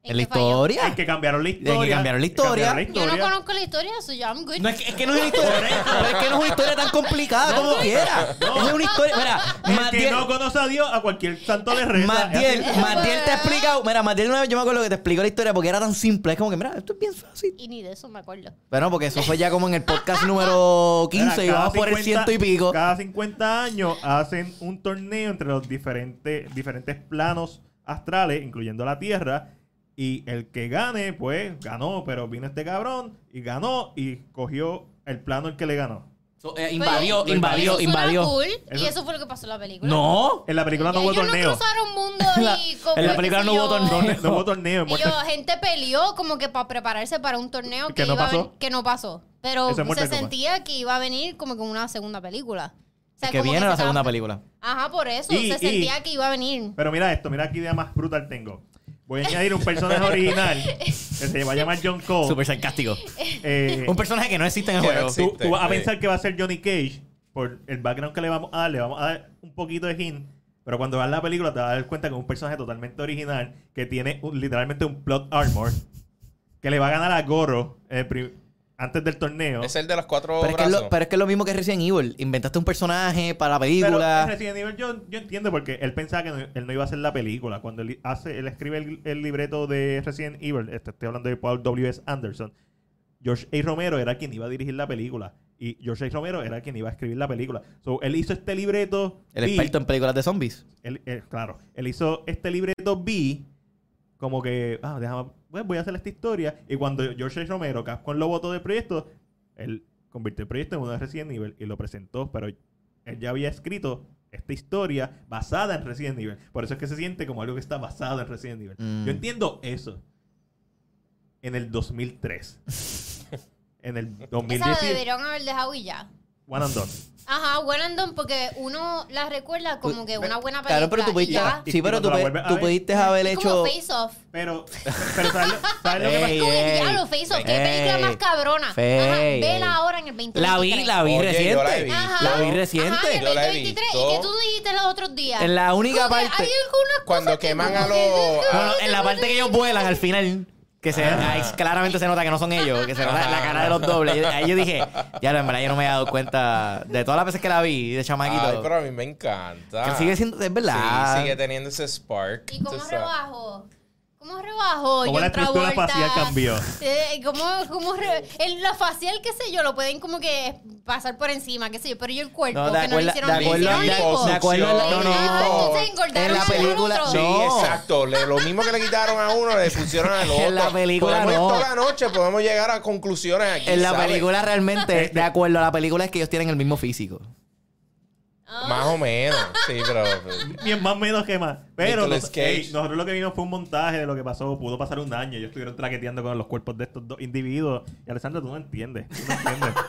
Speaker 3: En la
Speaker 2: qué falló?
Speaker 3: historia.
Speaker 1: Es que cambiaron la historia.
Speaker 3: Es que cambiaron la historia.
Speaker 1: cambiaron la
Speaker 2: Yo no
Speaker 1: historia.
Speaker 2: conozco la historia, so I'm good.
Speaker 3: No, es, que, es que no es una historia, pero es que no es una historia tan complicada como quiera. Es una historia,
Speaker 1: El
Speaker 3: mira,
Speaker 1: que
Speaker 3: Matiel,
Speaker 1: no conoce a Dios, a cualquier santo le reza.
Speaker 3: Matiel,
Speaker 1: Es así.
Speaker 3: Matiel te ha explicado, mira, Matiel una vez yo me acuerdo que te explicó la historia porque era tan simple, es como que, mira, esto es bien fácil.
Speaker 2: Y ni de eso me acuerdo.
Speaker 3: Bueno, porque eso fue ya como en el podcast número 15 y
Speaker 1: Cada
Speaker 3: vamos por el
Speaker 1: 50
Speaker 3: ciento y pico.
Speaker 1: Cada 50 años hacen un torneo entre los diferentes, diferentes planos astrales, incluyendo la Tierra. Y el que gane, pues ganó. Pero vino este cabrón y ganó y cogió el plano el que le ganó.
Speaker 3: So, eh, invadió,
Speaker 1: Pero-
Speaker 3: invadió,
Speaker 2: Eso suena
Speaker 3: invadió.
Speaker 2: cool, y
Speaker 1: Eso-
Speaker 2: eso fue lo que pasó en la película.
Speaker 3: No.
Speaker 1: En la película no
Speaker 2: Ya
Speaker 1: hubo
Speaker 2: ellos
Speaker 1: torneo.
Speaker 2: no cruzaron mundo
Speaker 3: En la-
Speaker 2: y como
Speaker 3: en la
Speaker 2: que
Speaker 3: película
Speaker 2: se
Speaker 3: no hubo
Speaker 2: dio-
Speaker 3: torneo.
Speaker 1: No hubo torneo en
Speaker 2: Y
Speaker 1: Mortal
Speaker 2: yo, gente peleó como que para prepararse para un torneo que,
Speaker 1: Que no
Speaker 2: iba a ven-
Speaker 1: pasó.
Speaker 2: que no pasó. Pero
Speaker 1: Eso es Mortal
Speaker 2: se
Speaker 1: Kombat.
Speaker 2: sentía que iba a venir como que una segunda película. O sea,
Speaker 3: que
Speaker 2: como
Speaker 3: viene
Speaker 2: se
Speaker 3: la segunda
Speaker 2: estaba-
Speaker 3: película.
Speaker 2: Ajá, por eso.
Speaker 1: Y-
Speaker 2: se
Speaker 1: y-
Speaker 2: sentía que iba a venir.
Speaker 1: Pero mira esto, mira qué idea más brutal tengo. Voy a añadir un personaje original que se va a llamar John Cole.
Speaker 3: Súper sarcástico.
Speaker 1: Eh,
Speaker 3: Un personaje que no existe en el
Speaker 5: Que no
Speaker 3: juego.
Speaker 5: existe.
Speaker 1: tú, tú vas a
Speaker 5: Sí.
Speaker 1: pensar que va a ser Johnny Cage por el background que le vamos a dar, le vamos a dar un poquito de hint, pero cuando veas la película te vas a dar cuenta que es un personaje totalmente original que tiene un- literalmente un plot armor que le va a ganar a Goro eh, pri- antes del torneo.
Speaker 5: Es el de los cuatro
Speaker 3: Pero es, que es
Speaker 5: brazos.
Speaker 3: lo, pero es que es lo mismo que Resident Evil. Inventaste un personaje para la
Speaker 1: Pero
Speaker 3: película.
Speaker 1: es Resident Evil, yo, yo entiendo porque él pensaba que no- él no iba a hacer la película. Cuando él, hace, él escribe el, el libreto de Resident Evil, este, estoy hablando de Paul W.S. Anderson, George A. Romero era quien iba a dirigir la película. Y George A. Romero era quien iba a escribir la película. So, él hizo este libreto.
Speaker 3: el
Speaker 1: B,
Speaker 3: experto en películas de zombies.
Speaker 1: él- él- claro, él hizo este libreto B, como que, ah, déjame, pues voy a hacer esta historia. Y cuando George A. Romero, Capcom lo votó del proyecto, él convirtió el proyecto en uno de Resident Evil y lo presentó, pero él ya había escrito esta historia basada en Resident Evil. Por eso es que se siente como algo que está basado en Resident Evil.
Speaker 3: Mm.
Speaker 1: Yo entiendo eso. En el 2003. en el
Speaker 2: Esa la
Speaker 1: 2010.
Speaker 2: deberían haber dejado y ya.
Speaker 1: One and done.
Speaker 2: Ajá, One and Done, porque uno la recuerda como que una buena película.
Speaker 3: Claro, pero tú
Speaker 2: y
Speaker 3: pudiste,
Speaker 2: ya.
Speaker 1: Y
Speaker 3: sí, pero
Speaker 1: cuando
Speaker 3: tú,
Speaker 1: la
Speaker 3: pe-
Speaker 1: vuelves a
Speaker 3: tú
Speaker 1: ver-
Speaker 3: pudiste haber
Speaker 2: Es como
Speaker 3: hecho...
Speaker 2: Face Off.
Speaker 1: Pero, pero ¿sabes, lo- sabes
Speaker 2: Eh,
Speaker 1: lo que pasa?
Speaker 3: Ey,
Speaker 2: Como el
Speaker 3: ey,
Speaker 2: diablo, Face Off. Qué
Speaker 3: ey,
Speaker 2: película más cabrona. Ajá,
Speaker 3: ey.
Speaker 2: vela ahora en el 2023.
Speaker 3: La vi, la vi
Speaker 5: Oye, yo la he
Speaker 3: reciente.
Speaker 5: visto.
Speaker 2: Ajá.
Speaker 3: La vi
Speaker 2: Ajá, en
Speaker 3: reciente.
Speaker 2: el
Speaker 5: Yo la he
Speaker 2: 2023. ¿Y
Speaker 5: visto.
Speaker 2: qué tú dijiste los otros días?
Speaker 3: En la única
Speaker 2: Como que
Speaker 3: parte-
Speaker 2: Hay algunas
Speaker 5: Cuando
Speaker 2: cosas que
Speaker 5: queman
Speaker 2: como
Speaker 5: a
Speaker 2: que-
Speaker 5: los-
Speaker 3: No, no, en la parte que ellos vuelan al final, que se, ahí claramente se nota que no son ellos, que se nota la cara de los dobles. Yo- Ahí yo dije, ya en verdad yo no me había dado cuenta de todas las veces que la vi de chamaquito.
Speaker 5: Ay, pero a mí me encanta.
Speaker 3: Que sigue siendo, es verdad.
Speaker 5: Sí, sigue teniendo ese spark.
Speaker 2: ¿Y cómo
Speaker 5: tú sabes.
Speaker 2: rebajo? ¿Cómo rebajo?
Speaker 1: ¿Cómo la estructura facial cambió?
Speaker 2: Eh, ¿Cómo, cómo re- el- la facial, qué sé yo, lo pueden como que pasar por encima, qué sé yo, pero yo el cuerpo,
Speaker 3: No, de
Speaker 2: que no le
Speaker 3: acuerdo,
Speaker 2: hicieron
Speaker 3: de acuerdo,
Speaker 2: le hicieron
Speaker 3: de-
Speaker 2: lipo.
Speaker 3: de acuerdo, en la- no,
Speaker 2: Ah,
Speaker 3: no.
Speaker 2: entonces engordaron
Speaker 3: En la
Speaker 2: al
Speaker 3: película-
Speaker 2: otro.
Speaker 5: Sí,
Speaker 3: No.
Speaker 5: exacto. Le- lo mismo que le quitaron a uno, le pusieron al otro.
Speaker 3: En la película
Speaker 5: podemos ir
Speaker 3: no.
Speaker 5: toda la noche, podemos llegar a conclusiones aquí.
Speaker 3: En la
Speaker 5: ¿sabes?
Speaker 3: película realmente, de acuerdo, la película es que ellos tienen el mismo físico.
Speaker 5: Más o menos. Sí, pero.
Speaker 1: Ni en más menos que más. Pero
Speaker 5: Nicolas
Speaker 1: nos-
Speaker 5: Cage.
Speaker 1: ey, nosotros lo que vimos fue un montaje de lo que pasó. Pudo pasar un año. Ellos estuvieron traqueteando con los cuerpos de estos dos individuos. Y Alessandra, tú no entiendes. Tú no entiendes. Tú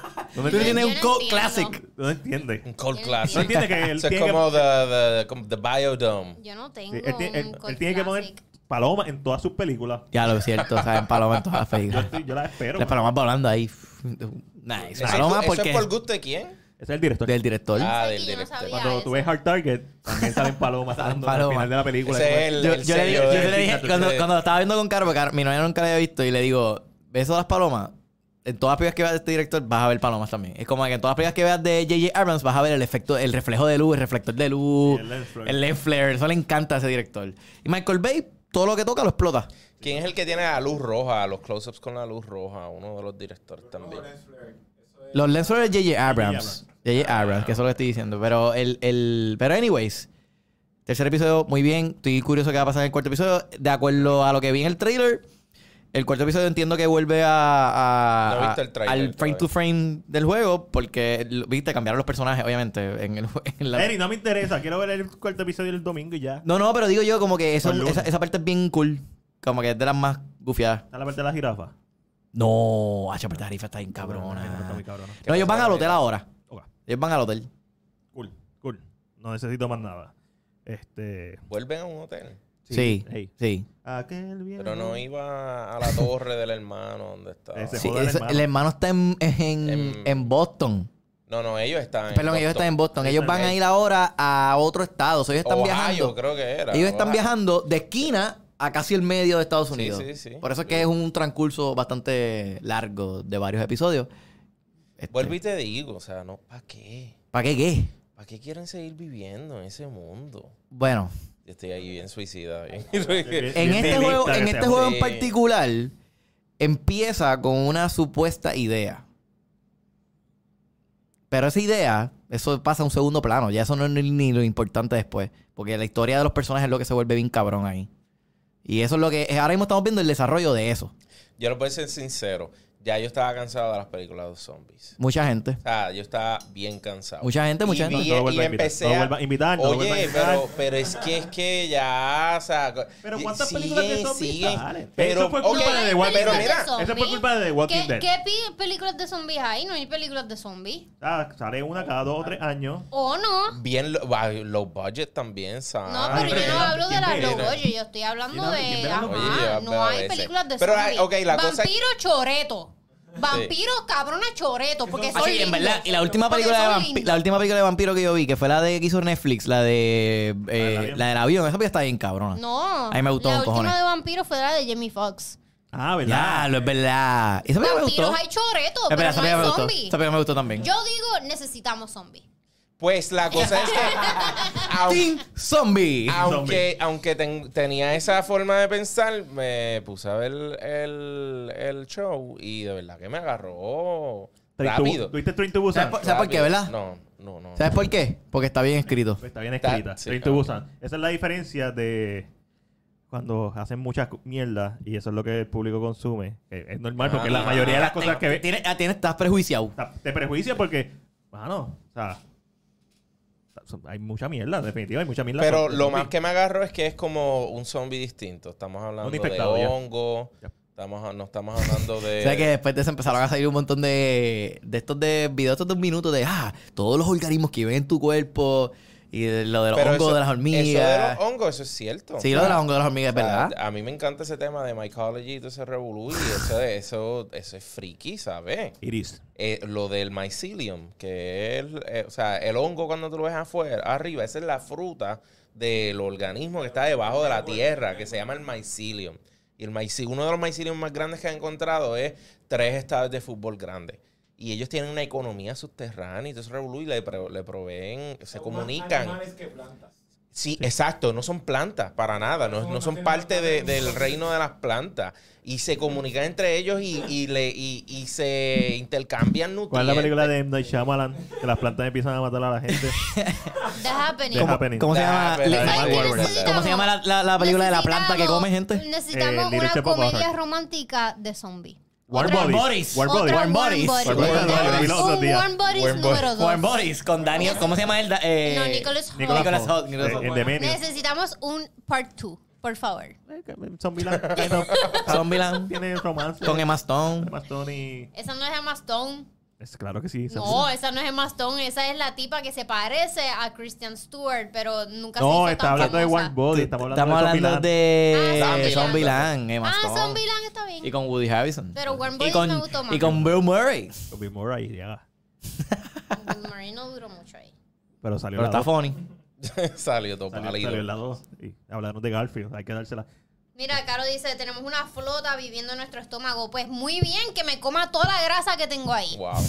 Speaker 1: no
Speaker 3: Tú
Speaker 1: entiendes.
Speaker 3: tienes un
Speaker 2: no
Speaker 3: cult
Speaker 2: entiendo.
Speaker 3: classic.
Speaker 1: Tú no entiendes.
Speaker 5: Un cold
Speaker 1: No
Speaker 5: classic.
Speaker 1: entiendes que él
Speaker 5: Eso es
Speaker 1: tiene que-
Speaker 5: como the, the, como the Biodome.
Speaker 2: Yo no tengo
Speaker 1: Sí, él, tiene- él-
Speaker 2: un
Speaker 1: él
Speaker 2: cult
Speaker 1: tiene que poner
Speaker 2: classic.
Speaker 1: palomas en todas sus películas.
Speaker 3: Ya lo es cierto, saben palomas en todas las
Speaker 1: Yo,
Speaker 3: películas.
Speaker 1: estoy- yo las espero.
Speaker 3: Las
Speaker 1: man.
Speaker 3: palomas volando ahí. Nice.
Speaker 5: ¿Eso, es-
Speaker 3: Palomas
Speaker 5: eso
Speaker 3: porque
Speaker 5: es por gusto de quién?
Speaker 1: Ese es el director.
Speaker 3: del director.
Speaker 5: Ah,
Speaker 2: Sí,
Speaker 5: del
Speaker 2: yo no
Speaker 5: director.
Speaker 2: sabía.
Speaker 1: Cuando tú ves Hard Target, también salen palomas
Speaker 3: Salen
Speaker 1: salen al final
Speaker 3: palomas.
Speaker 1: de la película.
Speaker 5: Ese
Speaker 1: Como-
Speaker 5: es el,
Speaker 3: yo,
Speaker 5: el
Speaker 3: yo le,
Speaker 5: sello
Speaker 3: yo
Speaker 5: de-
Speaker 3: le dije,
Speaker 5: de-
Speaker 3: cuando, cuando lo estaba viendo con Caro, porque Caro- mi novia nunca la había visto, y le digo, ¿ves todas las palomas? En todas las películas que veas de este director vas a ver palomas también. Es como que en todas las películas que veas de J.J. Abrams vas a ver el efecto, el reflejo de luz, el reflector de luz,
Speaker 1: Sí, el lens flare.
Speaker 3: el lens flare. Eso le encanta a ese director. Y Michael Bay, todo lo que toca lo explota.
Speaker 5: ¿Quién es el que tiene la luz roja? Los close-ups con la luz roja. Uno de los directores también.
Speaker 3: Los lens flare de J.J. Abrams. J.J. Abrams, que eso lo estoy diciendo. Pero el, el... Pero anyways... Tercer episodio, muy bien. Estoy curioso qué va a pasar en el cuarto episodio. De acuerdo a lo que vi en el trailer, el cuarto episodio entiendo que vuelve a, a-
Speaker 5: No he visto el trailer
Speaker 3: al frame
Speaker 5: todavía.
Speaker 3: to frame del juego, porque lo- viste, cambiaron los personajes, obviamente. En el, jue- en la-
Speaker 1: Eri, no me interesa. Quiero ver el cuarto episodio el domingo y ya.
Speaker 3: No, no, pero digo yo, como que eso-
Speaker 1: Por lunes.
Speaker 3: esa, esa parte es bien cool. Como que es de las más gufiadas.
Speaker 1: Está la parte de la jirafa.
Speaker 3: No, hacha, pero esta tarifa está bien
Speaker 1: Esa jirafa está muy
Speaker 3: cabrona.
Speaker 1: cabrona.
Speaker 3: No, ellos van al hotel ahora.
Speaker 1: Ok.
Speaker 3: Ellos van al hotel.
Speaker 1: Cool, cool. No necesito más nada. Este.
Speaker 5: Vuelven a un hotel.
Speaker 3: Sí,
Speaker 1: Ey.
Speaker 3: sí.
Speaker 1: Aquel viejo.
Speaker 5: Pero no iba a la torre del hermano donde estaba.
Speaker 1: Ese. Se
Speaker 3: Sí,
Speaker 1: joda el
Speaker 3: eso-
Speaker 1: hermano.
Speaker 3: el hermano está en- en,
Speaker 5: En-
Speaker 3: en Boston.
Speaker 5: No, no, ellos estaban.
Speaker 3: Perdón, ellos están en Boston. Ellos van a
Speaker 5: ahí
Speaker 3: ir ahora a otro estado. So, ellos están viajando.
Speaker 5: creo que era.
Speaker 3: Ellos están
Speaker 5: Ohio.
Speaker 3: viajando de esquina a casi el medio de Estados
Speaker 5: Sí,
Speaker 3: Unidos.
Speaker 5: sí, sí.
Speaker 3: Por eso es que es un transcurso bastante largo de varios episodios.
Speaker 5: Vuelvo y te digo, o sea, no, ¿para qué?
Speaker 3: ¿Para qué qué?
Speaker 5: ¿Para qué quieren seguir viviendo en ese mundo?
Speaker 3: Bueno,
Speaker 5: Yo estoy ahí bien suicida. bien.
Speaker 3: en este juego, en este juego en
Speaker 5: Sí.
Speaker 3: particular, empieza con una supuesta idea. Pero esa idea, eso pasa a un segundo plano. Ya eso no es ni, ni lo importante después. Porque la historia de los personajes es lo que se vuelve bien cabrón ahí. Y eso es lo que. Ahora mismo estamos viendo el desarrollo de eso.
Speaker 5: Yo lo voy a ser sincero. Ya yo estaba cansado de las películas de zombies.
Speaker 3: Mucha gente.
Speaker 5: O sea, yo estaba bien cansado.
Speaker 3: Mucha gente, mucha gente.
Speaker 5: Y, vi-
Speaker 1: No lo vuelvas
Speaker 5: y
Speaker 1: a invitar,
Speaker 5: empecé
Speaker 1: no lo
Speaker 5: a-
Speaker 1: vuelvas a invitar, no lo vuelvas a
Speaker 5: Oye,
Speaker 1: invitar.
Speaker 5: pero, pero es que es que ya, o sea,
Speaker 1: Pero
Speaker 5: y-
Speaker 1: ¿cuántas películas de zombies
Speaker 5: siguen,
Speaker 1: salen?
Speaker 5: Pero,
Speaker 1: Eso fue culpa
Speaker 5: ok,
Speaker 1: de The Walking
Speaker 5: pero
Speaker 1: Dead.
Speaker 5: mira,
Speaker 1: Eso fue culpa de The Walking
Speaker 2: ¿Qué,
Speaker 1: Dead.
Speaker 2: ¿Qué pi- películas de zombies hay? No hay películas de zombies.
Speaker 1: Ah, sale una cada dos o tres años.
Speaker 2: ¿O no?
Speaker 5: bien lo- bah, low budget también, ¿sabes?
Speaker 2: No,
Speaker 1: pero
Speaker 2: pero yo no
Speaker 1: ¿quién-
Speaker 2: hablo de
Speaker 1: quién
Speaker 2: las
Speaker 1: ve?
Speaker 2: low budget, yo estoy hablando
Speaker 1: ¿Quién habla- quién ve
Speaker 2: de...
Speaker 1: las
Speaker 2: Ajá,
Speaker 1: low
Speaker 5: budget? Oye,
Speaker 2: no
Speaker 5: pero
Speaker 2: hay
Speaker 5: ese-
Speaker 2: películas de
Speaker 5: pero,
Speaker 2: zombies.
Speaker 5: ah, ok, la cosa-
Speaker 2: Vampiro choreto. Vampiro cabrones choreto, porque son
Speaker 3: Ah, sí, en
Speaker 2: lindos.
Speaker 3: verdad. Y la última,
Speaker 2: Porque
Speaker 3: película de
Speaker 2: son
Speaker 3: vampi-
Speaker 2: lindos.
Speaker 3: la última película de vampiro que yo vi, que fue la de que hizo Netflix, la de. eh,
Speaker 1: avión.
Speaker 3: la del avión. Esa película está bien cabrona.
Speaker 2: No.
Speaker 3: A mí me gustó
Speaker 2: La
Speaker 3: con
Speaker 2: última
Speaker 3: cojones.
Speaker 2: de vampiro fue la de Jamie Foxx.
Speaker 1: Ah,
Speaker 3: Ya,
Speaker 1: ¿verdad?
Speaker 3: lo es verdad. Esa película me gustó.
Speaker 2: Vampiros hay choreto,
Speaker 3: Espera,
Speaker 2: pero
Speaker 3: esa
Speaker 2: no
Speaker 3: película me
Speaker 2: hay
Speaker 3: gustó.
Speaker 2: zombies.
Speaker 3: Esa película me gustó también.
Speaker 2: Yo digo, necesitamos zombies.
Speaker 5: Pues la cosa es que au-
Speaker 3: Team Zombie.
Speaker 5: aunque, aunque ten- tenía esa forma de pensar, me puse a ver el, el show y de verdad que me agarró
Speaker 1: Train to-
Speaker 5: rápido. pues,
Speaker 1: ¿Tuviste Train to Busan?
Speaker 3: ¿Sabes por- ¿Sabes por qué,
Speaker 5: Rápido.
Speaker 3: verdad?
Speaker 5: No, no, no.
Speaker 3: ¿Sabes por qué? Porque está bien escrito.
Speaker 1: Pues Está bien escrita.
Speaker 5: That- sí,
Speaker 1: Train to
Speaker 5: claro.
Speaker 1: Busan. Esa es la diferencia de cuando hacen muchas mierdas y eso es lo que el público consume. Eh, Es normal porque la
Speaker 5: Ah.
Speaker 1: mayoría de las cosas que ve
Speaker 3: Tienes- ah, tienes- estás prejuiciado.
Speaker 1: O sea, te prejuicia porque, mano, o sea, son- hay mucha mierda, definitiva, hay mucha mierda.
Speaker 5: Pero
Speaker 1: con-
Speaker 5: lo más que me agarró es que es como un zombie distinto. Estamos hablando de
Speaker 1: infectado, ya.
Speaker 5: hongo,
Speaker 1: Ya.
Speaker 5: Estamos, no estamos hablando de.
Speaker 3: O sea que después de eso empezaron a salir un montón de, de estos de videos, estos de un minuto de ah, todos los organismos que viven en tu cuerpo y de lo de los
Speaker 5: Pero
Speaker 3: hongos
Speaker 5: eso-
Speaker 3: de las hormigas.
Speaker 5: Eso de los hongos, eso es cierto.
Speaker 3: Sí, lo de los hongos de las hormigas,
Speaker 5: O
Speaker 3: es
Speaker 5: sea,
Speaker 3: verdad.
Speaker 5: A mí me encanta ese tema de mycology y todo ese revolú y eso, eso, eso es friki, ¿sabes?
Speaker 1: Iris.
Speaker 5: Eh, lo del mycelium, que es, eh, o sea, el hongo cuando tú lo ves afuera, arriba, esa es la fruta del organismo que está debajo de la tierra, que se llama el mycelium. Y el myce- uno de los mycelium más grandes que han encontrado es tres estados de fútbol grandes. Y ellos tienen una economía subterránea y todo eso revolú y le, pro- le proveen, se
Speaker 6: Son más
Speaker 5: comunican.
Speaker 6: animales que plantas.
Speaker 5: Sí, exacto, no son plantas para nada, no,
Speaker 6: No,
Speaker 5: no
Speaker 6: no
Speaker 5: son
Speaker 6: tienen
Speaker 5: parte
Speaker 6: nada
Speaker 5: de-
Speaker 6: que ver.
Speaker 5: del reino de las plantas y se comunican entre ellos y, y le, y, y se intercambian nutrientes.
Speaker 1: ¿Cuál es la película de M. Night Shyamalan? Que las plantas empiezan a matar a la gente.
Speaker 2: The Happening.
Speaker 1: The Happening.
Speaker 3: ¿Cómo se llama?
Speaker 5: La- la-
Speaker 3: Le-
Speaker 2: ¿Sabes qué
Speaker 5: Warner.
Speaker 2: necesitamos?
Speaker 3: ¿Cómo se llama la, la- la película de la planta que come
Speaker 2: Necesitamos-
Speaker 3: gente?
Speaker 1: Eh,
Speaker 2: Necesitamos
Speaker 1: Little
Speaker 2: una
Speaker 1: Shop of
Speaker 2: comedia
Speaker 1: Horror.
Speaker 2: romántica de zombie.
Speaker 3: Warm
Speaker 2: Otra-
Speaker 3: Bodies.
Speaker 1: Warm Bodies.
Speaker 2: otra
Speaker 3: Warm Bodies.
Speaker 2: Warm
Speaker 1: Warm
Speaker 2: Bodies.
Speaker 1: Bodies.
Speaker 2: Tenemos
Speaker 1: Los otros
Speaker 2: un
Speaker 1: días.
Speaker 2: Warm Bodies
Speaker 5: Warm
Speaker 2: número dos.
Speaker 3: Warm Bodies con Daniel. ¿Cómo se llama el? da- eh,
Speaker 2: No, Nicholas Hoult.
Speaker 1: Nicolas
Speaker 3: Nicolas
Speaker 1: Hoult.
Speaker 3: Hoult, Nicolas
Speaker 1: Eh,
Speaker 3: Hoult.
Speaker 1: En The Menu.
Speaker 2: Necesitamos un part 2, por favor.
Speaker 1: Son Milan. eh,
Speaker 3: Zombieland.
Speaker 1: Tiene romance.
Speaker 3: Con Emma Stone.
Speaker 1: Emma Stone y...
Speaker 2: Esa no es Emma Stone.
Speaker 1: Es claro que sí. esa-
Speaker 2: No, esa no es Emma Stone. Esa es la tipa que se parece a Christian Stewart, pero nunca se
Speaker 1: No,
Speaker 2: hizo
Speaker 1: está
Speaker 2: tan
Speaker 1: hablando de
Speaker 2: famosa.
Speaker 1: Warm Body. Estamos hablando
Speaker 3: Estamos
Speaker 1: de Zombieland.
Speaker 3: hablando de
Speaker 2: Ah,
Speaker 3: Zombieland,
Speaker 2: Zombieland.
Speaker 3: Emma
Speaker 2: Ah,
Speaker 3: Stone.
Speaker 2: Zombieland está bien.
Speaker 3: Y con Woody Harrison.
Speaker 2: Pero Warm
Speaker 3: y
Speaker 2: Bodies me
Speaker 3: con,
Speaker 2: gustó más.
Speaker 3: y con Bill Murray.
Speaker 1: Bill Murray, ya.
Speaker 2: Bill Murray no duró mucho ahí.
Speaker 1: Pero salió
Speaker 3: Pero
Speaker 1: la
Speaker 3: está
Speaker 1: dos.
Speaker 3: funny.
Speaker 5: Salió todo
Speaker 1: Salió,
Speaker 5: pálido.
Speaker 1: salió la 2. Y hablaron de Garfield. Hay que dársela.
Speaker 2: Mira, Caro dice, tenemos una flota viviendo en nuestro estómago. Pues muy bien, que me coma toda la grasa que tengo ahí.
Speaker 5: Wow,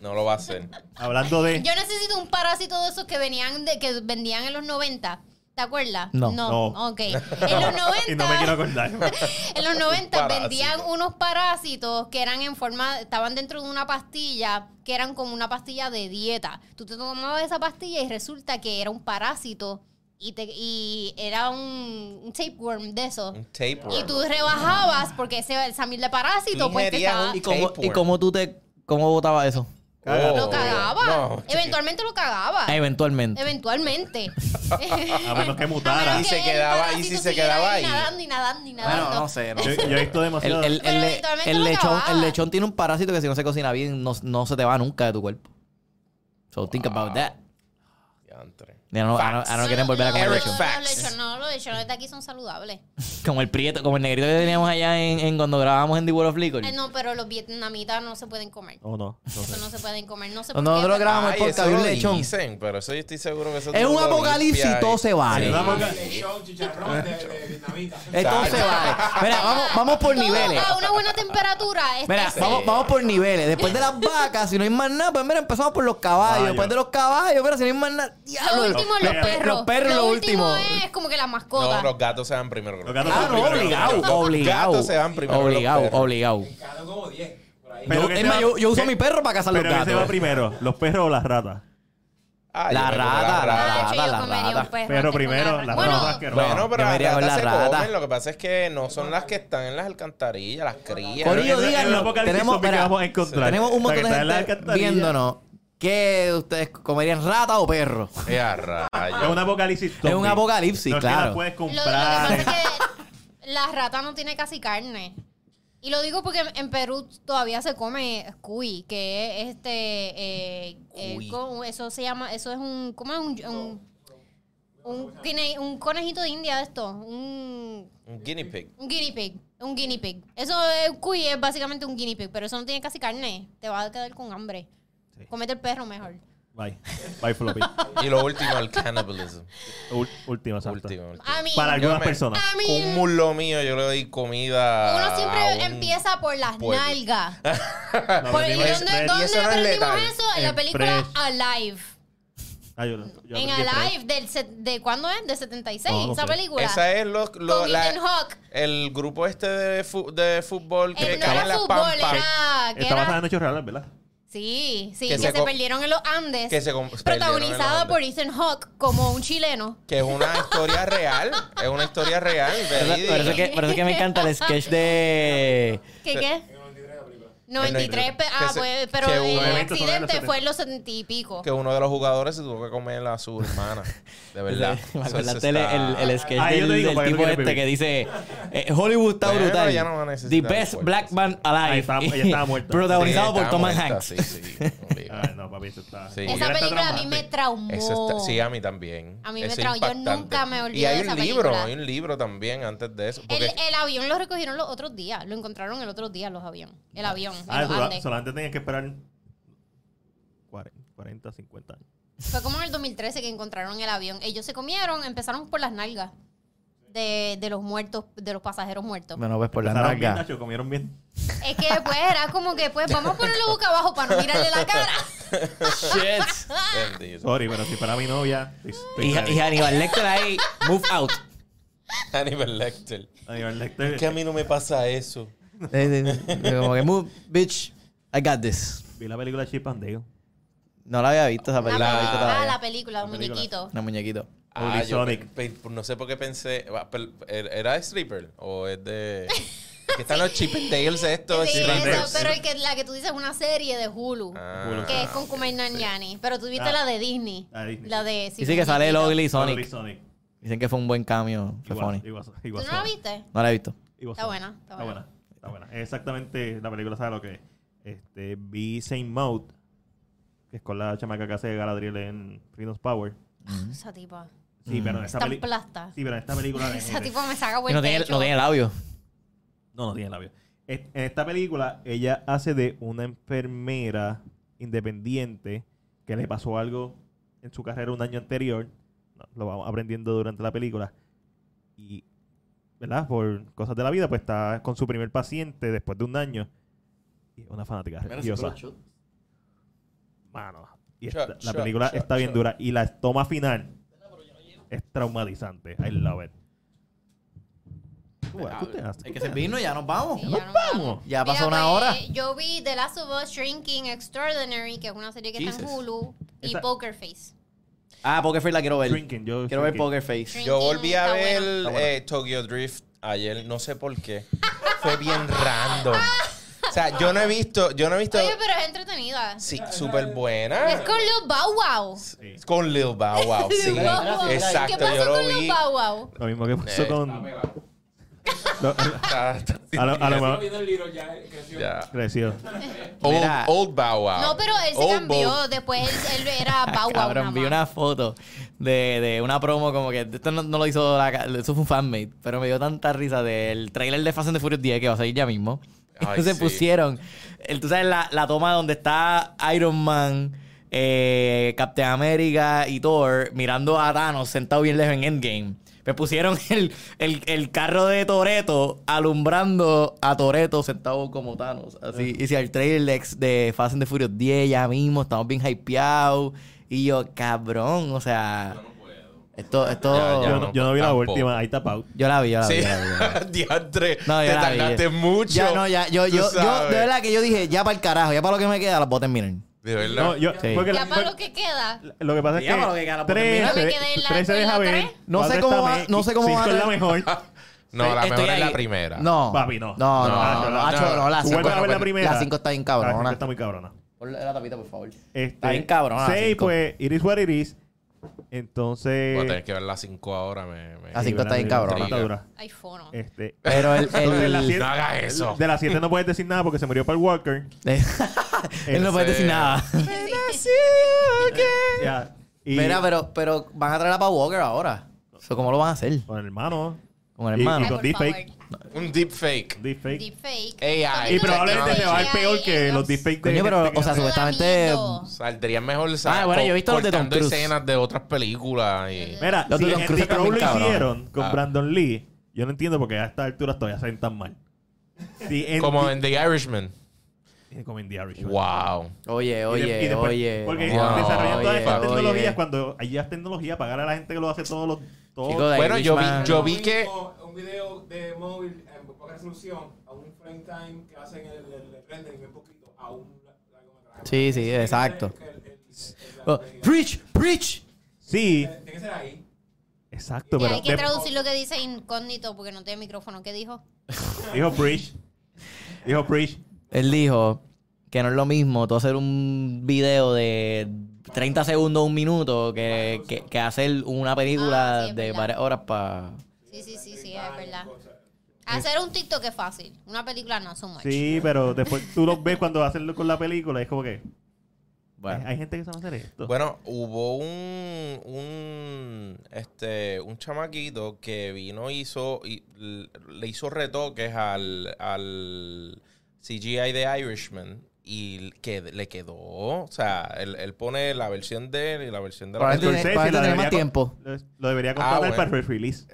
Speaker 5: no lo va a hacer.
Speaker 1: Hablando de...
Speaker 2: Yo necesito un parásito de esos que venían de, que vendían en los 90. ¿Te acuerdas?
Speaker 3: No.
Speaker 1: No.
Speaker 2: Ok. En los 90.
Speaker 1: y no me quiero acordar.
Speaker 2: En los 90
Speaker 5: Parásito.
Speaker 2: vendían unos parásitos que eran en forma, estaban dentro de una pastilla, que eran como una pastilla de dieta. Tú te tomabas esa pastilla y resulta que era un parásito y, te, y era un, un tapeworm de eso.
Speaker 5: Un tapeworm.
Speaker 2: Y tú rebajabas porque ese el samil de parásito,
Speaker 5: Tú
Speaker 2: pues te
Speaker 5: ingerías
Speaker 2: estaba-
Speaker 5: un-
Speaker 3: ¿Y cómo,
Speaker 5: Tapeworm.
Speaker 3: ¿Y cómo tú te... ¿Cómo votaba eso?
Speaker 5: Oh,
Speaker 2: lo cagaba.
Speaker 5: no.
Speaker 2: Eventualmente lo cagaba.
Speaker 3: Eventualmente.
Speaker 2: Eventualmente.
Speaker 1: A menos que
Speaker 2: A
Speaker 1: mutara.
Speaker 2: menos
Speaker 5: Y se
Speaker 2: que el
Speaker 5: quedaba- y
Speaker 2: parásito
Speaker 5: si se
Speaker 2: siguiera
Speaker 5: quedaba ahí.
Speaker 2: Nadando y nadando y nadando.
Speaker 3: Bueno, no sé, no
Speaker 1: Yo,
Speaker 3: sé.
Speaker 1: yo he visto
Speaker 3: El,
Speaker 1: demasiado...
Speaker 3: el- el
Speaker 2: Pero
Speaker 3: le-
Speaker 2: eventualmente
Speaker 3: el
Speaker 2: lo
Speaker 3: lechón,
Speaker 2: acababa.
Speaker 3: el lechón tiene un parásito que si no se cocina bien no, no se te va nunca de tu cuerpo. So think about that.
Speaker 5: Diantre.
Speaker 3: Ya no, a no, a no quieren volver a comer
Speaker 2: Los-
Speaker 5: Eric
Speaker 3: lechón.
Speaker 2: los
Speaker 5: Facts.
Speaker 2: lechones- No, los lechones de aquí son saludables.
Speaker 3: Como el prieto, como el negrito que teníamos allá en, en cuando grabábamos en The World of Liquor.
Speaker 2: Eh, no, pero los vietnamitas no se pueden comer.
Speaker 1: Oh, no. no sé.
Speaker 2: Eso no se pueden comer. No se
Speaker 3: Cuando nosotros grabamos el
Speaker 5: Ay,
Speaker 3: podcast,
Speaker 5: eso
Speaker 3: había
Speaker 5: lo
Speaker 3: un lechón.
Speaker 5: dicen, pero eso yo estoy seguro que eso
Speaker 3: Es
Speaker 5: tú
Speaker 3: un
Speaker 5: lo limpias
Speaker 3: apocalipsis,
Speaker 5: y-
Speaker 3: todo se vale.
Speaker 1: Una boca-
Speaker 6: Lechón, chicharrón de, de vietnamita.
Speaker 5: Eh.
Speaker 3: Esto se vale. Mira, vamos, vamos por niveles.
Speaker 2: A una buena temperatura. este,
Speaker 3: Mira, vamos, vamos por niveles. Después de las vacas, si no hay más nada, pues mira, empezamos por los caballos.
Speaker 1: Caballo.
Speaker 3: Después de los caballos, mira, si no hay más nada.
Speaker 2: lo
Speaker 3: Diablo,
Speaker 2: último, los
Speaker 3: los pe-
Speaker 2: perros.
Speaker 3: Los perros,
Speaker 2: Lo
Speaker 3: lo último.
Speaker 2: es como que la mascota.
Speaker 5: No, los gatos se van primero.
Speaker 1: Los gatos
Speaker 3: Claro,
Speaker 1: son primero.
Speaker 3: Ah, obligado, obligado.
Speaker 5: Gatos se van primero que los
Speaker 3: Obligado,
Speaker 5: perros.
Speaker 3: obligado.
Speaker 6: Cada como 10. Por ahí.
Speaker 1: Pero
Speaker 3: Yo,
Speaker 1: que
Speaker 3: es
Speaker 1: se
Speaker 3: más,
Speaker 1: va-
Speaker 3: yo, yo uso
Speaker 1: que-
Speaker 3: mi perro para cazar los
Speaker 1: Pero ¿qué se va
Speaker 3: gatos.
Speaker 1: primero? ¿Los perros o las ratas?
Speaker 5: Ah, yo
Speaker 3: La
Speaker 5: me como la
Speaker 3: rata, la
Speaker 5: rata.
Speaker 2: Ah, yo
Speaker 3: rata, la
Speaker 2: comería un
Speaker 3: rata.
Speaker 2: perro
Speaker 1: Pero
Speaker 2: antes que
Speaker 1: primero,
Speaker 2: una
Speaker 1: las
Speaker 2: rata.
Speaker 1: ratas
Speaker 2: Bueno,
Speaker 1: que no.
Speaker 3: yo
Speaker 5: Bueno, pero
Speaker 3: me
Speaker 5: las
Speaker 3: iría con
Speaker 5: ratas se
Speaker 3: la rata.
Speaker 5: comen. Lo que pasa es que no son las que están en las alcantarillas, las crías.
Speaker 3: Corillo,
Speaker 1: En- en- en
Speaker 3: díganlo.
Speaker 1: la apocalipsis
Speaker 3: Tenemos-
Speaker 1: zombie que
Speaker 3: mira,
Speaker 1: vamos a encontrar.
Speaker 3: Tenemos
Speaker 1: La
Speaker 3: un
Speaker 1: que
Speaker 3: montón de
Speaker 1: está en la
Speaker 3: gente
Speaker 1: alcantarilla.
Speaker 3: viéndonos. ¿Qué ustedes comerían, rata o perro?
Speaker 5: Ya, Eh, rayos.
Speaker 1: Es un apocalipsis zombie.
Speaker 3: Es un apocalipsis,
Speaker 1: No es que
Speaker 3: claro.
Speaker 1: la puedes
Speaker 2: Lo, lo que pasa
Speaker 1: comprar.
Speaker 2: es que la rata no tiene casi carne. Y lo digo porque en- en Perú todavía se come cuy, que es este eh, eh,
Speaker 5: Cuy.
Speaker 2: con- eso se llama, eso es un ¿cómo es un un, un guine- un conejito de India de esto, un
Speaker 5: Un guinea pig.
Speaker 2: un guinea pig, un guinea pig. Eso es cuy es básicamente un guinea pig, pero eso no tiene casi carne, te va a quedar con hambre.
Speaker 1: Sí.
Speaker 2: Comete el perro mejor.
Speaker 1: Bye. Bye, Floppy.
Speaker 5: Y lo último, el cannibalism.
Speaker 1: Ul- Última, exacto.
Speaker 5: último. último.
Speaker 2: A mí
Speaker 1: Para algunas
Speaker 5: me-
Speaker 1: personas.
Speaker 2: a mí
Speaker 5: Con un muslo mío yo le doy comida.
Speaker 2: uno
Speaker 5: a
Speaker 2: siempre
Speaker 5: un-
Speaker 2: empieza por las
Speaker 5: pueblo.
Speaker 2: nalgas.
Speaker 1: No,
Speaker 2: Por- ¿Y
Speaker 1: perdimos-
Speaker 2: dónde,
Speaker 5: y
Speaker 2: dónde
Speaker 5: eso no es
Speaker 2: aprendimos
Speaker 5: letal.
Speaker 2: eso? En
Speaker 1: En
Speaker 2: la película
Speaker 1: Fresh.
Speaker 2: Alive.
Speaker 1: Ah, yo- yo
Speaker 2: en
Speaker 1: aprendí
Speaker 2: Alive, del set- ¿de cuándo es? De 76,
Speaker 1: No, no
Speaker 2: esa
Speaker 1: sé.
Speaker 2: película.
Speaker 5: Esa es lo, lo-
Speaker 2: Con
Speaker 5: la-
Speaker 2: Ethan Hawke.
Speaker 5: el grupo este de, fu- de fútbol que
Speaker 2: Eh, no
Speaker 5: cae
Speaker 2: era
Speaker 5: en las
Speaker 2: fútbol,
Speaker 5: pampas.
Speaker 2: era... que
Speaker 1: Está
Speaker 2: era-
Speaker 1: basada en hechos reales, ¿verdad?
Speaker 2: Sí, sí,
Speaker 5: Que
Speaker 2: que,
Speaker 5: se
Speaker 2: se,
Speaker 5: co-
Speaker 2: perdieron en los Andes.
Speaker 5: que se com- perdieron en
Speaker 2: protagonizada
Speaker 5: los
Speaker 2: por Ethan Hawke como un chileno.
Speaker 5: Que es una historia real. Es una historia real.
Speaker 3: Por eso, por eso
Speaker 5: verídica.
Speaker 3: que, por eso que me encanta el sketch de.
Speaker 2: ¿Qué qué?
Speaker 6: En 93 la película.
Speaker 2: 93, pe- ah,
Speaker 5: Que se-
Speaker 2: pues, pero
Speaker 5: que
Speaker 2: el
Speaker 5: hubo-
Speaker 2: accidente fue en los 70 y pico.
Speaker 5: que uno de los jugadores se tuvo que comer a su hermana. De verdad.
Speaker 3: Me
Speaker 5: Pues Eso- eso
Speaker 3: acordaste el,
Speaker 5: está-
Speaker 3: el- el sketch
Speaker 1: Ah, yo
Speaker 3: del,
Speaker 1: te digo,
Speaker 3: del
Speaker 1: para que no
Speaker 3: tipo
Speaker 1: quieras
Speaker 3: este
Speaker 1: vivir.
Speaker 3: que dice eh, Hollywood está
Speaker 5: Bueno,
Speaker 3: brutal.
Speaker 5: ya no va a necesitar
Speaker 3: The best
Speaker 5: cuerpos.
Speaker 3: black man alive.
Speaker 1: Ahí estaba- ella estaba muerta.
Speaker 3: Protagonizado
Speaker 5: Sí,
Speaker 3: por
Speaker 5: está
Speaker 3: Tom
Speaker 5: muerta,
Speaker 3: Hanks.
Speaker 5: Sí, sí.
Speaker 1: Ay,
Speaker 5: obligado.
Speaker 1: Ah, no, papi, eso está.
Speaker 5: Sí.
Speaker 1: Porque
Speaker 2: Esa
Speaker 1: era esta
Speaker 2: película a mí me
Speaker 1: traumante.
Speaker 2: traumó.
Speaker 5: Eso está- sí, a mí también.
Speaker 2: A mí me
Speaker 5: Eso es
Speaker 2: trajo- yo
Speaker 5: impactante.
Speaker 2: nunca me olvido
Speaker 5: Y hay
Speaker 2: de
Speaker 5: un
Speaker 2: esa
Speaker 5: libro,
Speaker 2: película.
Speaker 5: hay un libro también antes de eso.
Speaker 2: el,
Speaker 5: Porque
Speaker 2: el avión lo recogieron los otros días. Lo encontraron el otro día, los aviones. El avión. en
Speaker 1: Ah,
Speaker 2: los
Speaker 1: sola-
Speaker 2: Andes.
Speaker 1: solamente tenías que esperar 40, 40, 50 años.
Speaker 2: Fue como en el 2013 que encontraron el avión. Ellos se comieron, empezaron por las nalgas de, de los muertos, de los pasajeros muertos.
Speaker 9: Bueno, pues por la
Speaker 1: Empezaron bien,
Speaker 9: narga.
Speaker 1: Nacho, comieron bien.
Speaker 2: Es que pues era como que pues vamos a ponerlo boca abajo para no mirarle la cara.
Speaker 3: Shit.
Speaker 2: ah.
Speaker 5: Bendito.
Speaker 1: Sorry, pero si para mi novia. estoy- estoy
Speaker 3: Y,
Speaker 1: ready.
Speaker 3: y Hannibal Lecter ahí, move out.
Speaker 5: Hannibal Lecter.
Speaker 1: Aníbal Lecter.
Speaker 5: Que a mí no me pasa eso.
Speaker 9: Eh, eh, eh, Como que, "Move, bitch, I got this.
Speaker 1: Vi la película Chip and Dale.
Speaker 9: No la había visto esa
Speaker 2: La,
Speaker 9: película. La, he visto
Speaker 2: película,
Speaker 9: todavía.
Speaker 2: Ah, la película, los
Speaker 1: película.
Speaker 2: muñequitos.
Speaker 9: No, muñequito.
Speaker 5: Ah, yo
Speaker 1: Sonic.
Speaker 5: pe- pe- no sé por qué pensé. va, pel- ¿Era era de stripper? ¿O es de.? que están los Chip and Dales estos.
Speaker 2: Sí,
Speaker 5: Chip and
Speaker 2: eso,
Speaker 5: Dales.
Speaker 2: pero el que, la que tú dices es una serie de Hulu,
Speaker 5: Ah,
Speaker 2: que es con Kumail Nanjiani. Pero tú viste
Speaker 1: Ah.
Speaker 2: la de Disney.
Speaker 1: La de Disney.
Speaker 2: La de...
Speaker 3: Dice que sale el
Speaker 2: muñequito.
Speaker 3: Ugly
Speaker 1: Sorry,
Speaker 3: Sonic.
Speaker 1: Sonic.
Speaker 3: Dicen que fue un buen cambio. Fue
Speaker 1: Igual,
Speaker 3: funny.
Speaker 1: igual,
Speaker 2: ¿Tú
Speaker 1: igual
Speaker 2: no la
Speaker 1: Sonic.
Speaker 2: viste?
Speaker 3: No la he visto.
Speaker 1: Igual
Speaker 2: Está
Speaker 1: Sonic.
Speaker 2: buena, está
Speaker 1: Está
Speaker 2: buena.
Speaker 1: buena. Está buena. Exactamente, la película sabe lo que es. Este, vi Saint Maud, que es con la chamaca que hace Galadriel en Freedom's Power.
Speaker 2: Esa tipa.
Speaker 1: Sí,
Speaker 3: Mm.
Speaker 1: pero en esta
Speaker 2: Tan
Speaker 1: película.
Speaker 2: plasta.
Speaker 1: Sí, pero en esta película. de-
Speaker 2: Esa tipa me saca
Speaker 3: Y
Speaker 2: buen
Speaker 3: no tiene,
Speaker 2: pecho.
Speaker 3: no tiene labio.
Speaker 1: No, no tiene labio. Es- En esta película, ella hace de una enfermera independiente que le pasó algo en su carrera un año anterior. No, Lo vamos aprendiendo durante la película. Y, ¿verdad? Por cosas de la vida, pues está con su primer paciente después de un año. Y es una fanática religiosa. Mano. Y
Speaker 5: Shot,
Speaker 1: esta- la
Speaker 5: shot,
Speaker 1: película
Speaker 5: shot,
Speaker 1: está bien
Speaker 5: shot.
Speaker 1: dura. Y la toma final es traumatizante. I love it.
Speaker 9: Ah,
Speaker 1: Ué, ¿qué usted hace?
Speaker 3: El que se vino, ya nos vamos.
Speaker 2: Sí, ya no-
Speaker 1: ¡Vamos!
Speaker 9: Ya
Speaker 2: Mira,
Speaker 9: pasó una
Speaker 2: pues,
Speaker 9: hora.
Speaker 2: Yo vi The Last of Us Shrinking Extraordinary, que es una serie que está en
Speaker 3: Jesus.
Speaker 2: Hulu, y
Speaker 1: Esa-
Speaker 2: Poker Face.
Speaker 3: Ah, Poker Face la quiero ver.
Speaker 1: Shrinking, yo
Speaker 3: Quiero ver
Speaker 1: shrinking.
Speaker 3: Poker Face.
Speaker 2: Shrinking
Speaker 5: Yo volví a
Speaker 2: está
Speaker 5: ver
Speaker 2: buena.
Speaker 1: Está buena.
Speaker 5: eh, Tokyo Drift ayer, no sé por qué. Fue bien random. O sea, yo no he visto, yo no he visto
Speaker 2: Oye, pero es entretenida.
Speaker 5: sí, súper
Speaker 2: Es
Speaker 5: buena.
Speaker 2: con Lil Bow Wow.
Speaker 1: Sí.
Speaker 5: Con Lil Bow Wow, Oh, sí.
Speaker 2: Lil Bow Wow.
Speaker 5: Exacto,
Speaker 2: ¿Qué pasó
Speaker 5: yo lo
Speaker 2: con Lil
Speaker 5: vi.
Speaker 2: Bow Wow?
Speaker 1: Lo mismo que pasó
Speaker 5: Eh,
Speaker 1: con. Lo-
Speaker 5: Está- está-
Speaker 1: a lo- a lo
Speaker 6: Estoy
Speaker 1: mejor
Speaker 6: viendo el libro ya, eh, creció.
Speaker 5: ya.
Speaker 1: creció.
Speaker 5: Old,
Speaker 3: Mira.
Speaker 5: old Bow Wow.
Speaker 2: No, pero él se
Speaker 5: Old
Speaker 2: cambió.
Speaker 5: Bow-
Speaker 2: Después él, él era Bow Wow. nada
Speaker 3: Cabrón, vi
Speaker 2: más.
Speaker 3: una foto de, de una promo como que esto no, no lo hizo la, ca- eso fue un fanmate, pero me dio tanta risa del trailer de Fast and the Furious 10 que va a salir ya mismo.
Speaker 5: Ay,
Speaker 3: Entonces
Speaker 5: sí.
Speaker 3: pusieron, el- tú sabes, la, la toma donde está Iron Man, eh, Captain America y Thor mirando a Thanos sentado bien lejos en Endgame. Me pusieron el, el- el carro de Toreto alumbrando a Toreto sentado como Thanos. Así. Y si el trailer de, ex- de Fast and the Furious 10 ya mismo, estamos bien hypeados. Y yo, cabrón, o sea. Esto, esto.
Speaker 5: Ya, ya.
Speaker 1: Yo no, yo no vi la
Speaker 5: tampoco.
Speaker 1: última, ahí está Pau.
Speaker 3: Yo la vi, yo la vi.
Speaker 5: Sí,
Speaker 3: yo la vi, yo la vi.
Speaker 5: diantre.
Speaker 3: Ah, No,
Speaker 5: te
Speaker 3: yo la vi.
Speaker 5: tardaste mucho.
Speaker 3: Ya, no, ya. Yo,
Speaker 5: Tú
Speaker 3: yo, yo,
Speaker 5: sabes.
Speaker 3: de verdad que yo dije, ya para el carajo, ya para lo que me queda, las voy a terminar.
Speaker 5: De verdad.
Speaker 1: No, yo,
Speaker 3: Sí.
Speaker 1: porque
Speaker 2: Ya
Speaker 1: la-
Speaker 2: para lo
Speaker 1: fue-
Speaker 2: que queda.
Speaker 1: lo que pasa es
Speaker 3: Ya para lo que
Speaker 1: que.
Speaker 3: gana, porque
Speaker 1: tres
Speaker 3: mira-
Speaker 1: se-
Speaker 2: Yo me quedé en la-
Speaker 1: tres se
Speaker 2: en la
Speaker 1: deja
Speaker 2: tres.
Speaker 1: ver.
Speaker 3: No
Speaker 1: cuatro
Speaker 3: sé cómo
Speaker 1: está
Speaker 3: va-
Speaker 1: me-
Speaker 3: no sé cómo
Speaker 1: cinco
Speaker 3: va a
Speaker 1: es la
Speaker 3: tener-
Speaker 1: mejor.
Speaker 5: No, la
Speaker 3: Estoy
Speaker 5: mejor es la
Speaker 3: ahí.
Speaker 5: primera.
Speaker 3: No.
Speaker 1: Papi, no.
Speaker 3: No, no,
Speaker 5: No,
Speaker 3: no.
Speaker 5: no,
Speaker 3: Hacho,
Speaker 5: no.
Speaker 3: no, la
Speaker 1: Tú
Speaker 3: cinco
Speaker 1: vuelves a ver
Speaker 3: no.
Speaker 1: la primera.
Speaker 3: La 5 está bien
Speaker 1: La cinco
Speaker 3: cabrona.
Speaker 1: está muy cabrona.
Speaker 3: Ponle la tapita, por favor.
Speaker 1: Este,
Speaker 3: Está bien cabrona la
Speaker 1: Seis,
Speaker 3: cinco.
Speaker 1: pues, it is what it is. Entonces.
Speaker 3: eh.
Speaker 5: Voy a tener que ver las 5 ahora. Me, me-
Speaker 3: La cinco está bien cabrona.
Speaker 1: Está dura.
Speaker 2: Ay, fono.
Speaker 1: Este.
Speaker 3: Pero el.
Speaker 1: Entonces, la
Speaker 3: el
Speaker 1: siete-
Speaker 5: No hagas eso.
Speaker 1: De las 7 no puedes decir nada porque se murió Paul Walker.
Speaker 3: él no puede decir nada.
Speaker 1: Ya. Y
Speaker 3: Mira, pero, pero van a traer a Pau Walker ahora. So, ¿Cómo lo van a hacer?
Speaker 1: Con el hermano.
Speaker 3: Con el
Speaker 1: Y-
Speaker 3: hermano.
Speaker 2: Ay, por
Speaker 1: con deepfake.
Speaker 2: favor.
Speaker 5: Un deepfake.
Speaker 1: Deepfake.
Speaker 2: Deepfake.
Speaker 5: AI.
Speaker 1: Y probablemente
Speaker 5: Technology.
Speaker 1: se va a ir peor que los deepfakes de.
Speaker 3: Coño,
Speaker 1: gente
Speaker 3: pero,
Speaker 1: que
Speaker 3: o sea,
Speaker 1: hace-
Speaker 3: supuestamente.
Speaker 2: Amigo.
Speaker 5: Saldría mejor sa-
Speaker 3: Ah, bueno, yo he
Speaker 5: co-
Speaker 3: visto los de Tom
Speaker 5: cortando
Speaker 3: Cruise.
Speaker 5: escenas de otras películas. y-
Speaker 1: Mira,
Speaker 3: Los
Speaker 1: si
Speaker 3: de Tom
Speaker 1: en
Speaker 3: Cruise
Speaker 1: The Crow
Speaker 3: también,
Speaker 1: lo
Speaker 3: cabrón.
Speaker 1: hicieron con
Speaker 5: Ah.
Speaker 1: Brandon Lee, yo no entiendo por qué a estas alturas todavía salen tan mal. Si en
Speaker 5: Como
Speaker 1: The-
Speaker 5: en The Irishman.
Speaker 1: eh, como en The Irishman.
Speaker 5: Wow.
Speaker 3: Oye,
Speaker 1: Y de-
Speaker 3: oye,
Speaker 1: y después-
Speaker 3: oye.
Speaker 1: Porque
Speaker 5: wow,
Speaker 1: desarrollan todas
Speaker 3: oye,
Speaker 1: estas
Speaker 3: oye.
Speaker 1: tecnologías cuando hay ya tecnología, pagar a la gente que lo hace todos los. todos-
Speaker 3: Chico, de
Speaker 5: Bueno, yo vi-
Speaker 3: Irishman.
Speaker 5: yo vi que-
Speaker 6: Un video de móvil en poca resolución a un frame time que hacen el, el, el rendering bien poquito a un largometraje.
Speaker 3: Sí, sí, exacto.
Speaker 6: Tiene que ser el- el- el-
Speaker 3: Oh,
Speaker 6: el-
Speaker 3: Preach, preach.
Speaker 1: sí,
Speaker 6: Tiene que ser ahí.
Speaker 1: exacto,
Speaker 2: Y
Speaker 1: pero.
Speaker 2: hay que
Speaker 1: de-
Speaker 2: traducir lo que dice incógnito porque no tiene micrófono. ¿Qué dijo?
Speaker 1: dijo Preach. Dijo Preach.
Speaker 3: Él dijo que no es lo mismo tú hacer un video de 30 segundos, un minuto, que, que- que hacer una película
Speaker 2: Ah, sí, es
Speaker 3: de
Speaker 2: verdad.
Speaker 3: varias horas para...
Speaker 2: Sí, sí, sí, sí, es verdad. Hacer un TikTok es fácil. Una película no, so much.
Speaker 1: Sí, pero después tú los ves cuando hacen con la película. Es como que.
Speaker 3: Bueno.
Speaker 1: Hay, hay gente que sabe hacer esto.
Speaker 5: Bueno, hubo un, un, este, un chamaquito que vino hizo, y l- le hizo retoques al, al CGI de Irishman y que le quedó, o sea, él, él pone la versión de él y la versión de la
Speaker 3: Probablemente-
Speaker 5: versión.
Speaker 1: Scorsese
Speaker 3: para
Speaker 1: lo
Speaker 3: tener
Speaker 1: debería
Speaker 3: más
Speaker 1: co-
Speaker 3: tiempo.
Speaker 1: Lo, lo debería
Speaker 5: Ah,
Speaker 1: contratar
Speaker 5: bueno.
Speaker 1: para el release.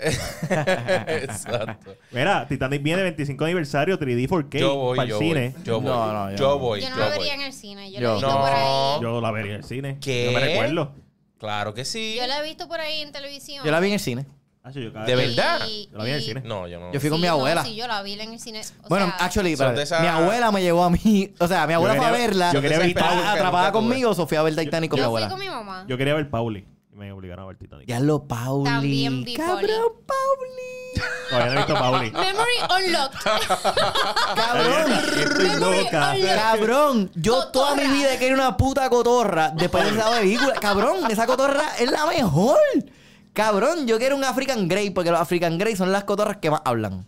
Speaker 5: Exacto.
Speaker 1: Mira, Titanic viene 25 aniversario 3D 4K
Speaker 5: yo voy,
Speaker 1: para el
Speaker 5: yo
Speaker 1: cine.
Speaker 5: voy, yo voy,
Speaker 3: No, no, yo
Speaker 5: yo
Speaker 3: no.
Speaker 5: voy,
Speaker 2: Yo no
Speaker 5: yo
Speaker 2: la
Speaker 5: voy.
Speaker 2: vería en el cine. Yo
Speaker 3: Yo.
Speaker 2: la he visto
Speaker 5: No.
Speaker 2: por ahí.
Speaker 1: Yo la vería en el cine.
Speaker 5: ¿Qué?
Speaker 1: No me recuerdo.
Speaker 5: Claro que sí.
Speaker 2: Yo la he visto por ahí en televisión.
Speaker 3: Yo la vi en el cine.
Speaker 1: Ah, sí, yo cada-
Speaker 5: ¿De verdad?
Speaker 2: Y-
Speaker 1: Yo la vi en el
Speaker 2: y-
Speaker 1: cine.
Speaker 5: No, yo no.
Speaker 3: Yo fui con
Speaker 2: Sí,
Speaker 3: mi
Speaker 2: no,
Speaker 3: abuela.
Speaker 2: sí, yo la vi en el cine. O
Speaker 3: bueno,
Speaker 2: sea,
Speaker 3: actually,
Speaker 5: Son
Speaker 3: espérate,
Speaker 5: de esa-
Speaker 3: mi abuela me llevó a mí. O sea, mi abuela
Speaker 1: Yo
Speaker 3: fue a
Speaker 1: quería-
Speaker 3: verla.
Speaker 1: yo quería ver
Speaker 3: y
Speaker 5: Power,
Speaker 3: estaba
Speaker 5: que
Speaker 3: atrapada
Speaker 5: nunca tuve.
Speaker 3: conmigo. Sofía a ver Titanic con mi
Speaker 2: Yo
Speaker 3: abuela.
Speaker 2: fui con mi mamá.
Speaker 1: Yo quería ver Pauli. Y me obligaron a ver Titanic.
Speaker 3: Ya lo, Pauli.
Speaker 2: También vi Pauli.
Speaker 3: Cabrón, Pauli.
Speaker 1: Todavía no he visto Pauli.
Speaker 2: Memory Unlocked.
Speaker 3: Cabrón.
Speaker 1: Estoy loca.
Speaker 3: Cabrón, yo
Speaker 2: Cotorra.
Speaker 3: toda mi vida quería una puta cotorra después de esa película. Cabrón, esa cotorra es la mejor. Cabrón, yo quiero un African Grey porque los African Grey son las cotorras que más hablan.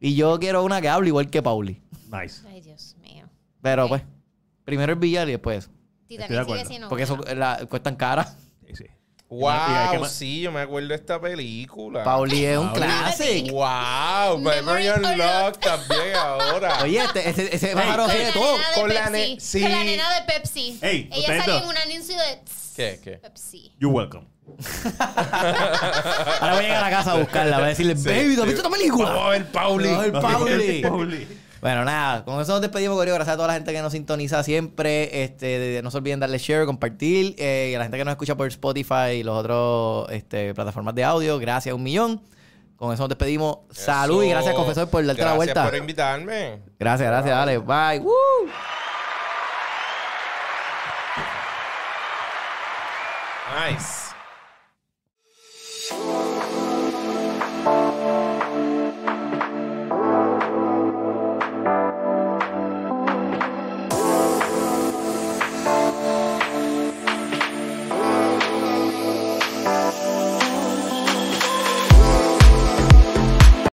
Speaker 3: Y yo quiero una que hable igual que Pauli.
Speaker 1: Nice.
Speaker 2: Ay, Dios mío.
Speaker 3: Pero pues, primero el billar y después. eso.
Speaker 1: Estoy de
Speaker 2: Titanic sigue
Speaker 1: acuerdo.
Speaker 2: siendo.
Speaker 3: Porque eso
Speaker 2: buena.
Speaker 3: eh, la- cuestan cara.
Speaker 1: Sí, sí.
Speaker 5: Wow,
Speaker 1: Y hay que ma-
Speaker 5: sí, yo me acuerdo de esta película.
Speaker 3: Pauli es un
Speaker 1: Pauli.
Speaker 3: clásico.
Speaker 5: Wow, Memory
Speaker 2: Memory
Speaker 5: Unlocked
Speaker 2: Unlocked.
Speaker 5: también ahora.
Speaker 3: Oye, este- ese, ese pájaro
Speaker 2: Con la
Speaker 3: tiene de todo.
Speaker 2: nena de
Speaker 5: Con la ne-
Speaker 2: Pepsi.
Speaker 5: sí.
Speaker 2: Con la nena de Pepsi.
Speaker 1: Ey, ustedes
Speaker 2: Ella salió
Speaker 1: dos.
Speaker 2: en un anuncio de. tss,
Speaker 5: ¿Qué, qué?
Speaker 2: Pepsi.
Speaker 1: You're welcome.
Speaker 3: Ahora voy a llegar a la casa a buscarla. Voy a decirle,
Speaker 5: Sí,
Speaker 3: baby, ¿tú has
Speaker 5: sí.
Speaker 3: visto esta película?
Speaker 5: Vamos a ver Pauli.
Speaker 3: Vamos a ver Pauli.
Speaker 1: Pauli.
Speaker 3: Bueno, nada, con eso nos despedimos, Corio. Gracias a toda la gente que nos sintoniza siempre. Este, de- de- no se olviden darle share, compartir. eh, y a la gente que nos escucha por Spotify y los otros este, plataformas de audio, gracias un millón. Con eso nos despedimos. Salud y
Speaker 5: Eso.
Speaker 3: gracias, confesor, por darte la vuelta.
Speaker 5: Gracias por invitarme.
Speaker 3: Gracias, gracias, dale. Bye. Woo.
Speaker 5: Nice.